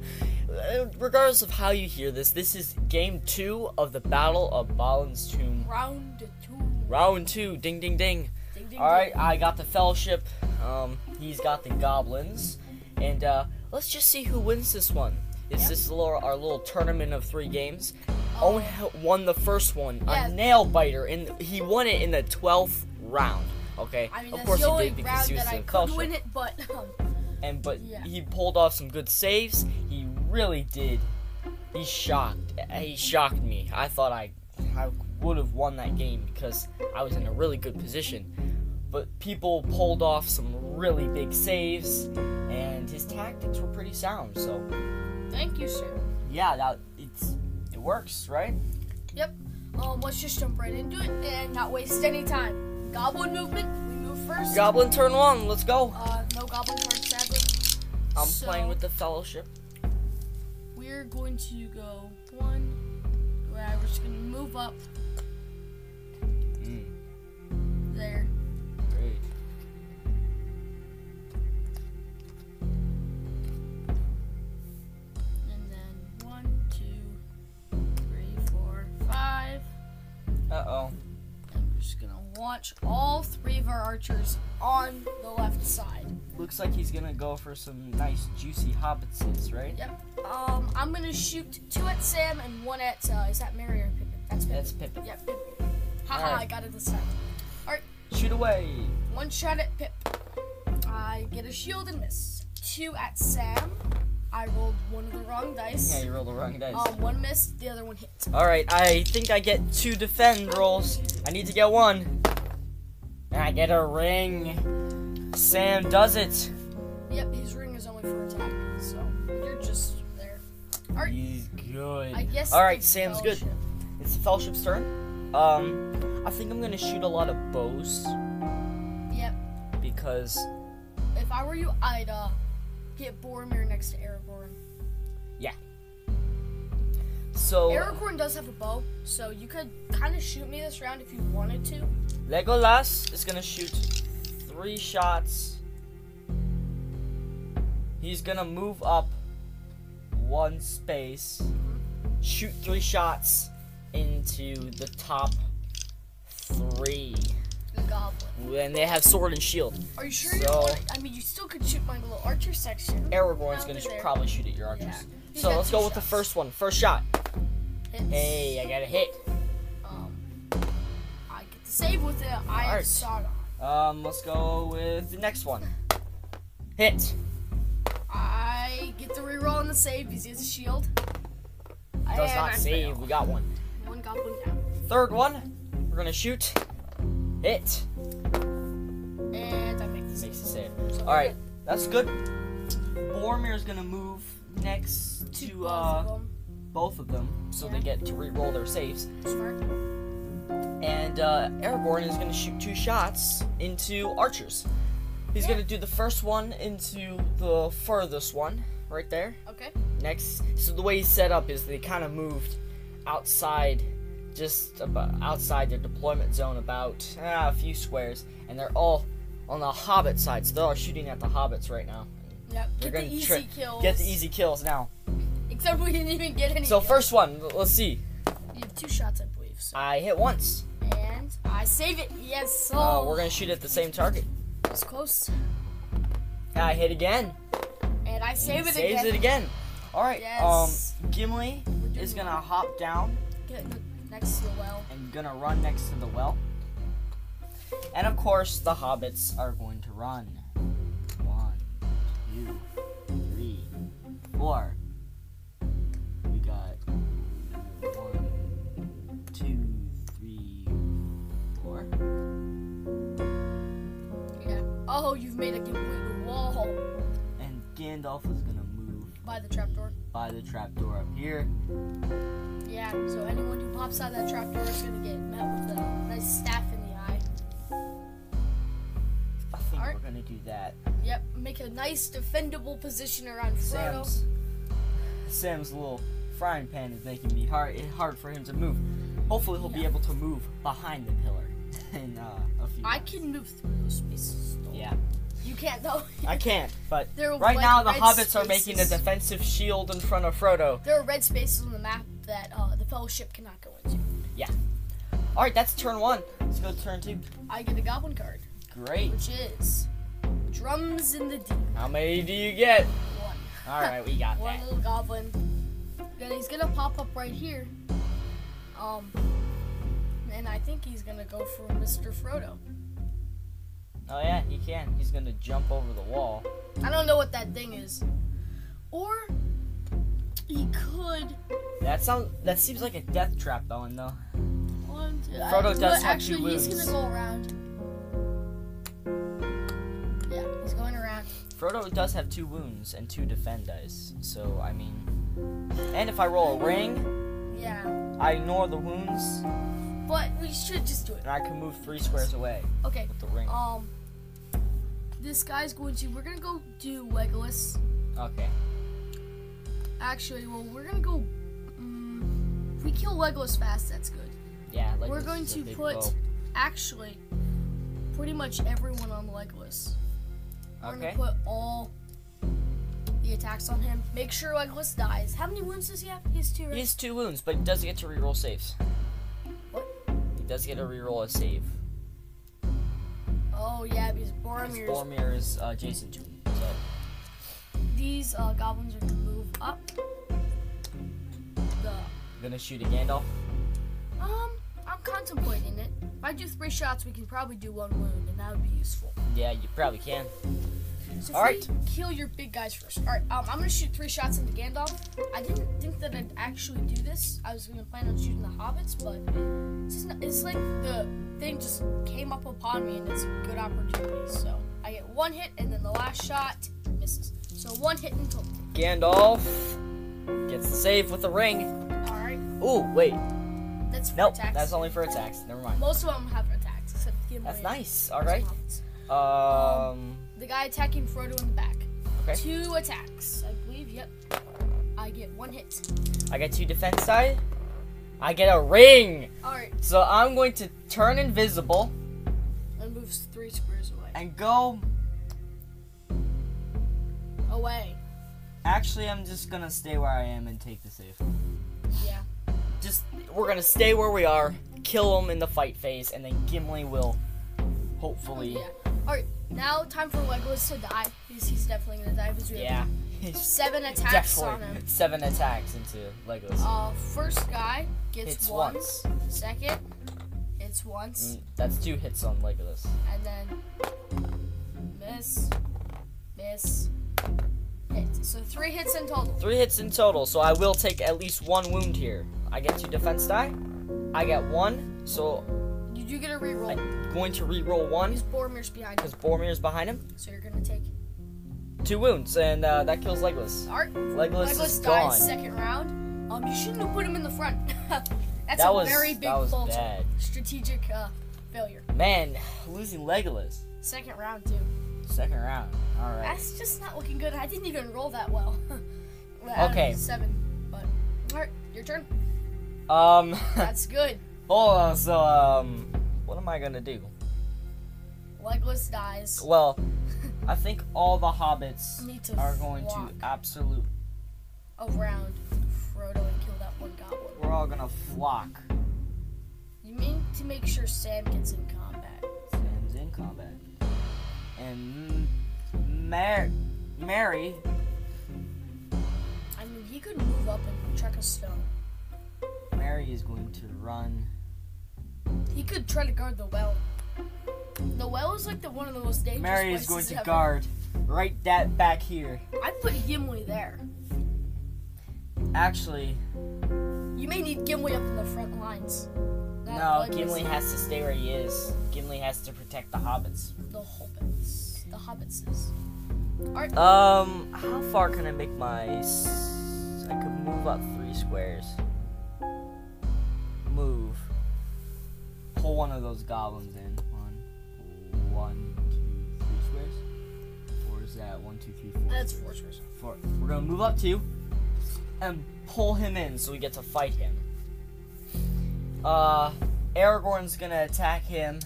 S1: uh, regardless of how you hear this, this is game two of the Battle of Balin's Tomb,
S2: Round two.
S1: round two. Ding, ding, ding.
S2: Ding, ding,
S1: All right, I got the fellowship. Um, he's got the goblins, and uh, let's just see who wins this one. Is this little, our little tournament of three games?
S2: Um,
S1: Owen h- won the first one,
S2: Yeah.
S1: a nail biter, and he won it in the twelfth round. Okay,
S2: I mean,
S1: of
S2: that's
S1: course
S2: the
S1: he
S2: only
S1: did because
S2: round
S1: he was
S2: that I
S1: the
S2: could
S1: fellowship,
S2: win it, but um,
S1: and but
S2: Yeah.
S1: he pulled off some good saves. He really did. He shocked. eh, He shocked me. I thought I, I would have won that game because I was in a really good position but people pulled off some really big saves, and his tactics were pretty sound. So
S2: thank you, sir.
S1: yeah, that it's it works, right?
S2: Yep. Um, let's just jump right into it and not waste any time. Goblin movement. We move first.
S1: Goblin turn one, let's go.
S2: uh, no goblin cards, sadly.
S1: I'm
S2: So-
S1: playing with the fellowship.
S2: We're going to go one. Right, we're just gonna move up
S1: Mm,
S2: there.
S1: great.
S2: And then one, two, three, four, five.
S1: Uh oh.
S2: And we're just gonna launch all three of our archers on the left side.
S1: Looks like he's gonna go for some nice juicy hobbitses, right?
S2: Yep. Um, I'm gonna shoot two at Sam and one at uh, is that Mary or Pippin? That's Pippin.
S1: That's Pippin.
S2: Yep. Pippin. Haha,
S1: Alright.
S2: I got it this time.
S1: Shoot away.
S2: One shot at Pip. I get a shield and miss. Two at Sam. I rolled one of the wrong
S1: Yeah,
S2: dice.
S1: you rolled the wrong dice.
S2: Um, one missed, the other one hit.
S1: All right, I think I get two defend rolls. I need to get one. And I get a ring. Sam does it.
S2: Yep, his ring is only for attack, so you're just there. Alright.
S1: He's good.
S2: I guess.
S1: All right,
S2: the
S1: Sam's good.
S2: fellowship-
S1: It's the fellowship's turn. Um, I think I'm gonna shoot a lot of bows
S2: Yep.
S1: because
S2: If I were you, I'd uh, get Boromir next to Aragorn.
S1: so
S2: Aragorn does have a bow, so you could kind of shoot me this round if you wanted to.
S1: Legolas is gonna shoot three shots. He's gonna move up one space, shoot three shots into the top three.
S2: The goblin.
S1: And they have sword and shield.
S2: Are you sure you
S1: So-
S2: want? I mean, you still could shoot my little archer section.
S1: Aragorn's
S2: I'll
S1: gonna
S2: be there.
S1: probably shoot at your archers.
S2: Yeah. He's
S1: So
S2: got
S1: let's
S2: two
S1: go with the
S2: shots.
S1: first one. First shot.
S2: Hits.
S1: Hey, I got a hit.
S2: Um, I get to save with it. I
S1: Alright.
S2: have Sargon.
S1: Um, let's go with the next one. Hit.
S2: I get to reroll on the save because he has a shield.
S1: Does not save. We got one.
S2: One goblin down.
S1: Third one. We're gonna shoot. Hit.
S2: And I make the save.
S1: Makes a save. All right, that's good. Boromir's gonna move next to uh both of them, so they get to re-roll their saves.
S2: Smart.
S1: And uh, Aragorn is gonna shoot two shots into archers. He's gonna do the first one into the furthest one, right there.
S2: Okay.
S1: next so the way he's set up is they kind of moved outside just about outside their deployment zone about ah, a few squares and they're all on the hobbit side so they're all shooting at the hobbits right now
S2: Yep.
S1: they're
S2: Get the easy
S1: try-
S2: kills.
S1: get the easy kills now
S2: Except we didn't even get any.
S1: so
S2: kills.
S1: first one l- let's see
S2: you have two shots, I believe. So.
S1: i hit once
S2: And I save it. Yes. So
S1: uh, we're gonna shoot at the same target
S2: it was close.
S1: i hit again
S2: And I save it
S1: saves
S2: again.
S1: it again all right
S2: Yes.
S1: um gimli
S2: doing
S1: is gonna
S2: well.
S1: hop down
S2: Get n- next to the well.
S1: and gonna run next to the well. And of course, the hobbits are going to run. One, two, three, four. We got one, two, three, four.
S2: Yeah. Oh, you've made a complete wall
S1: And Gandalf is gonna move
S2: by the trapdoor.
S1: by the trapdoor up here.
S2: Yeah. So anyone who pops out of that trapdoor is gonna get met with a nice staff in the eye.
S1: I think
S2: Alright.
S1: we're gonna do that.
S2: Yep. Make a nice defendable position around Frodo.
S1: Sam's Sam's little frying pan is making me hard it hard for him to move. Hopefully he'll be able to move behind the pillar in uh, a few.
S2: I can move through those spaces. though.
S1: yeah,
S2: You can't though.
S1: I can't. But
S2: There will be,
S1: right
S2: like,
S1: now the
S2: red
S1: hobbits are making a
S2: spaces.
S1: defensive shield in front of Frodo.
S2: There are red spaces on the map that uh, the Fellowship cannot go into.
S1: All right, that's turn one. Let's go to turn two.
S2: I get a goblin card,
S1: Great.
S2: which is drums in the deep.
S1: How many do you get?
S2: One.
S1: All right, we got
S2: One
S1: that.
S2: little goblin. Then he's gonna pop up right here. Um, and I think he's gonna go for Mr. Frodo.
S1: Oh yeah, he can. He's gonna jump over the wall.
S2: I don't know what that thing is. Or he could.
S1: That sounds. That seems like a death trap, Owen. Though.
S2: One, two, I-
S1: Frodo does
S2: but actually.
S1: actually
S2: He's
S1: lose.
S2: gonna go around. Yeah, he's going around.
S1: Frodo does have two wounds and two defend dice, so I mean. And if I roll a ring,
S2: Yeah,
S1: I ignore the wounds,
S2: but we should just do it.
S1: and I can move three squares away
S2: Okay.
S1: with the ring.
S2: Um, this guy's going to. We're gonna go do Legolas.
S1: Okay.
S2: Actually, well, we're gonna go. Um, if we kill Legolas fast, that's good.
S1: Yeah, like
S2: we're
S1: this
S2: going
S1: is a
S2: to
S1: big
S2: put
S1: bow.
S2: actually pretty much everyone on Legolas. We're
S1: Okay.
S2: gonna put all the attacks on him. Make sure Legolas dies. How many wounds does he have? He has two. Right?
S1: He has two wounds, but he does get to reroll saves.
S2: What?
S1: He does get to reroll a save.
S2: oh yeah, because
S1: Because
S2: Boromir's.
S1: Boromir is uh, adjacent to him. So.
S2: These uh, goblins are gonna move up. The
S1: Gonna shoot a Gandalf.
S2: Um, I'm contemplating it. If I do three shots, we can probably do one wound, and that would be useful.
S1: Yeah, you probably can.
S2: So
S1: All
S2: if we kill your big guys first. All right, um, I'm gonna shoot three shots into Gandalf. I didn't think that I'd actually do this. I was gonna plan on shooting the hobbits, but it's, just not, it's like the thing just came up upon me, and it's a good opportunity. So I get one hit, and then the last shot misses. So one hit in total.
S1: Gandalf gets the save with the ring.
S2: All right,
S1: Ooh, wait.
S2: that's for
S1: Nope,
S2: attacks. Oh,
S1: that's only for attacks. Never mind.
S2: Most of them have attacks, except Gimli.
S1: That's
S2: and
S1: nice. All right.
S2: hobbits.
S1: Um.
S2: The guy attacking Frodo in the back.
S1: Okay.
S2: Two attacks, I believe. Yep. I get one hit.
S1: I get two defense side. I get a ring.
S2: All right,
S1: So I'm going to turn invisible
S2: and moves three squares away.
S1: and go.
S2: Away.
S1: Actually, I'm just gonna stay where I am and take the safe.
S2: Yeah.
S1: Just we're gonna stay where we are, kill him in the fight phase, and then Gimli will hopefully.
S2: Yeah. All right. Now time for Legolas to die because he's definitely gonna die because we have
S1: Yeah. He's
S2: Seven attacks on
S1: definitely
S2: him.
S1: seven attacks into Legolas.
S2: Uh, first guy gets
S1: Hits
S2: once. Second, it's once,
S1: Mm, That's two hits on Legolas.
S2: and then miss, miss, hit. So three hits in total.
S1: Three hits in total, so I will take at least one wound here. I get two defense die. I get one, so
S2: You do get a reroll.
S1: I'm going to re-roll one
S2: Because Boromir's behind you,
S1: because Boromir's behind him.
S2: so you're gonna take.
S1: Two wounds, and uh, that kills Legolas.
S2: Art.
S1: Legolas, is
S2: Legolas dies
S1: gone.
S2: second round. Um, you shouldn't have put him in the front. That's
S1: That
S2: a
S1: was
S2: very big
S1: that was
S2: fault.
S1: bad.
S2: Strategic uh, failure.
S1: Man, losing Legolas.
S2: Second round too.
S1: Second round. All right.
S2: That's just not looking good. I didn't even roll that well. Well, out of
S1: Okay.
S2: Seven. But all right, your turn.
S1: Um.
S2: That's good.
S1: oh, so um, what am I gonna do?
S2: Legolas dies.
S1: Well, I think all the hobbits
S2: Need to
S1: are going
S2: flock.
S1: to absolute.
S2: Around Frodo and kill that one goblin.
S1: We're all gonna flock.
S2: You mean to make sure Sam gets in combat.
S1: Sam's in combat. And Mary, Mary,
S2: I mean, he could move up and chuck a stone.
S1: Mary is going to run.
S2: He could try to guard the well. The well is like the one of the most dangerous
S1: Mary is
S2: places
S1: going to
S2: ever.
S1: guard right that back here.
S2: I put Gimli there.
S1: Actually,
S2: You may need Gimli up in the front lines. Not
S1: no.
S2: Legolas,
S1: Gimli has to stay where he is. Gimli has to protect the hobbits.
S2: the hobbits. The hobbitses.
S1: Um, how far can I make my? s- I could move up three squares. Move. Pull one of those goblins in. One, one, two, three squares. Or is that one, two, three, four?
S2: That's four squares.
S1: Four. We're gonna move up two, and pull him in so we get to fight him. Uh, Aragorn's gonna attack him,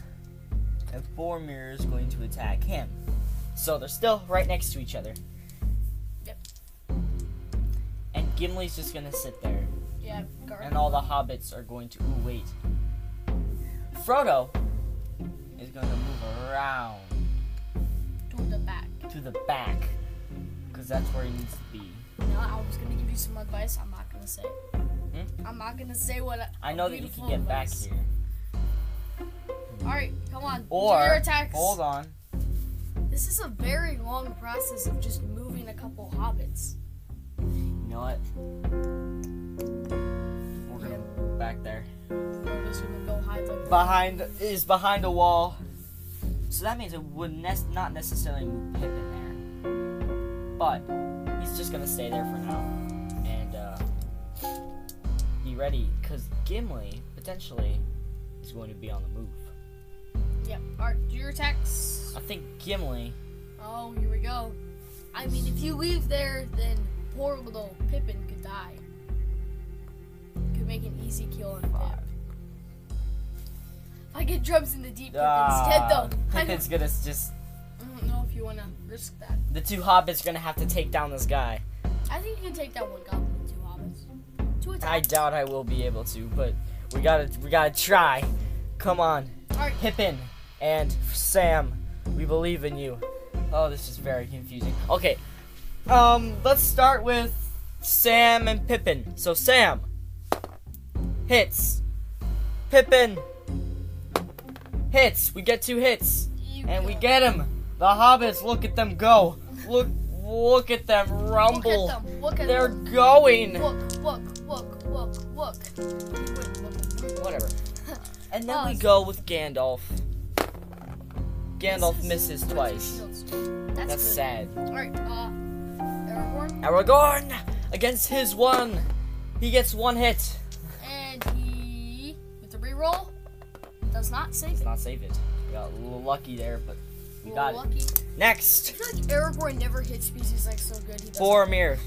S1: and Boromir is going to attack him. So they're still right next to each other.
S2: Yep.
S1: And Gimli's just gonna sit there,
S2: Yeah, guard.
S1: and all the hobbits are going to. Ooh, wait. Frodo is gonna move around
S2: to the back.
S1: to the back, because that's where he needs to be.
S2: Now I was gonna give you some advice. I'm not gonna say. it.
S1: Hmm?
S2: I'm not gonna say what.
S1: I know that you can get back here.
S2: All right, come on.
S1: Or
S2: do your attacks.
S1: hold on.
S2: This is a very long process of just moving a couple hobbits.
S1: You know what? We're gonna back there.
S2: Frodo's gonna go hide like
S1: Behind is behind a wall. So that means it would nes- not necessarily move Pip in there. But he's just gonna stay there for now. And uh be ready, cause Gimli potentially is going to be on the move.
S2: Yep. All right, do your attacks.
S1: I think Gimli
S2: Oh, here we go. I mean, if you leave there, then poor little Pippin could die. Could make an easy kill on Pip. If I get drums in the deep Pip instead,
S1: Ah,
S2: though, I
S1: Pippin's
S2: don't,
S1: gonna just
S2: I don't know if you want to risk that.
S1: the two hobbits are gonna have to take down this guy.
S2: I think you can take that one goblin with two hobbits. Two
S1: I
S2: attacks.
S1: doubt I will be able to, but we gotta we gotta try. Come on,
S2: All right,
S1: Pippin and Sam, we believe in you. Oh, this is very confusing. Okay, um, let's start with Sam and Pippin. So Sam hits, Pippin hits. We get two hits,
S2: you
S1: and
S2: go.
S1: we get him. The hobbits, look at them go. Look, look at them
S2: Look
S1: rumble.
S2: at them. Look at
S1: They're
S2: them.
S1: going.
S2: Look, look, look, look, look. You wouldn't look at them.
S1: whatever. And then
S2: Oh,
S1: we
S2: so-
S1: go with Gandalf. Gandalf misses
S2: Misses. Those are
S1: twice.
S2: shields.
S1: That's
S2: good.
S1: sad.
S2: All right, uh, Aragorn,
S1: Aragorn against his one. He gets one hit.
S2: and he with the reroll does not save
S1: Does
S2: it.
S1: not save it. We got a little lucky there, but we got it.
S2: lucky. I
S1: Next,
S2: feel like Aragorn never hits because he's like so good. He doesn't-
S1: Boromir.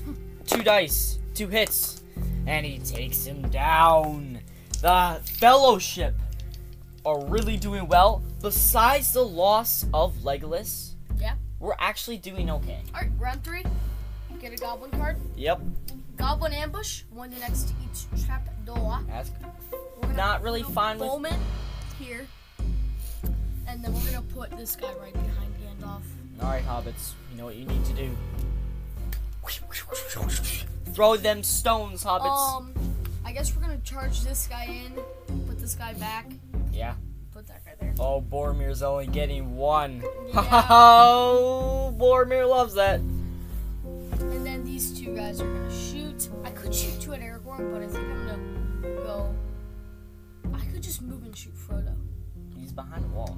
S1: Two dice, two hits, and he takes him down. The Fellowship are really doing well. Besides the loss of Legolas,
S2: Yeah.
S1: we're actually doing okay.
S2: All right, round three. Get a goblin card.
S1: Yep,
S2: Goblin ambush. One to next to each trap door.
S1: that's
S2: We're gonna
S1: Not really
S2: put
S1: fine with-
S2: Bowman here, and then we're gonna put this guy right behind Gandalf.
S1: Alright, hobbits, you know what you need to do. Throw them stones, hobbits.
S2: Um, I guess we're gonna charge this guy in, put this guy back,
S1: yeah.
S2: put that guy there.
S1: Oh, Boromir's only getting one.
S2: Yeah.
S1: Oh, Boromir loves that.
S2: And then these two guys are gonna shoot. I could shoot two at Aragorn, but I think I'm gonna go. I could just move and shoot Frodo.
S1: He's behind a wall.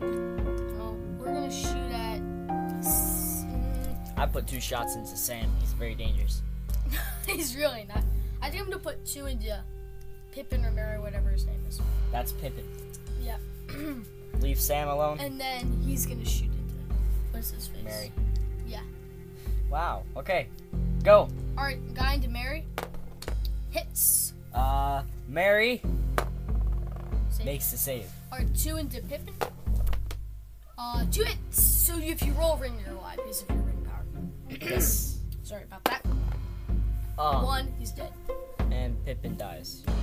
S2: No, we're gonna shoot at. s- mm,
S1: I put two shots into Sam. He's very dangerous.
S2: He's really not. I think I'm gonna put two into Pippin or Merry, whatever his name is.
S1: That's Pippin.
S2: Yeah.
S1: Leave Sam alone.
S2: And then he's gonna shoot into. What's his face?
S1: Mary.
S2: Yeah.
S1: Wow. Okay. Go.
S2: Alright, guy into Mary. Hits.
S1: Uh, Mary
S2: Save.
S1: makes the save.
S2: Or two into Pippin. Uh, two hits. So if you roll ring, you're alive because of your ring power.
S1: Yes.
S2: Sorry about that.
S1: Uh,
S2: One, he's dead.
S1: and Pippin dies. That,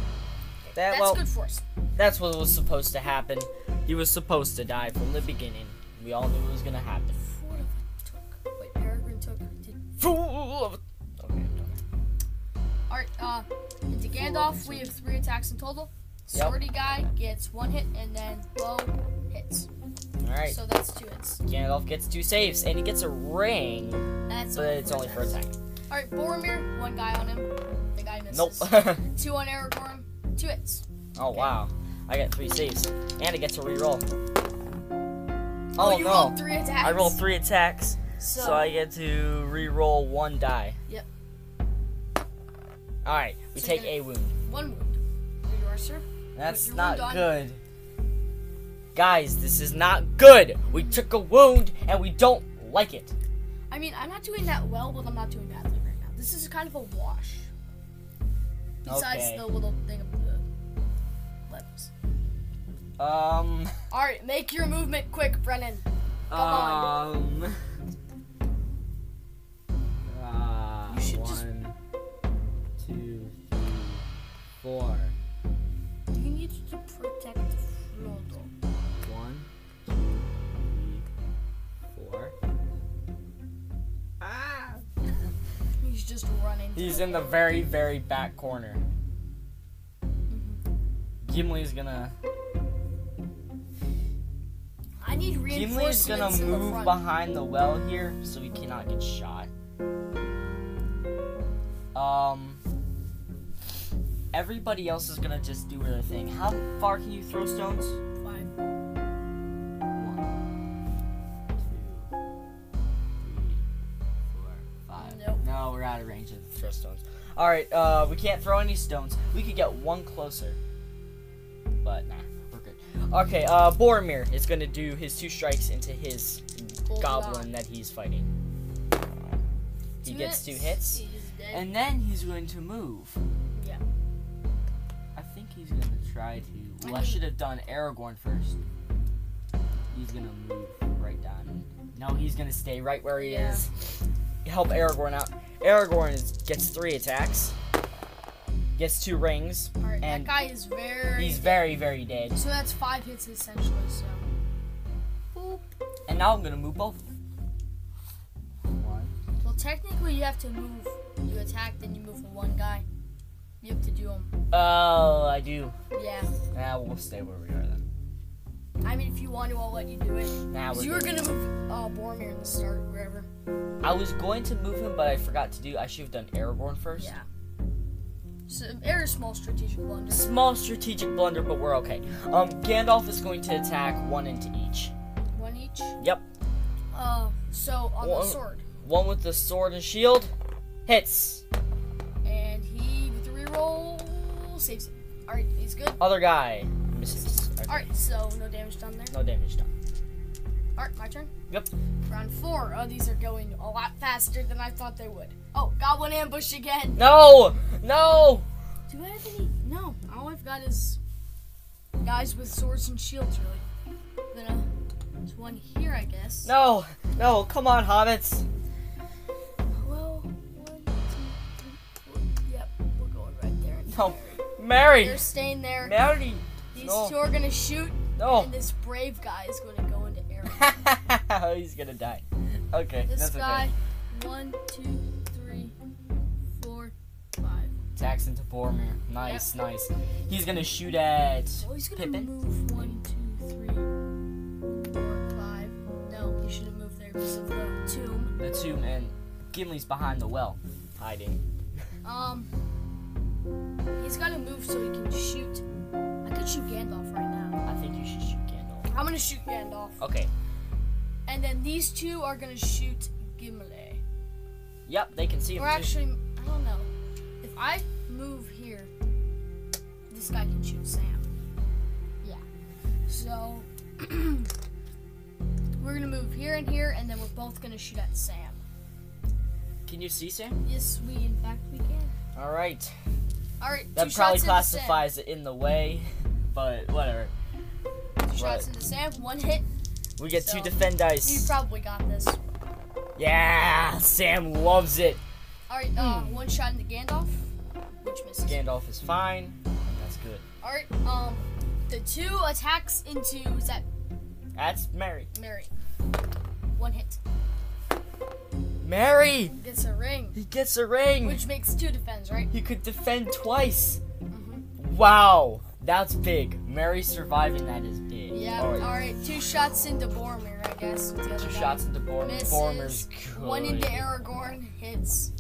S2: That's
S1: well,
S2: good for us.
S1: that's what was supposed to happen. He was supposed to die from the beginning. We all knew it was gonna happen.
S2: What if I took? Wait, Peregrine took. Did,
S1: Fool of a- Okay. don't-
S2: all right. Uh, into Gandalf, we have three attacks in total.
S1: Yep.
S2: Swordy guy gets one hit, and then bow hits.
S1: All right.
S2: So that's two hits.
S1: Gandalf gets two saves, and he gets a ring,
S2: That's.
S1: but it's only for a attack.
S2: All right, Boromir, one guy on him. The guy misses.
S1: Nope.
S2: two on Aragorn, two hits.
S1: oh wow, I got three saves, and I get to reroll.
S2: Oh,
S1: Oh,
S2: you
S1: no,
S2: rolled three attacks.
S1: I roll three attacks,
S2: So,
S1: so I get to reroll one die.
S2: Yep.
S1: All right, we
S2: So
S1: take
S2: you're
S1: a wound.
S2: one wound. There you are, sir.
S1: That's
S2: your
S1: not
S2: wound on-
S1: good. Guys, this is not good. We took a wound, and we don't like it.
S2: I mean, I'm not doing that well, but I'm not doing badly right now. This is kind of a wash. Besides
S1: Okay.
S2: the little thing of the levels.
S1: Um.
S2: All right, make your movement quick, Brennan. on.
S1: Um. Uh,
S2: You should just-
S1: one, two, three, four.
S2: You need to protect Frodo.
S1: One, two, three, four. Ah!
S2: He's just running.
S1: He's in the very, very back corner. Gimli's gonna.
S2: I need
S1: Gimli's
S2: reinforcements
S1: gonna
S2: in the
S1: move
S2: front.
S1: behind the well here, so he cannot get shot. Um. Everybody else is gonna just do their thing. How far can you throw stones?
S2: Fine. Nope.
S1: No, we're out of range of throw stones. All right, uh, we can't throw any stones. We could get one closer, but nah, we're good. Okay, uh, Boromir is gonna do his two strikes into his
S2: Gold
S1: goblin that he's fighting. He
S2: Two
S1: gets two hits,
S2: He's dead.
S1: and then he's going to move.
S2: Yeah.
S1: I think he's gonna try to. Well, I
S2: Mhm.
S1: should have done Aragorn first. He's gonna move right down. No, he's gonna stay right where he
S2: Yeah.
S1: is. Help Aragorn out. Aragorn is, gets three attacks, gets two rings.
S2: All right, that
S1: and
S2: guy is very.
S1: He's very, very dead.
S2: so that's five hits essentially. So. Boop.
S1: And now I'm gonna move both. of them. One.
S2: Well, technically, you have to move. You attack, then you move one guy. You have to do them.
S1: Oh, I do.
S2: Yeah.
S1: Now we'll stay where we are then.
S2: I mean, if you want to, I'll let you do it.
S1: Now
S2: 'Cause
S1: we're.
S2: you were
S1: good.
S2: gonna move uh, Boromir in the start, wherever.
S1: I was going to move him, but I forgot to do. I should have done Aragorn first.
S2: Yeah. So, very small strategic blunder.
S1: Small strategic blunder, but we're okay. Um, Gandalf is going to attack one into each.
S2: One each.
S1: Yep.
S2: Uh, so on
S1: One-
S2: the sword,
S1: One with the sword and shield hits.
S2: and he with the reroll saves it. All right, he's good.
S1: Other guy misses. Okay.
S2: All right, so no damage done there.
S1: No damage done.
S2: All right, my turn.
S1: Yep.
S2: Round four. Oh, these are going a lot faster than I thought they would. Oh, goblin ambush again.
S1: No! No!
S2: Do I have any? No. All I've got is guys with swords and shields, really. Then uh, there's one here, I guess.
S1: No! No! Come on, hobbits!
S2: Well, one, two, three, four. Yep, we're going right there.
S1: No. Mary!
S2: They're staying there.
S1: Mary!
S2: These
S1: no.
S2: two are gonna shoot,
S1: No!
S2: and this brave guy is gonna go into air.
S1: He's gonna die. Okay.
S2: This
S1: that's
S2: guy,
S1: okay.
S2: One, two, three, four, five.
S1: Attacks into Boromir. Nice, nice. He's gonna shoot at.
S2: Oh, he's gonna
S1: Pippin?
S2: move one, two, three, four, five. No, he should have moved there because of the tomb.
S1: The two men. Gimli's behind the well, hiding.
S2: Um, he's gotta move so he can shoot. I could shoot Gandalf right now.
S1: I think you should shoot Gandalf.
S2: I'm gonna shoot Gandalf,
S1: Okay.
S2: and then these two are gonna shoot Gimli.
S1: Yep, they can see him.
S2: Or
S1: too.
S2: actually, I don't know. If I move here, this guy can shoot Sam. Yeah. So we're gonna move here and here, and then we're both gonna shoot at Sam.
S1: Can you see Sam?
S2: Yes, we in fact we can.
S1: All right.
S2: All right. two
S1: That probably
S2: shots into
S1: classifies it in the way, but whatever.
S2: Sam. Two
S1: right.
S2: shots into Sam. One hit.
S1: We get two
S2: So,
S1: defend
S2: You
S1: dice.
S2: probably got this.
S1: yeah, Sam loves it.
S2: All right. Uh,
S1: Hmm.
S2: one shot into Gandalf, which misses.
S1: Gandalf is fine. That's good.
S2: All right. Um, the two attacks into is that
S1: That's Mary.
S2: Mary. One hit.
S1: Mary!
S2: Gets a ring.
S1: He gets a ring!
S2: Which makes two defends, right?
S1: He could defend twice.
S2: Mm-hmm.
S1: Wow, that's big. Mary surviving that is big.
S2: Yeah,
S1: All right.
S2: alright, two shots into Boromir, I guess. with the other
S1: Two
S2: guy.
S1: shots into Boromir.
S2: Misses.
S1: Boromir's
S2: One
S1: good.
S2: into Aragorn, hits.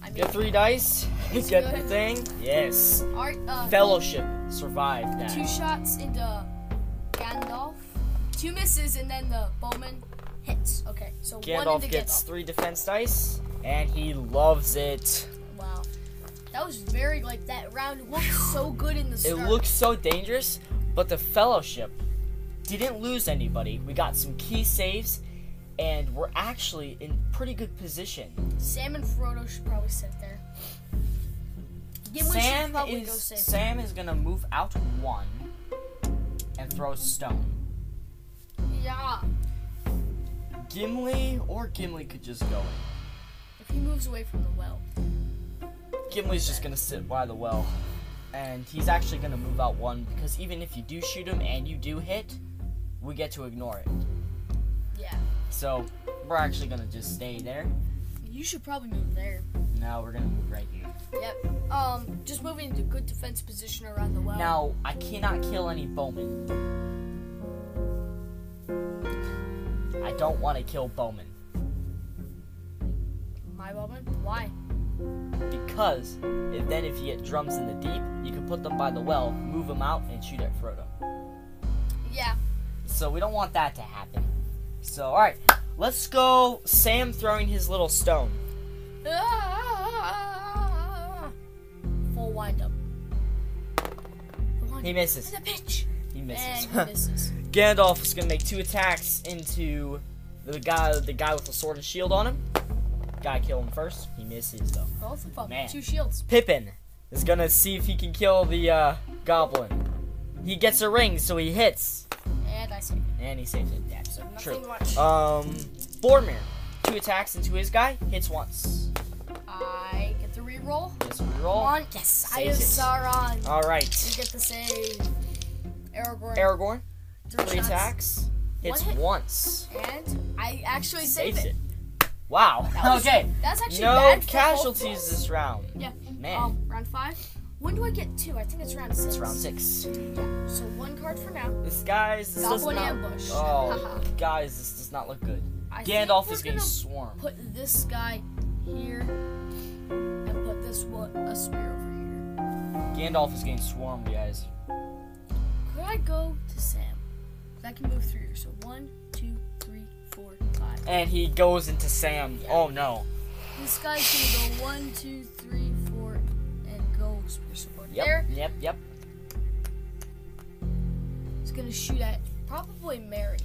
S2: I mean,
S1: Get three dice.
S2: It's
S1: Get the
S2: good.
S1: thing. Yes.
S2: alright, uh,
S1: Fellowship survived that.
S2: two shots into Gandalf. Two misses, and then the bowman hits. Okay, so one
S1: Gandalf
S2: into
S1: gets
S2: Gandalf.
S1: three defense dice, and he loves it.
S2: Wow. That was very, like, that round looked so good in the
S1: It
S2: start.
S1: looks so dangerous, but the Fellowship didn't lose anybody. We got some key saves, and we're actually in pretty good position.
S2: Sam and Frodo should probably sit there. Gimli
S1: Sam
S2: should probably
S1: is
S2: go save.
S1: Sam is gonna move out one and throw a stone.
S2: Yeah.
S1: Gimli or Gimli could just go in.
S2: If he moves away from the well.
S1: Gimli's just gonna sit by the well, and he's actually gonna move out one because even if you do shoot him and you do hit, we get to ignore it.
S2: Yeah.
S1: So we're actually gonna just stay there.
S2: You should probably move there.
S1: Now we're gonna move right here.
S2: Yep. Um, just moving into good defense position around the well.
S1: Now I cannot kill any bowmen. I don't want to kill bowmen
S2: my woman. Why?
S1: because if, then if you get drums in the deep, you can put them by the well, move them out, and shoot at Frodo.
S2: Yeah.
S1: So we don't want that to happen. So all right, let's go. Sam throwing his little stone.
S2: Ah! Full wind up.
S1: He misses.
S2: The pitch.
S1: He misses.
S2: And Eh, he misses.
S1: Gandalf is gonna make two attacks into the guy the guy with the sword and shield on him. Gotta kill him first. He misses though.
S2: Both of them.
S1: Man.
S2: Two shields.
S1: Pippin is gonna see if he can kill the uh, goblin. He gets a ring, so he hits.
S2: And I see.
S1: And he saves it. Yeah, so
S2: Nothing
S1: true.
S2: much.
S1: Um Boromir. Two attacks into his guy, hits once.
S2: I get the reroll.
S1: Yes, we roll.
S2: One. Yes. I
S1: Saves
S2: have
S1: it. Uh.
S2: Sauron. You
S1: Alright.
S2: get the save. Aragorn.
S1: Aragorn,
S2: three
S1: three
S2: shots.
S1: attacks. Hits
S2: One hit.
S1: once.
S2: And I actually saved
S1: Saves
S2: it.
S1: it. Wow.
S2: That was-
S1: Okay.
S2: That's actually
S1: No
S2: bad for both of
S1: casualties
S2: us.
S1: this round.
S2: Yeah.
S1: Man.
S2: Um, round five. When do I get two? I think it's round six.
S1: It's round six.
S2: Yeah. So one card for now.
S1: This guys, this does
S2: Goblin
S1: not.
S2: ambush.
S1: Oh,
S2: Haha.
S1: guys, this does not look good.
S2: I think
S1: Gandalf
S2: we're
S1: is getting
S2: gonna
S1: swarmed.
S2: Put this guy here and put this one a spear over here.
S1: Gandalf is getting swarmed, guys.
S2: Could I go to Sam? 'Cause I can move through. So one, two, three, four, five.
S1: And he goes into Sam. Oh no.
S2: This guy's gonna go one, two, three, four, and go spear support.
S1: Yep.
S2: There.
S1: Yep. Yep.
S2: He's gonna shoot at probably Mary.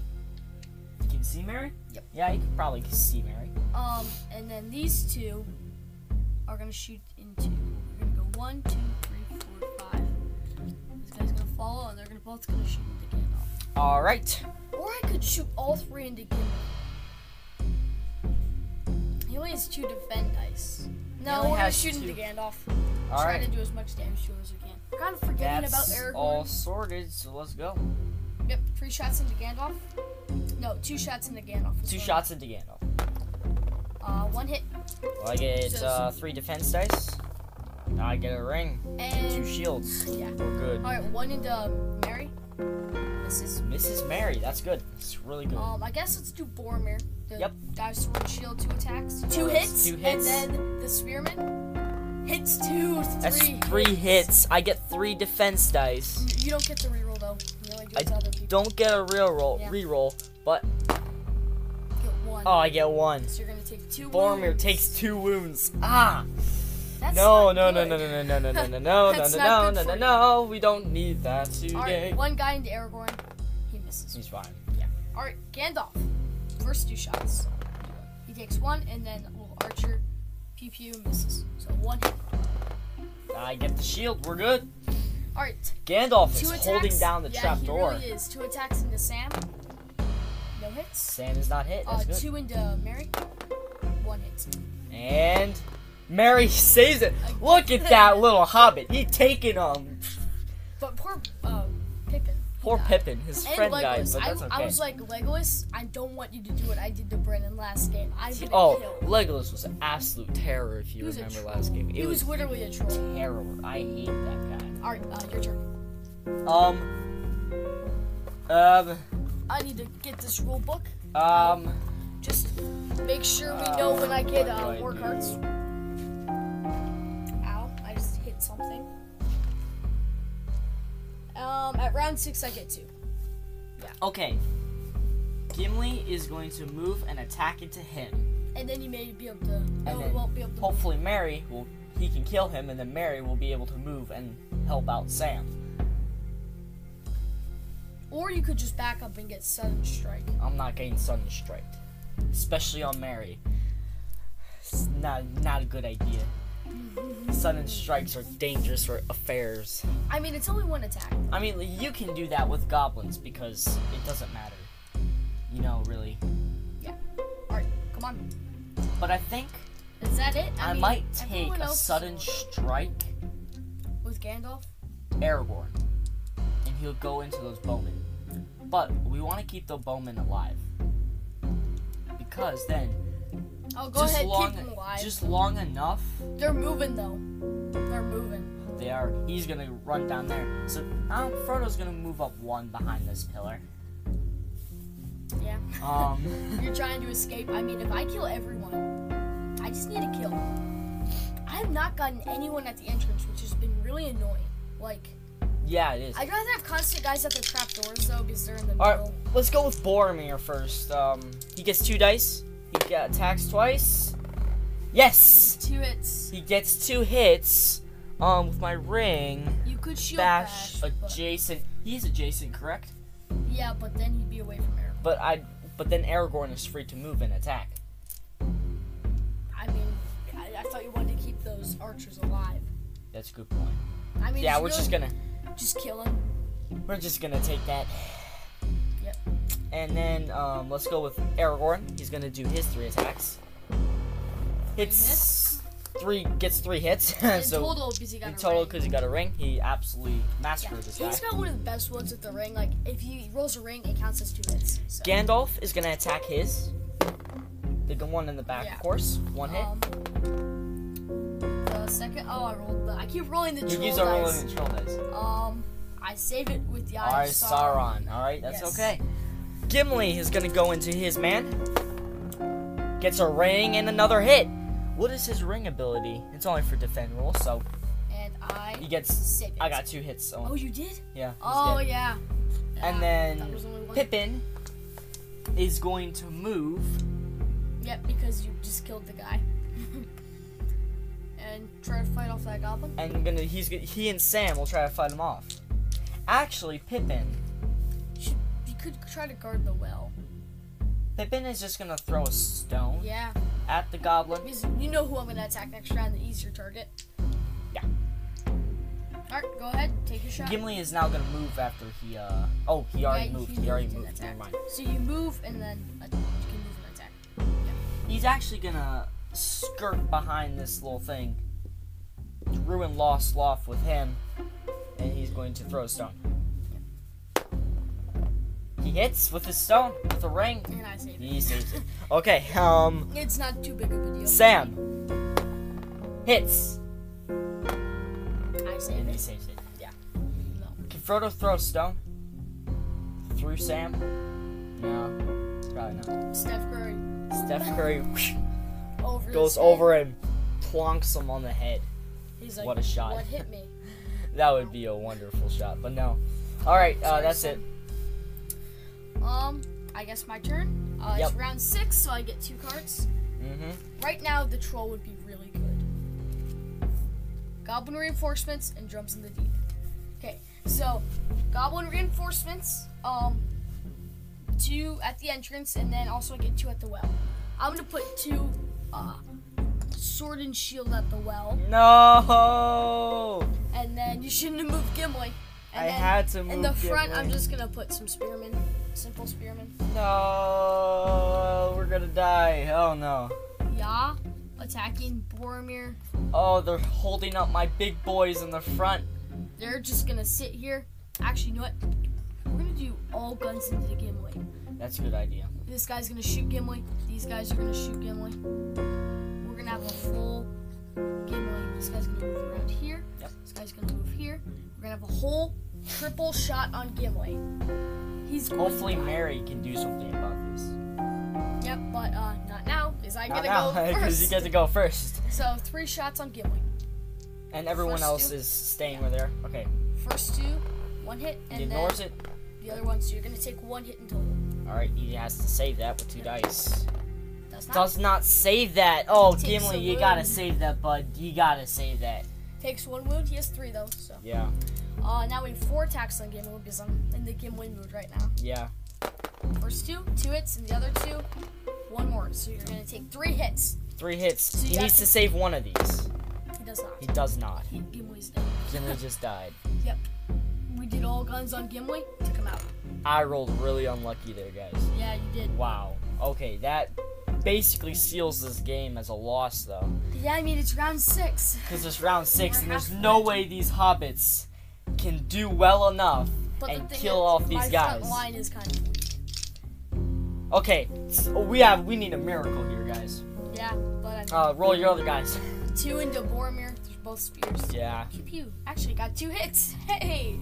S1: You can see Mary.
S2: Yep.
S1: Yeah, you can probably see Mary.
S2: Um, and then these two are gonna shoot into. We're gonna go one, two, three, four, five. This guy's gonna follow, and they're gonna both gonna shoot into Gandalf.
S1: All right.
S2: Or I could shoot all three into Gandalf. He only has two defend dice. No,
S1: only
S2: we're gonna
S1: has
S2: shoot
S1: two.
S2: into Gandalf.
S1: All
S2: Try
S1: right.
S2: to do as much damage to him as we can. Kind of forgetting about
S1: That's
S2: Aragorn.
S1: all sorted. So let's go.
S2: Yep, three shots into Gandalf. No, two shots into Gandalf.
S1: Two
S2: Sorry.
S1: shots into Gandalf.
S2: Uh, one hit
S1: Well, I get uh, three defense dice. Now I get a ring, two
S2: and
S1: shields.
S2: yeah.
S1: We're good.
S2: All right, one into Mary. This is
S1: Mrs. Mary, that's good. It's really good.
S2: um. I guess let's do Boromir. The
S1: Yep.
S2: Dive sword shield two attacks. Two
S1: Well, that's
S2: hits.
S1: two hits.
S2: And then the spearman hits two. Three
S1: that's three hits. I get three defense dice.
S2: You- You don't get the reroll though. You only do
S1: I
S2: it to other people.
S1: Don't get a real roll,
S2: Yeah.
S1: reroll, but
S2: get one.
S1: oh, I get one.
S2: So you're gonna take two.
S1: Boromir
S2: wounds.
S1: takes two wounds. Ah!
S2: That's
S1: No, no, no,
S2: not good.
S1: no, no, no, no, no, no, no, no, no,
S2: That's
S1: no,
S2: not
S1: no,
S2: good
S1: no,
S2: for
S1: no. We don't need that
S2: All right,
S1: today.
S2: one guy into Aragorn. He misses.
S1: He's fine.
S2: All right, Gandalf. First two shots. He takes one, and then little archer, pew pew, misses. So one hit.
S1: I get the shield. We're good.
S2: All right,
S1: Gandalf
S2: two
S1: is
S2: attacks.
S1: holding down the
S2: yeah,
S1: trap
S2: he
S1: door.
S2: really is. Two attacks into Sam. No hits.
S1: Sam is not hit.
S2: Uh,
S1: That's good.
S2: two into Mary. One hit.
S1: And Mary saves it. Look at that little hobbit. He taking um
S2: But poor uh, Pippin. he
S1: poor
S2: died.
S1: Pippin. His
S2: And
S1: friend died,
S2: Legolas.
S1: but that's
S2: I,
S1: okay.
S2: I was like, Legolas, I don't want you to do what I did to Brennan last game. I'm gonna
S1: oh,
S2: kill.
S1: Legolas was an absolute terror. If
S2: He
S1: you
S2: was a
S1: remember
S2: troll.
S1: last game, it
S2: He was literally a troll.
S1: terrible. I hate that guy.
S2: All right, uh, your turn.
S1: Um. Um.
S2: I need to get this rule book.
S1: Um.
S2: Just make sure we know when I get uh, war cards. Ow, I just hit something. Um, at round six, I get two.
S1: Okay. Gimli is going to move and attack into him.
S2: And then you may be able to. No,
S1: then
S2: it won't be able to.
S1: Hopefully, Mary will. He can kill him, and then Mary will be able to move and help out Sam.
S2: Or you could just back up and get sudden strike.
S1: I'm not getting sudden strike, especially on Mary. It's not not a good idea. Sudden strikes are dangerous for affairs.
S2: I mean, it's only one attack.
S1: I mean, you can do that with goblins because it doesn't matter. You know, really.
S2: Yeah. All right, come on.
S1: But I think
S2: Is that it?
S1: I,
S2: mean,
S1: might take
S2: everyone
S1: a
S2: else-
S1: sudden strike
S2: with Gandalf.
S1: Aragorn, and he'll go into those bowmen. But we want to keep the bowmen alive because then
S2: Oh, go
S1: just
S2: ahead,
S1: long,
S2: keep him alive.
S1: just long enough,
S2: They're moving though. They're moving.
S1: they are. He's gonna run down there. So um, Frodo's gonna move up one behind this pillar.
S2: Yeah.
S1: Um,
S2: You're trying to escape. I mean, if I kill everyone, I just need to kill. I have not gotten anyone at the entrance, which has been really annoying. Like,
S1: yeah, it is.
S2: I'd rather have constant guys at the trap doors though, because they're in the
S1: All right,
S2: middle.
S1: let's go with Boromir first. Um, he gets two dice. He got attacks twice. Yes,
S2: Two hits.
S1: he gets two hits. Um, with my ring,
S2: You could shield
S1: bash
S2: bash. but,
S1: adjacent. He's adjacent, correct?
S2: yeah, but then he'd be away from Aragorn.
S1: But I. But then Aragorn is free to move and attack.
S2: I mean, I, I thought you wanted to keep those archers alive.
S1: That's a good point.
S2: I mean,
S1: Yeah,
S2: it's
S1: we're
S2: really-
S1: just gonna
S2: just kill him.
S1: we're just gonna take that.
S2: Yep.
S1: And then um, let's go with Aragorn. He's gonna do his three attacks. Hits three, gets three hits.
S2: In
S1: so
S2: total, because he got
S1: in
S2: a
S1: total
S2: ring.
S1: because he got a ring. He absolutely
S2: Yeah.
S1: massacred this guy.
S2: He's got one of the best ones with the ring. Like, if he rolls a ring, it counts as two hits. So,
S1: Gandalf is gonna attack his. The good one in the back,
S2: Yeah.
S1: of course. One hit.
S2: um, the second. Oh, I rolled the. I keep rolling the
S1: You
S2: troll
S1: use our rolling
S2: dice.
S1: and troll dice.
S2: Um, I save it with the eye
S1: Alright,
S2: of Sauron.
S1: Sauron. Alright, that's
S2: Yes.
S1: okay. Gimli is gonna go into his man. Gets a ring and another hit. What is his ring ability? It's only for defend rules, so
S2: and I
S1: he gets.
S2: save it.
S1: I got two hits. So
S2: Oh, you did?
S1: yeah. he's
S2: Oh
S1: dead.
S2: yeah.
S1: And
S2: Ah,
S1: then
S2: that was only one.
S1: Pippin is going to move.
S2: Yep, because you just killed the guy. and try to fight off that goblin.
S1: and gonna he's gonna- he and Sam will try to fight him off. Actually, Pippin,
S2: Should, you could try to guard the well.
S1: Pippin is just gonna throw a stone
S2: Yeah,
S1: at the goblin.
S2: because you know who I'm gonna attack next round. The easier target.
S1: Yeah.
S2: All right, go ahead, take your shot.
S1: Gimli is now gonna move after he uh oh he already
S2: Yeah,
S1: moved
S2: you
S1: he already
S2: moved an
S1: moved never
S2: attack.
S1: mind.
S2: So you move and then uh, you can move and attack.
S1: He's actually gonna skirt behind this little thing. Ruin lost loft with him, and he's going to throw a stone. He hits with his stone, with a ring.
S2: And I save it.
S1: He saves it. Okay, um,
S2: It's not too big of a deal.
S1: Sam hits.
S2: I save
S1: And he
S2: it.
S1: saves it. Yeah.
S2: No.
S1: Can Frodo throw stone through Sam? No, probably not.
S2: Steph Curry
S1: Steph Curry whoosh,
S2: over. his
S1: goes
S2: head.
S1: over and plonks him on the head.
S2: He's like,
S1: What a shot.
S2: What hit me?
S1: That would be a wonderful shot, but no. All right, uh, that's it.
S2: Um, I guess my turn. Uh, It's
S1: Yep.
S2: round six, so I get two cards.
S1: Mm-hmm.
S2: Right now, the troll would be really good. Goblin reinforcements and drums in the deep. Okay, so goblin reinforcements. Um, two at the entrance, and then also I get two at the well. I'm gonna put two uh, sword and shield at the well,
S1: No.
S2: and then you shouldn't have moved Gimli. And
S1: I
S2: then
S1: had to move.
S2: In the front,
S1: Gimli.
S2: I'm just gonna put some spearmen, simple spearmen.
S1: No, we're gonna die. Oh no.
S2: Yah attacking Boromir.
S1: Oh, they're holding up my big boys in the front.
S2: They're just gonna sit here. Actually, you know what? We're gonna do all guns into the Gimli.
S1: That's a good idea.
S2: This guy's gonna shoot Gimli. These guys are gonna shoot Gimli. We're gonna have a full Gimli. This guy's gonna move around here.
S1: Yep.
S2: This guy's gonna move here. We're gonna have a whole triple shot on Gimli. He's going
S1: Hopefully,
S2: to die.
S1: Mary can do something about this.
S2: Yep, but uh, not now, because I
S1: Not
S2: gotta
S1: now,
S2: go
S1: because
S2: first.
S1: you get to go first,
S2: So three shots on Gimli.
S1: and everyone
S2: First
S1: else
S2: two?
S1: is staying where they are. Okay,
S2: First two, one hit,
S1: he
S2: and then
S1: ignores it.
S2: the other one. So you're gonna take one hit in total.
S1: All right, he has to save that with two dice.
S2: Does not
S1: Does not save that. Oh,
S2: Takes
S1: Gimli,
S2: a
S1: you gotta
S2: wound.
S1: save that, bud. You gotta save that.
S2: takes one wound. He has three though. So
S1: Yeah,
S2: uh, now we have four attacks on Gimli because I'm in the Gimli mood right now.
S1: yeah.
S2: First two, two hits, and the other two, one more. So you're gonna take three hits.
S1: Three hits.
S2: So you
S1: He
S2: got
S1: needs
S2: to-
S1: to save one of these.
S2: He does not.
S1: He does not.
S2: He, Gimli's dead.
S1: Gimli just died.
S2: Yep. We did all guns on Gimli. Took him out.
S1: I rolled really unlucky there, guys.
S2: Yeah, you did.
S1: Wow. Okay, that basically seals this game as a loss, though.
S2: Yeah, I mean it's round six.
S1: Because it's round six, and there's
S2: halfway.
S1: no way these hobbits can do well enough
S2: But
S1: and
S2: the thing
S1: kill
S2: is,
S1: off these
S2: my
S1: guys.
S2: front line is kind of weak.
S1: Okay, so we have we need a miracle here, guys.
S2: Yeah, but I
S1: Uh, roll your other guys.
S2: mean, two into Boromir. They're both spears.
S1: yeah.
S2: Pew pew. Actually, got two hits. Hey.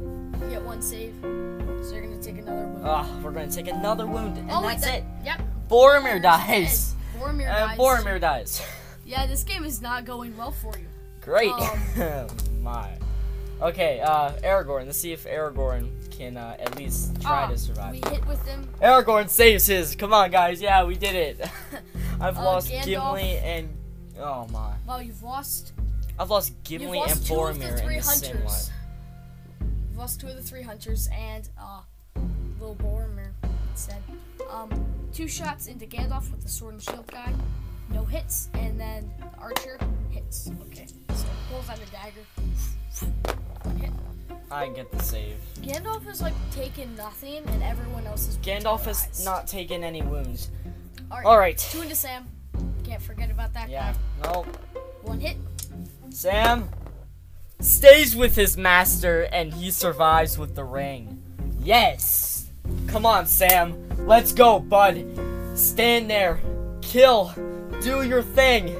S2: You get one save. So you're gonna take another wound.
S1: Ugh, we're gonna take another wound, and
S2: Oh, wait,
S1: that's
S2: that-
S1: it.
S2: Yep.
S1: Boromir dies.
S2: Boromir
S1: And
S2: dies.
S1: Boromir dies.
S2: Yeah, this game is not going well for you.
S1: Great.
S2: Um.
S1: My. Okay, uh, Aragorn. Let's see if Aragorn can uh, at least try
S2: Ah,
S1: to survive.
S2: We hit with them.
S1: Aragorn saves his. Come on, guys. Yeah, we did it. I've
S2: Uh,
S1: lost
S2: Gandalf.
S1: Gimli and oh my.
S2: Wow, you've lost.
S1: I've lost
S2: You've
S1: Gimli and
S2: lost two of the
S1: Boromir in
S2: three
S1: the same one.
S2: hunters. You've lost two of the three hunters and uh, little Boromir instead. Um, two shots into Gandalf with the sword and shield guy. No hits, and then the archer hits. Okay, so pulls out a dagger. One hit.
S1: I get the save.
S2: Gandalf has like taken nothing, and everyone else is.
S1: Gandalf has
S2: paralyzed.
S1: not taken any wounds.
S2: All right.
S1: All right.
S2: Two into Sam. Can't forget about that
S1: Yeah.
S2: guy.
S1: No.
S2: One hit.
S1: Sam stays with his master and he survives with the ring. Yes. Come on, Sam. Let's go, bud. Stand there. Kill. Do your thing.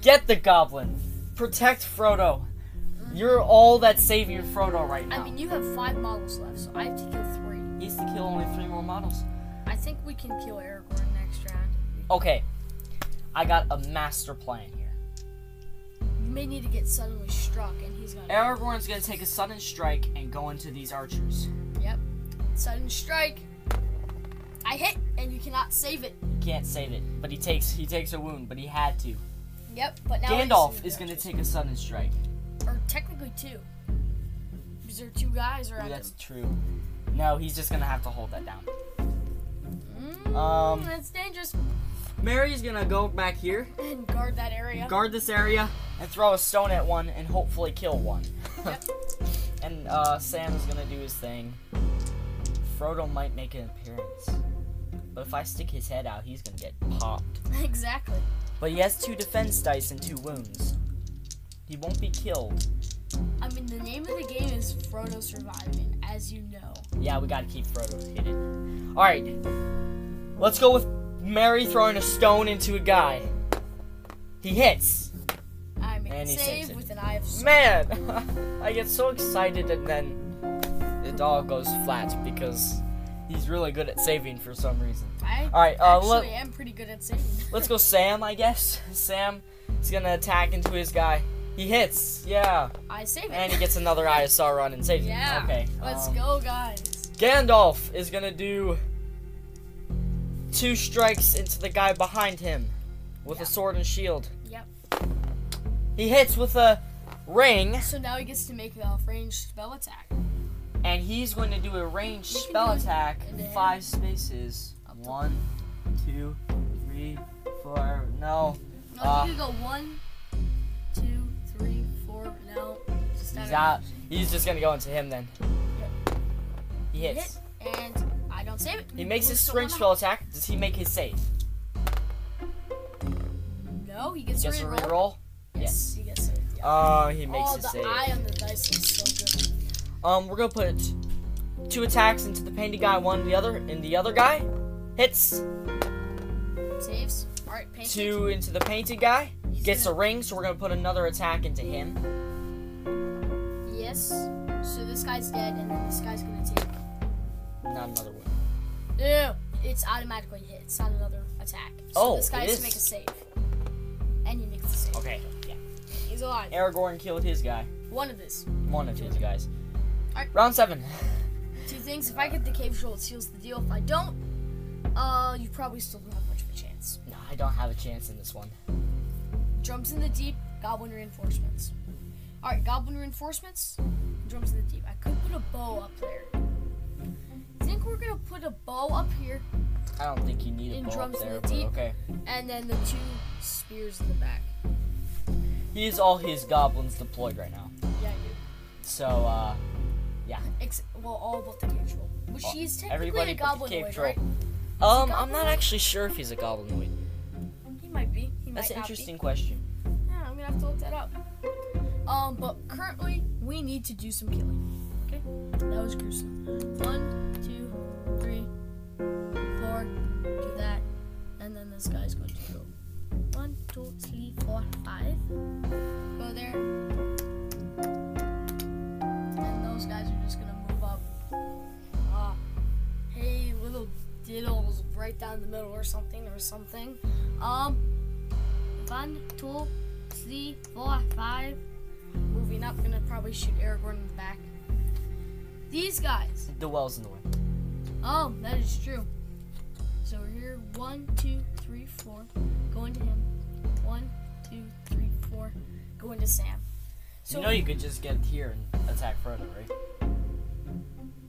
S1: Get the goblin. Protect Frodo. You're all that's saving your Frodo right now.
S2: I mean, you have five models left, so I have to kill three.
S1: he needs to kill only three more models.
S2: I think we can kill Aragorn next round.
S1: Okay. I got a master plan here.
S2: You may need to get suddenly struck, and he's gonna.
S1: Aragorn's gonna take a sudden strike and go into these archers.
S2: yep. Sudden strike. I hit, and you cannot save it.
S1: He can't save it, but he takes he takes a wound, but he had to.
S2: Yep. But now I
S1: Gandalf
S2: save
S1: is
S2: it.
S1: gonna take a sudden strike.
S2: Or technically two. Because there are two guys
S1: Ooh,
S2: around him.
S1: that's true. No, he's just gonna have to hold that down.
S2: Mm,
S1: Um,
S2: that's dangerous.
S1: Mary's gonna go back here,
S2: And guard that area.
S1: guard this area, and throw a stone at one, and hopefully kill one.
S2: Yep.
S1: and uh, Sam is gonna do his thing. Frodo might make an appearance, but if I stick his head out, he's gonna get popped.
S2: exactly.
S1: But he has two defense dice and two wounds. He won't be killed,
S2: I mean, the name of the game is Frodo Surviving, as you know.
S1: Yeah, we gotta keep Frodo hidden. Alright. Let's go with Mary throwing a stone into a guy. He hits.
S2: I make a
S1: And he saves
S2: save
S1: it.
S2: with an eye of s-
S1: Man! I get so excited and then it all goes flat because he's really good at saving for some reason.
S2: I
S1: Alright, uh,
S2: actually
S1: let,
S2: am pretty good at saving.
S1: let's go Sam, I guess. Sam is gonna attack into his guy. He hits, yeah.
S2: I save it.
S1: And he gets another eye of Sauron and saves
S2: Yeah.
S1: him. Okay.
S2: Let's
S1: um,
S2: go, guys.
S1: Gandalf is gonna do two strikes into the guy behind him with a sword and shield.
S2: Yep.
S1: He hits with a ring,
S2: So now he gets to make a ranged spell attack.
S1: and he's going to do a ranged
S2: We can
S1: spell
S2: do it
S1: attack.
S2: then.
S1: Five spaces.
S2: Up to-
S1: One, two, three, four. No,
S2: No,
S1: Uh,
S2: you can go one, two, three, four. No, just
S1: he's
S2: out.
S1: out. He's just gonna go into him then. He
S2: of-
S1: hits.
S2: Hit, and I don't save it.
S1: He makes
S2: Moves
S1: his
S2: to
S1: ring
S2: one
S1: spell attack. Does he make his save?
S2: out. No, he
S1: He
S2: gets,
S1: gets a
S2: to reroll.
S1: reroll.
S2: Yes, he gets it. Yeah.
S1: Oh, he makes
S2: oh,
S1: his
S2: the
S1: save.
S2: eye on the dice is so good.
S1: Um, we're gonna put two attacks into the painty guy, one the other, and the other guy hits
S2: Saves. All right, paint.
S1: two into the painted guy,
S2: He's
S1: gets a
S2: gonna-
S1: ring, so we're gonna put another attack into him.
S2: Yes. So this guy's dead, and then this guy's gonna take.
S1: Not another one.
S2: No, it's automatically hit. It's not another attack. So
S1: Oh,
S2: this guy
S1: it
S2: has
S1: is.
S2: to make a save, and he makes a save.
S1: Okay, yeah.
S2: He's alive.
S1: Aragorn killed his guy,
S2: One of this.
S1: one of his guys.
S2: Alright.
S1: Round seven.
S2: Two things. If I get the cave troll, it seals the deal. If I don't, uh, you probably still don't have much of a chance.
S1: No, I don't have a chance in this one.
S2: Drums in the deep, goblin reinforcements. All right, goblin reinforcements, drums in the deep. I could put a bow up there. Think we're gonna put a bow up here,
S1: I don't think you need a
S2: In
S1: bow up
S2: drums in
S1: there,
S2: the
S1: but
S2: deep.
S1: okay.
S2: and then the two spears in the back.
S1: He's all his goblins deployed right now.
S2: Yeah, you.
S1: So, uh,
S2: Ex- well, all but the cave troll, which
S1: Well,
S2: he's
S1: uh,
S2: technically
S1: everybody
S2: a
S1: but the
S2: goblin
S1: cave
S2: lord,
S1: troll.
S2: right?
S1: Um, I'm not actually sure if he's a goblinoid.
S2: He might be. He
S1: That's an
S2: might not be.
S1: interesting question.
S2: Yeah, I'm gonna have to look that up. Um, but currently we need to do some killing. Okay, that was gruesome. One, two, three, four. Do that, and then this guy's going to go. One, two, three, four, five. Go there. And those guys are just gonna move up. Uh, hey, little diddles, right down the middle or something or something. Um, one, two, three, four, five. Moving up, gonna probably shoot Aragorn in the back. These guys.
S1: The well's in the way.
S2: Oh, that is true. So we're here. One, two, three, four. Going to him. One, two, three, four. Going to Sam. So
S1: you know you could just get here and attack Frodo, right?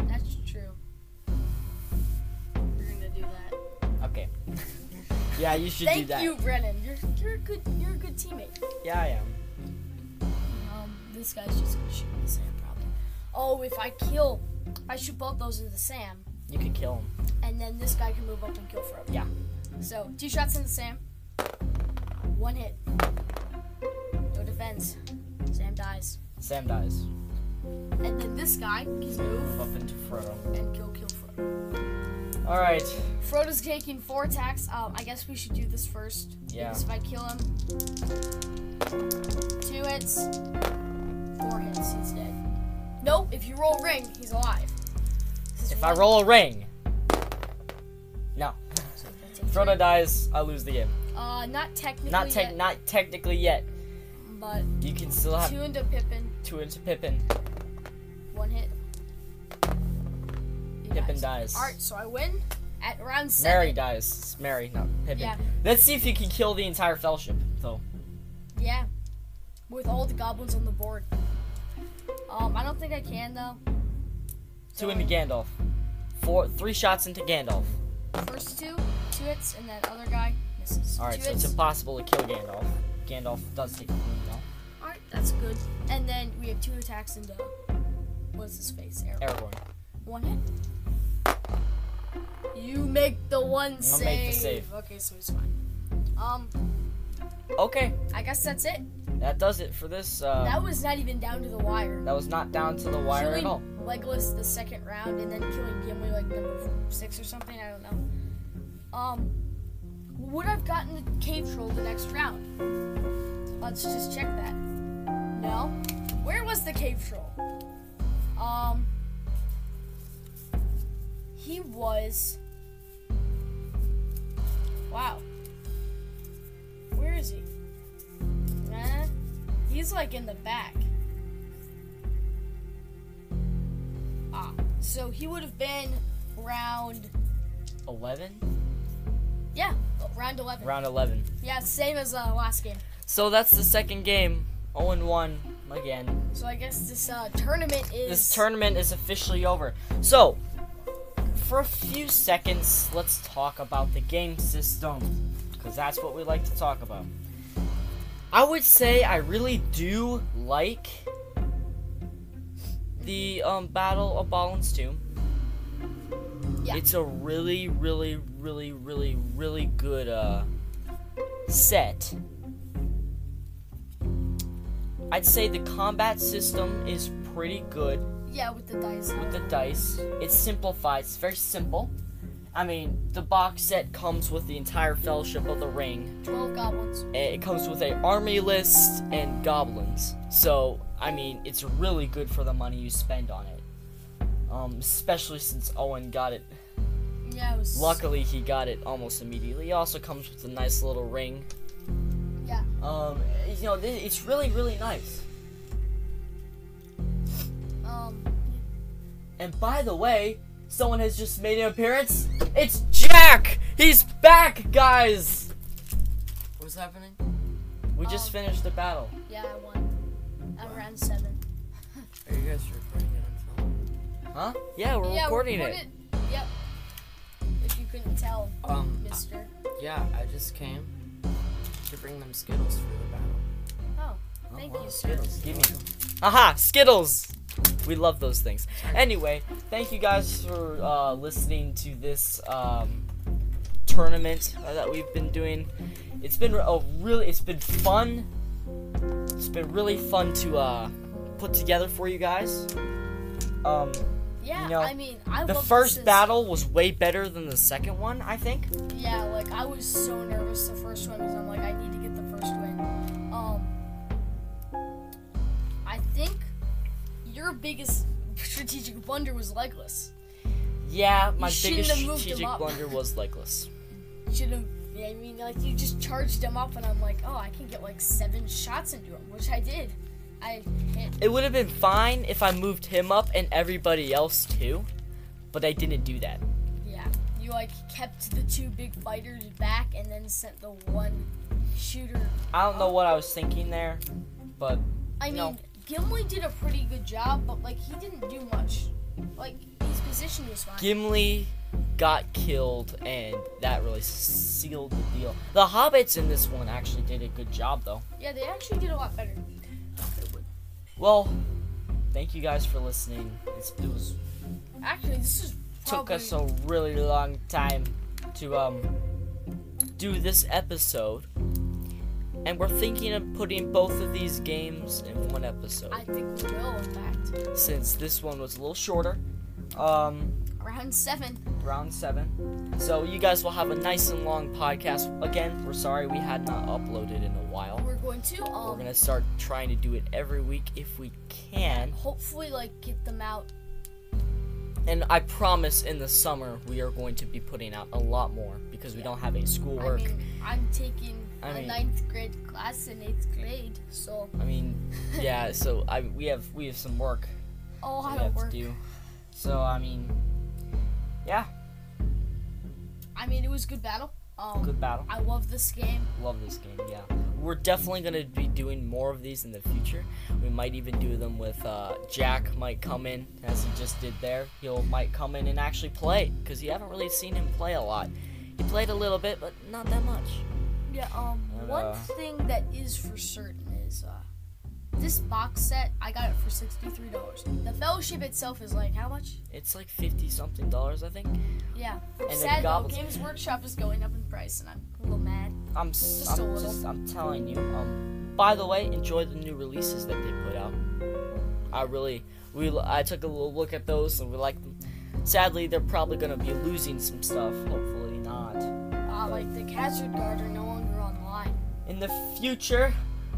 S2: that's true. We're gonna do that.
S1: Okay. yeah, you should
S2: Thank
S1: do that.
S2: you, Brennan. You're you're a good you're a good teammate.
S1: Yeah, I am.
S2: Um, this guy's just gonna shoot the Sam probably. Oh, if I kill, if I shoot both those into Sam,
S1: You could kill him.
S2: and then this guy can move up and kill Frodo.
S1: Yeah.
S2: So two shots into Sam. One hit. No defense. Sam dies.
S1: Sam dies.
S2: And then this guy can move
S1: Up into Frodo.
S2: and kill kill Frodo.
S1: All right.
S2: Frodo's taking four attacks. Um, I guess we should do this first.
S1: Yeah.
S2: Because if I kill him, two hits, four hits, he's dead. Nope. If you roll ring, he's alive. This is
S1: If I
S2: one-
S1: roll a ring, no.
S2: so I'm gonna take
S1: Frodo
S2: three.
S1: dies. I lose the game.
S2: Uh, not technically.
S1: Not tech.
S2: yet,
S1: Not technically yet.
S2: But
S1: You can still have
S2: two into Pippin.
S1: two into Pippin.
S2: One hit. He
S1: Pippin dies.
S2: Alright, so I win at round seven.
S1: Mary dies. It's Mary, not Pippin.
S2: Yeah.
S1: Let's see if you can kill the entire fellowship, though.
S2: Yeah. With all the goblins on the board. Um, I don't think I can though.
S1: Two into Gandalf. Four, three shots into Gandalf.
S2: First two, two hits, and that other guy misses.
S1: All right,
S2: two
S1: so it's
S2: hits.
S1: impossible to kill Gandalf. Gandalf does take the wound though.
S2: Alright, that's good. And then we have two attacks into what's his face? Arrow.
S1: Aragorn.
S2: One hit. You make the one
S1: I'll
S2: save.
S1: make the save.
S2: Okay, so it's fine. Um,
S1: Okay,
S2: I guess that's it.
S1: that does it for this. Uh,
S2: That was not even down to the wire.
S1: that was not down to the wire
S2: killing
S1: at all.
S2: Legolas the second round and then killing Gimli like number six or something. I don't know. Um, would I've gotten the cave troll the next round? Let's just check that. No. Where was the cave troll? Um, he was. Wow. Where is he? Nah, he's like in the back. Ah, so he would have been round,
S1: Eleven,
S2: yeah, round 11.
S1: round eleven.
S2: Yeah, same as uh, last game.
S1: So that's the second game. 0 and 1 again.
S2: So I guess this uh, tournament is.
S1: This tournament is officially over. So, for a few seconds, let's talk about the game system. Because that's what we like to talk about. I would say I really do like the um, Battle of Balin's Tomb.
S2: Yeah.
S1: It's a really, really, really, really, really good uh, set. I'd say the combat system is pretty good
S2: Yeah, with the dice.
S1: with the dice. It's simplified. It's very simple. I mean, the box set comes with the entire Fellowship of the Ring.
S2: 12 goblins.
S1: It comes with a army list and goblins. So, I mean, it's really good for the money you spend on it. Um, especially since Owen got it.
S2: Yeah, it was.
S1: Luckily, he got it almost immediately. It also comes with a nice little ring.
S2: Yeah.
S1: Um, you know, th- it's really, really nice.
S2: Um,
S1: And by the way, someone has just made an appearance. It's Jack! He's back, guys! What's happening? We just
S4: Oh.
S2: Um,
S1: finished the battle.
S2: yeah, I won. I'm round 7.
S4: Are you guys recording it on film?
S1: Huh? Yeah, we're
S2: yeah,
S1: recording
S2: record
S1: it.
S2: Yep. If you couldn't tell,
S4: Um,
S2: mister.
S4: yeah, I just came to bring them Skittles for the battle.
S2: Oh, thank you, sir.
S1: Skittles. Give me them. Aha! Skittles! We love those things. Anyway, thank you guys for uh, listening to this um, tournament uh, that we've been doing. It's been a really, it's been fun. It's been really fun to uh, put together for you guys. Um,
S2: Yeah,
S1: You know,
S2: I mean, I
S1: the
S2: love
S1: first
S2: this.
S1: battle was way better than the second one, I think.
S2: Yeah, like I was so nervous the first one because I'm like, I need to get the first win. Um, I think your biggest strategic blunder was Legolas.
S1: Yeah, my
S2: shouldn't
S1: biggest
S2: have moved 'em
S1: strategic
S2: up.
S1: blunder was Legless.
S2: Should have. Yeah, I mean, like you just charged him up, and I'm like, oh, I can get like seven shots into him, which I did. I hit.
S1: It would have been fine if I moved him up and everybody else too, but I didn't do that.
S2: Yeah, you like kept the two big fighters back, and then sent the one shooter
S1: I don't know what I was thinking there, but
S2: I mean,
S1: No.
S2: Gimli did a pretty good job, but like he didn't do much. Like his position was fine.
S1: Gimli got killed, and that really sealed the deal. The hobbits in this one actually did a good job, though.
S2: yeah, they actually did a lot better.
S1: Well, thank you guys for listening. It's, it was
S2: Actually, this is
S1: took
S2: probably
S1: us a really long time to um do this episode and we're thinking of putting both of these games in one episode
S2: I think we will, in fact.
S1: since this one was a little shorter um
S2: Round seven.
S1: round 7 so you guys will have a nice and long podcast again we're sorry we had not uploaded in a while
S2: We're going to
S1: we're
S2: um
S1: going to start trying to do it every week if we can
S2: hopefully like get them out.
S1: and i promise in the summer we are going to be putting out a lot more because we don't have any schoolwork
S2: I mean, I'm taking
S1: I
S2: a
S1: mean-
S2: ninth grade class in eighth grade, so
S1: I mean, yeah. So I we have we have some work
S2: a
S1: we
S2: lot
S1: have
S2: of work.
S1: to do. So I mean, yeah,
S2: I mean, it was a good battle. Um,
S1: good battle.
S2: I love this game.
S1: Love this game. Yeah, we're definitely gonna be doing more of these in the future. We might even do them with uh, Jack. Might come in as he just did there. He'll might come in and actually play because you haven't really seen him play a lot. He played a little bit, but not that much.
S2: Yeah, um,
S1: And,
S2: one
S1: uh,
S2: thing that is for certain is, uh, this box set, I got it for $63. The fellowship itself is like, how much?
S1: It's like fifty something dollars, I think.
S2: Yeah.
S1: the
S2: Sad though,
S1: goblins.
S2: Games Workshop is going up in price, and I'm a little mad.
S1: I'm
S2: a
S1: just, I'm
S2: little.
S1: just I'm telling you, um, By the way, enjoy the new releases that they put out. I really, we I took a little look at those and we like them. Sadly, they're probably gonna be losing some stuff. Hopefully not.
S2: Uh, like the Hazard Guard are no longer online.
S1: In the future,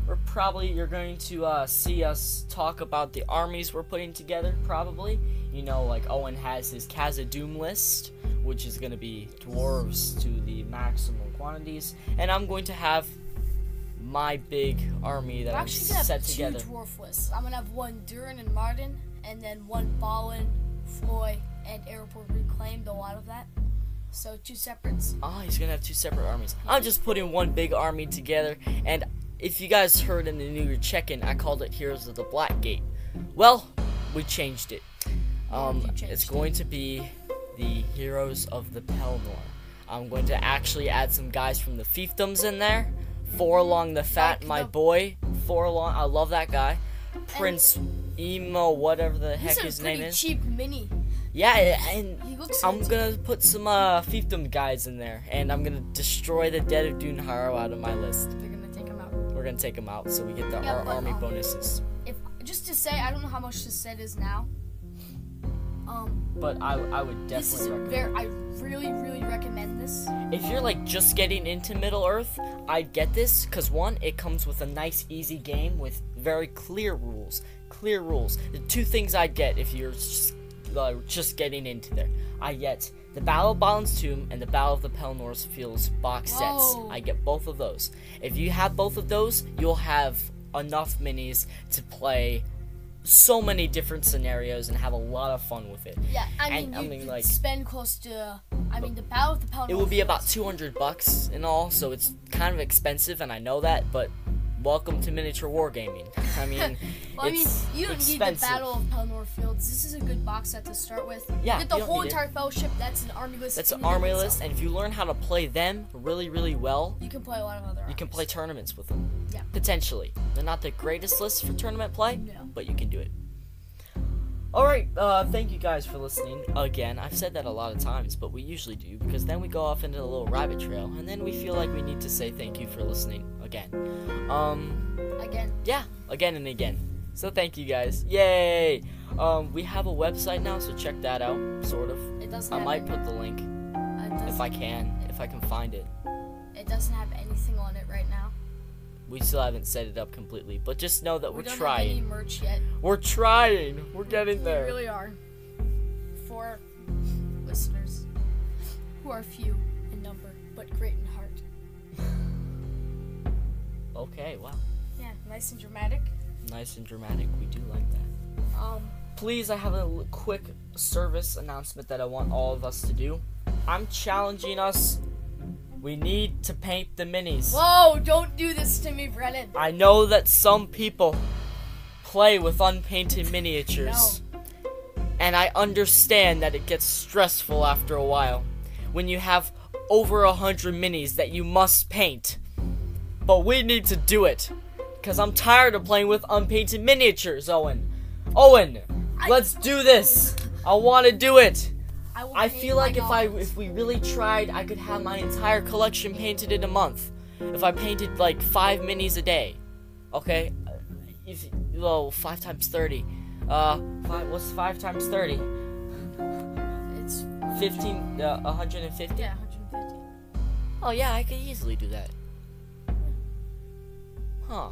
S1: we're probably you're going to uh, see us talk about the armies we're putting together. Probably, you know, like Owen has his Khazad-dûm list, which is going to be dwarves to the maximum quantities, and I'm going to have my big army that
S2: I'm
S1: I'm
S2: actually gonna have
S1: set
S2: two
S1: together.
S2: dwarf lists. I'm gonna have one Durin and Martin, and then one Ballin, Floyd, and Airport reclaimed a lot of that. So two separates.
S1: Ah, he's gonna have two separate armies. I'm just putting one big army together, and if you guys heard in the New Year check-in, I called it Heroes of the Black Gate. Well, we changed it. Um,
S2: You changed
S1: it's
S2: it.
S1: going to be the Heroes of the Pelnor. I'm going to actually add some guys from the fiefdoms in there. Forlong the Fat,
S2: Like
S1: my
S2: the-
S1: boy. Forlong, I love that guy. Prince Emo, whatever the heck
S2: He's
S1: his
S2: a pretty
S1: name is.
S2: cheap mini.
S1: Yeah, and
S2: He looks.
S1: I'm
S2: fancy.
S1: gonna put some uh, fiefdom guys in there, and I'm gonna destroy the dead of Dunharo out of my list.
S2: They're gonna take him out.
S1: We're gonna take them out, so we get the,
S2: Yeah,
S1: our
S2: but,
S1: army
S2: um,
S1: bonuses.
S2: If just to say, I don't know how much this set is now. Um,
S1: But I, I would
S2: this is
S1: definitely
S2: a
S1: recommend.
S2: very. I really, really recommend this.
S1: If you're like just getting into Middle Earth, I'd get this because one, it comes with a nice, easy game with very clear rules. Clear rules. The two things I'd get if you're just, uh, just getting into there, I get the Battle of Balin's Tomb and the Battle of the Pelnor's Fields box sets.
S2: Whoa.
S1: I get both of those. If you have both of those, you'll have enough minis to play so many different scenarios and have a lot of fun with it.
S2: Yeah, I mean,
S1: And,
S2: you
S1: I mean,
S2: could
S1: like-
S2: spend close to. I mean, the Battle of the Pelennor.
S1: It will be about 200 bucks in all, so it's kind of expensive, and I know that, but welcome to miniature wargaming. I mean,
S2: Well, I mean,
S1: it's
S2: you don't
S1: expensive.
S2: need the Battle of Pelennor Fields. This is a good box set to start with.
S1: Yeah,
S2: You get the
S1: you don't
S2: whole
S1: need it.
S2: entire Fellowship. That's an army list.
S1: That's
S2: in
S1: an
S2: and of
S1: army
S2: itself.
S1: list, and if you learn how to play them really, really well,
S2: You can play a lot of other.
S1: you can
S2: armies.
S1: play tournaments with them.
S2: Yeah.
S1: Potentially. They're not the greatest lists for tournament play,
S2: No.
S1: but you can do it. Alright, uh, thank you guys for listening. Again, I've said that a lot of times, but we usually do because then we go off into a little rabbit trail, and then we feel like we need to say thank you for listening again. Um,
S2: again.
S1: yeah, again and again. So thank you guys. Yay! Um, we have a website now, so check that out, sort of.
S2: It doesn't.
S1: I
S2: have
S1: might
S2: any-
S1: put the link
S2: It doesn't,
S1: if I can, if I can find it.
S2: it doesn't have anything on it right now.
S1: We still haven't set it up completely, but just know that
S2: We
S1: we're
S2: don't
S1: trying.
S2: have any merch yet.
S1: We're trying. We're getting
S2: We
S1: there.
S2: really are. For listeners who are few in number but great in heart.
S1: Okay, wow.
S2: Yeah, nice and dramatic.
S1: Nice and dramatic. We do like that.
S2: Um,
S1: please i have a l- quick service announcement that i want all of us to do i'm challenging us we need to paint the minis
S2: whoa! Don't do this to me, Brennan.
S1: i know that some people play with unpainted miniatures and i understand that it gets stressful after a while when you have over a hundred minis that you must paint but we need to do it because i'm tired of playing with unpainted miniatures owen owen let's do this i want to do it
S2: I, will
S1: i
S2: paint
S1: feel like
S2: my
S1: if i
S2: novels.
S1: if we really tried i could have my entire collection painted in a month if i painted like five minis a day okay Uh, if well five times 30 uh five, what's five times 30
S2: It's
S1: 15 uh, 150
S2: yeah, 150.
S1: oh yeah i could easily do that huh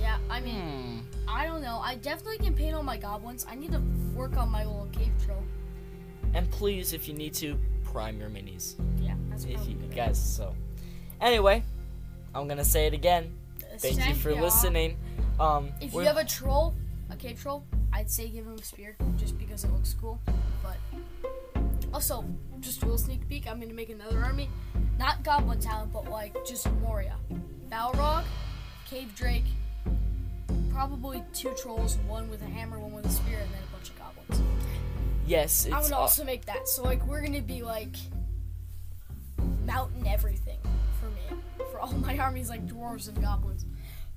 S2: Yeah, I mean, I don't know. I definitely can paint all my goblins. I need to work on my little cave troll.
S1: and please if you need to prime your minis
S2: Yeah, that's
S1: if
S2: probably
S1: you
S2: good.
S1: guys so anyway i'm gonna say it again
S2: This
S1: thank you
S2: time,
S1: for
S2: yeah.
S1: listening um
S2: If
S1: we're-
S2: you have a troll, a cave troll, I'd say give him a spear just because it looks cool. But also, just a little sneak peek, I'm gonna make another army. Not Goblin Town, but like just Moria. Balrog, Cave Drake, probably two trolls, one with a hammer, one with a spear, and then a bunch of goblins.
S1: yes
S2: I'm
S1: it's
S2: gonna
S1: all-
S2: also make that. So like we're gonna be like mountain everything for me. For all my armies like dwarves and goblins.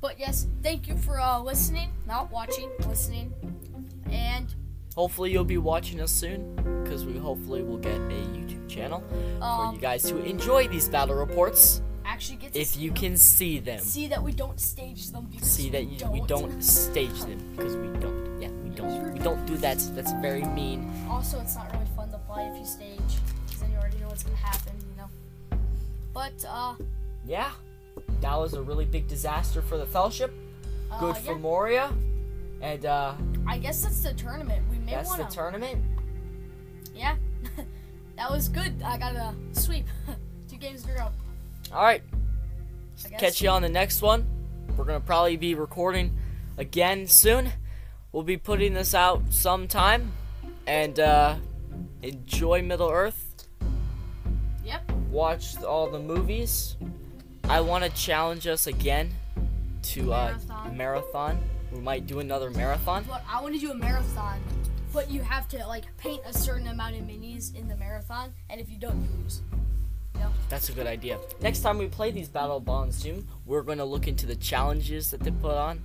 S2: But yes, thank you for uh, listening, not watching, listening. And
S1: hopefully you'll be watching us soon because we hopefully will get a youtube channel for
S2: um
S1: you guys to enjoy these battle reports
S2: actually get to
S1: If
S2: see
S1: you
S2: them.
S1: can see them,
S2: see that we don't stage them because
S1: see that
S2: we
S1: you,
S2: don't.
S1: we don't stage them because we don't. Yeah, we don't. We don't do that. That's very mean.
S2: Also, it's not really fun to play if you stage because then you already know what's gonna happen, you know. But uh,
S1: Yeah, that was a really big disaster for the fellowship. Good
S2: uh
S1: for
S2: yeah,
S1: Moria, and uh,
S2: I guess that's the tournament. We may
S1: that's
S2: want
S1: the tournament.
S2: Yeah, that was good. I got a sweep, two games in a row.
S1: All right.
S2: I guess.
S1: catch you on the next one. We're gonna probably be recording again soon. We'll be putting this out sometime. And uh, enjoy Middle Earth.
S2: Yep.
S1: Watch all the movies. I want to challenge us again to uh,
S2: Marathon.
S1: marathon. We might do another marathon.
S2: But I want to do a marathon. But you have to like paint a certain amount of minis in the marathon, and if you don't, you lose.
S1: That's a good idea. Next time we play these battle bonds, Zoom, we're gonna look into the challenges that they put on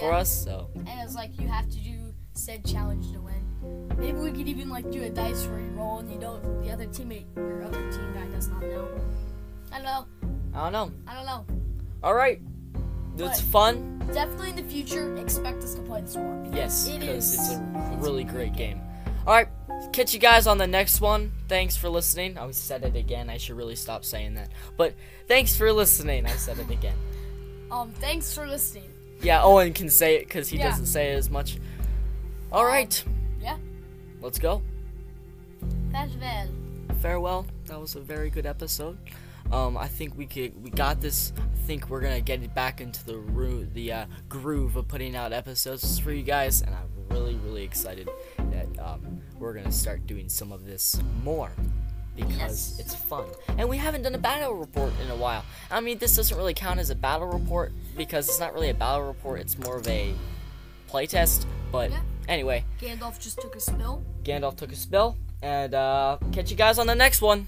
S1: for
S2: Yeah.
S1: us. So
S2: And it's like you have to do said challenge to win. Maybe we could even like do a dice where you roll and you don't the other teammate your other team guy does not know. I don't know.
S1: I don't know.
S2: I don't know.
S1: All right, it's
S2: But-
S1: fun.
S2: Definitely in the future, expect us to play this more. because
S1: Yes,
S2: it
S1: because
S2: is.
S1: it's a really great game. All right, catch you guys on the next one. Thanks for listening. I said it again. I should really stop saying that. But thanks for listening. I said it again.
S2: um, thanks for listening.
S1: Yeah, Owen can say it because he
S2: Yeah.
S1: doesn't say it as much. All right,
S2: Yeah.
S1: let's go.
S2: Farewell.
S1: Farewell. That was a very good episode. Um, I think we could we got this. I think we're gonna get it back into the roo- the uh, groove of putting out episodes for you guys, and I'm really really excited that um, we're gonna start doing some of this more because
S2: Yes.
S1: it's fun. And we haven't done a battle report in a while. I mean, this doesn't really count as a battle report because it's not really a battle report. It's more of a playtest. But
S2: Yeah.
S1: anyway,
S2: Gandalf just took a spill.
S1: Gandalf took a spill, and uh, catch you guys on the next one.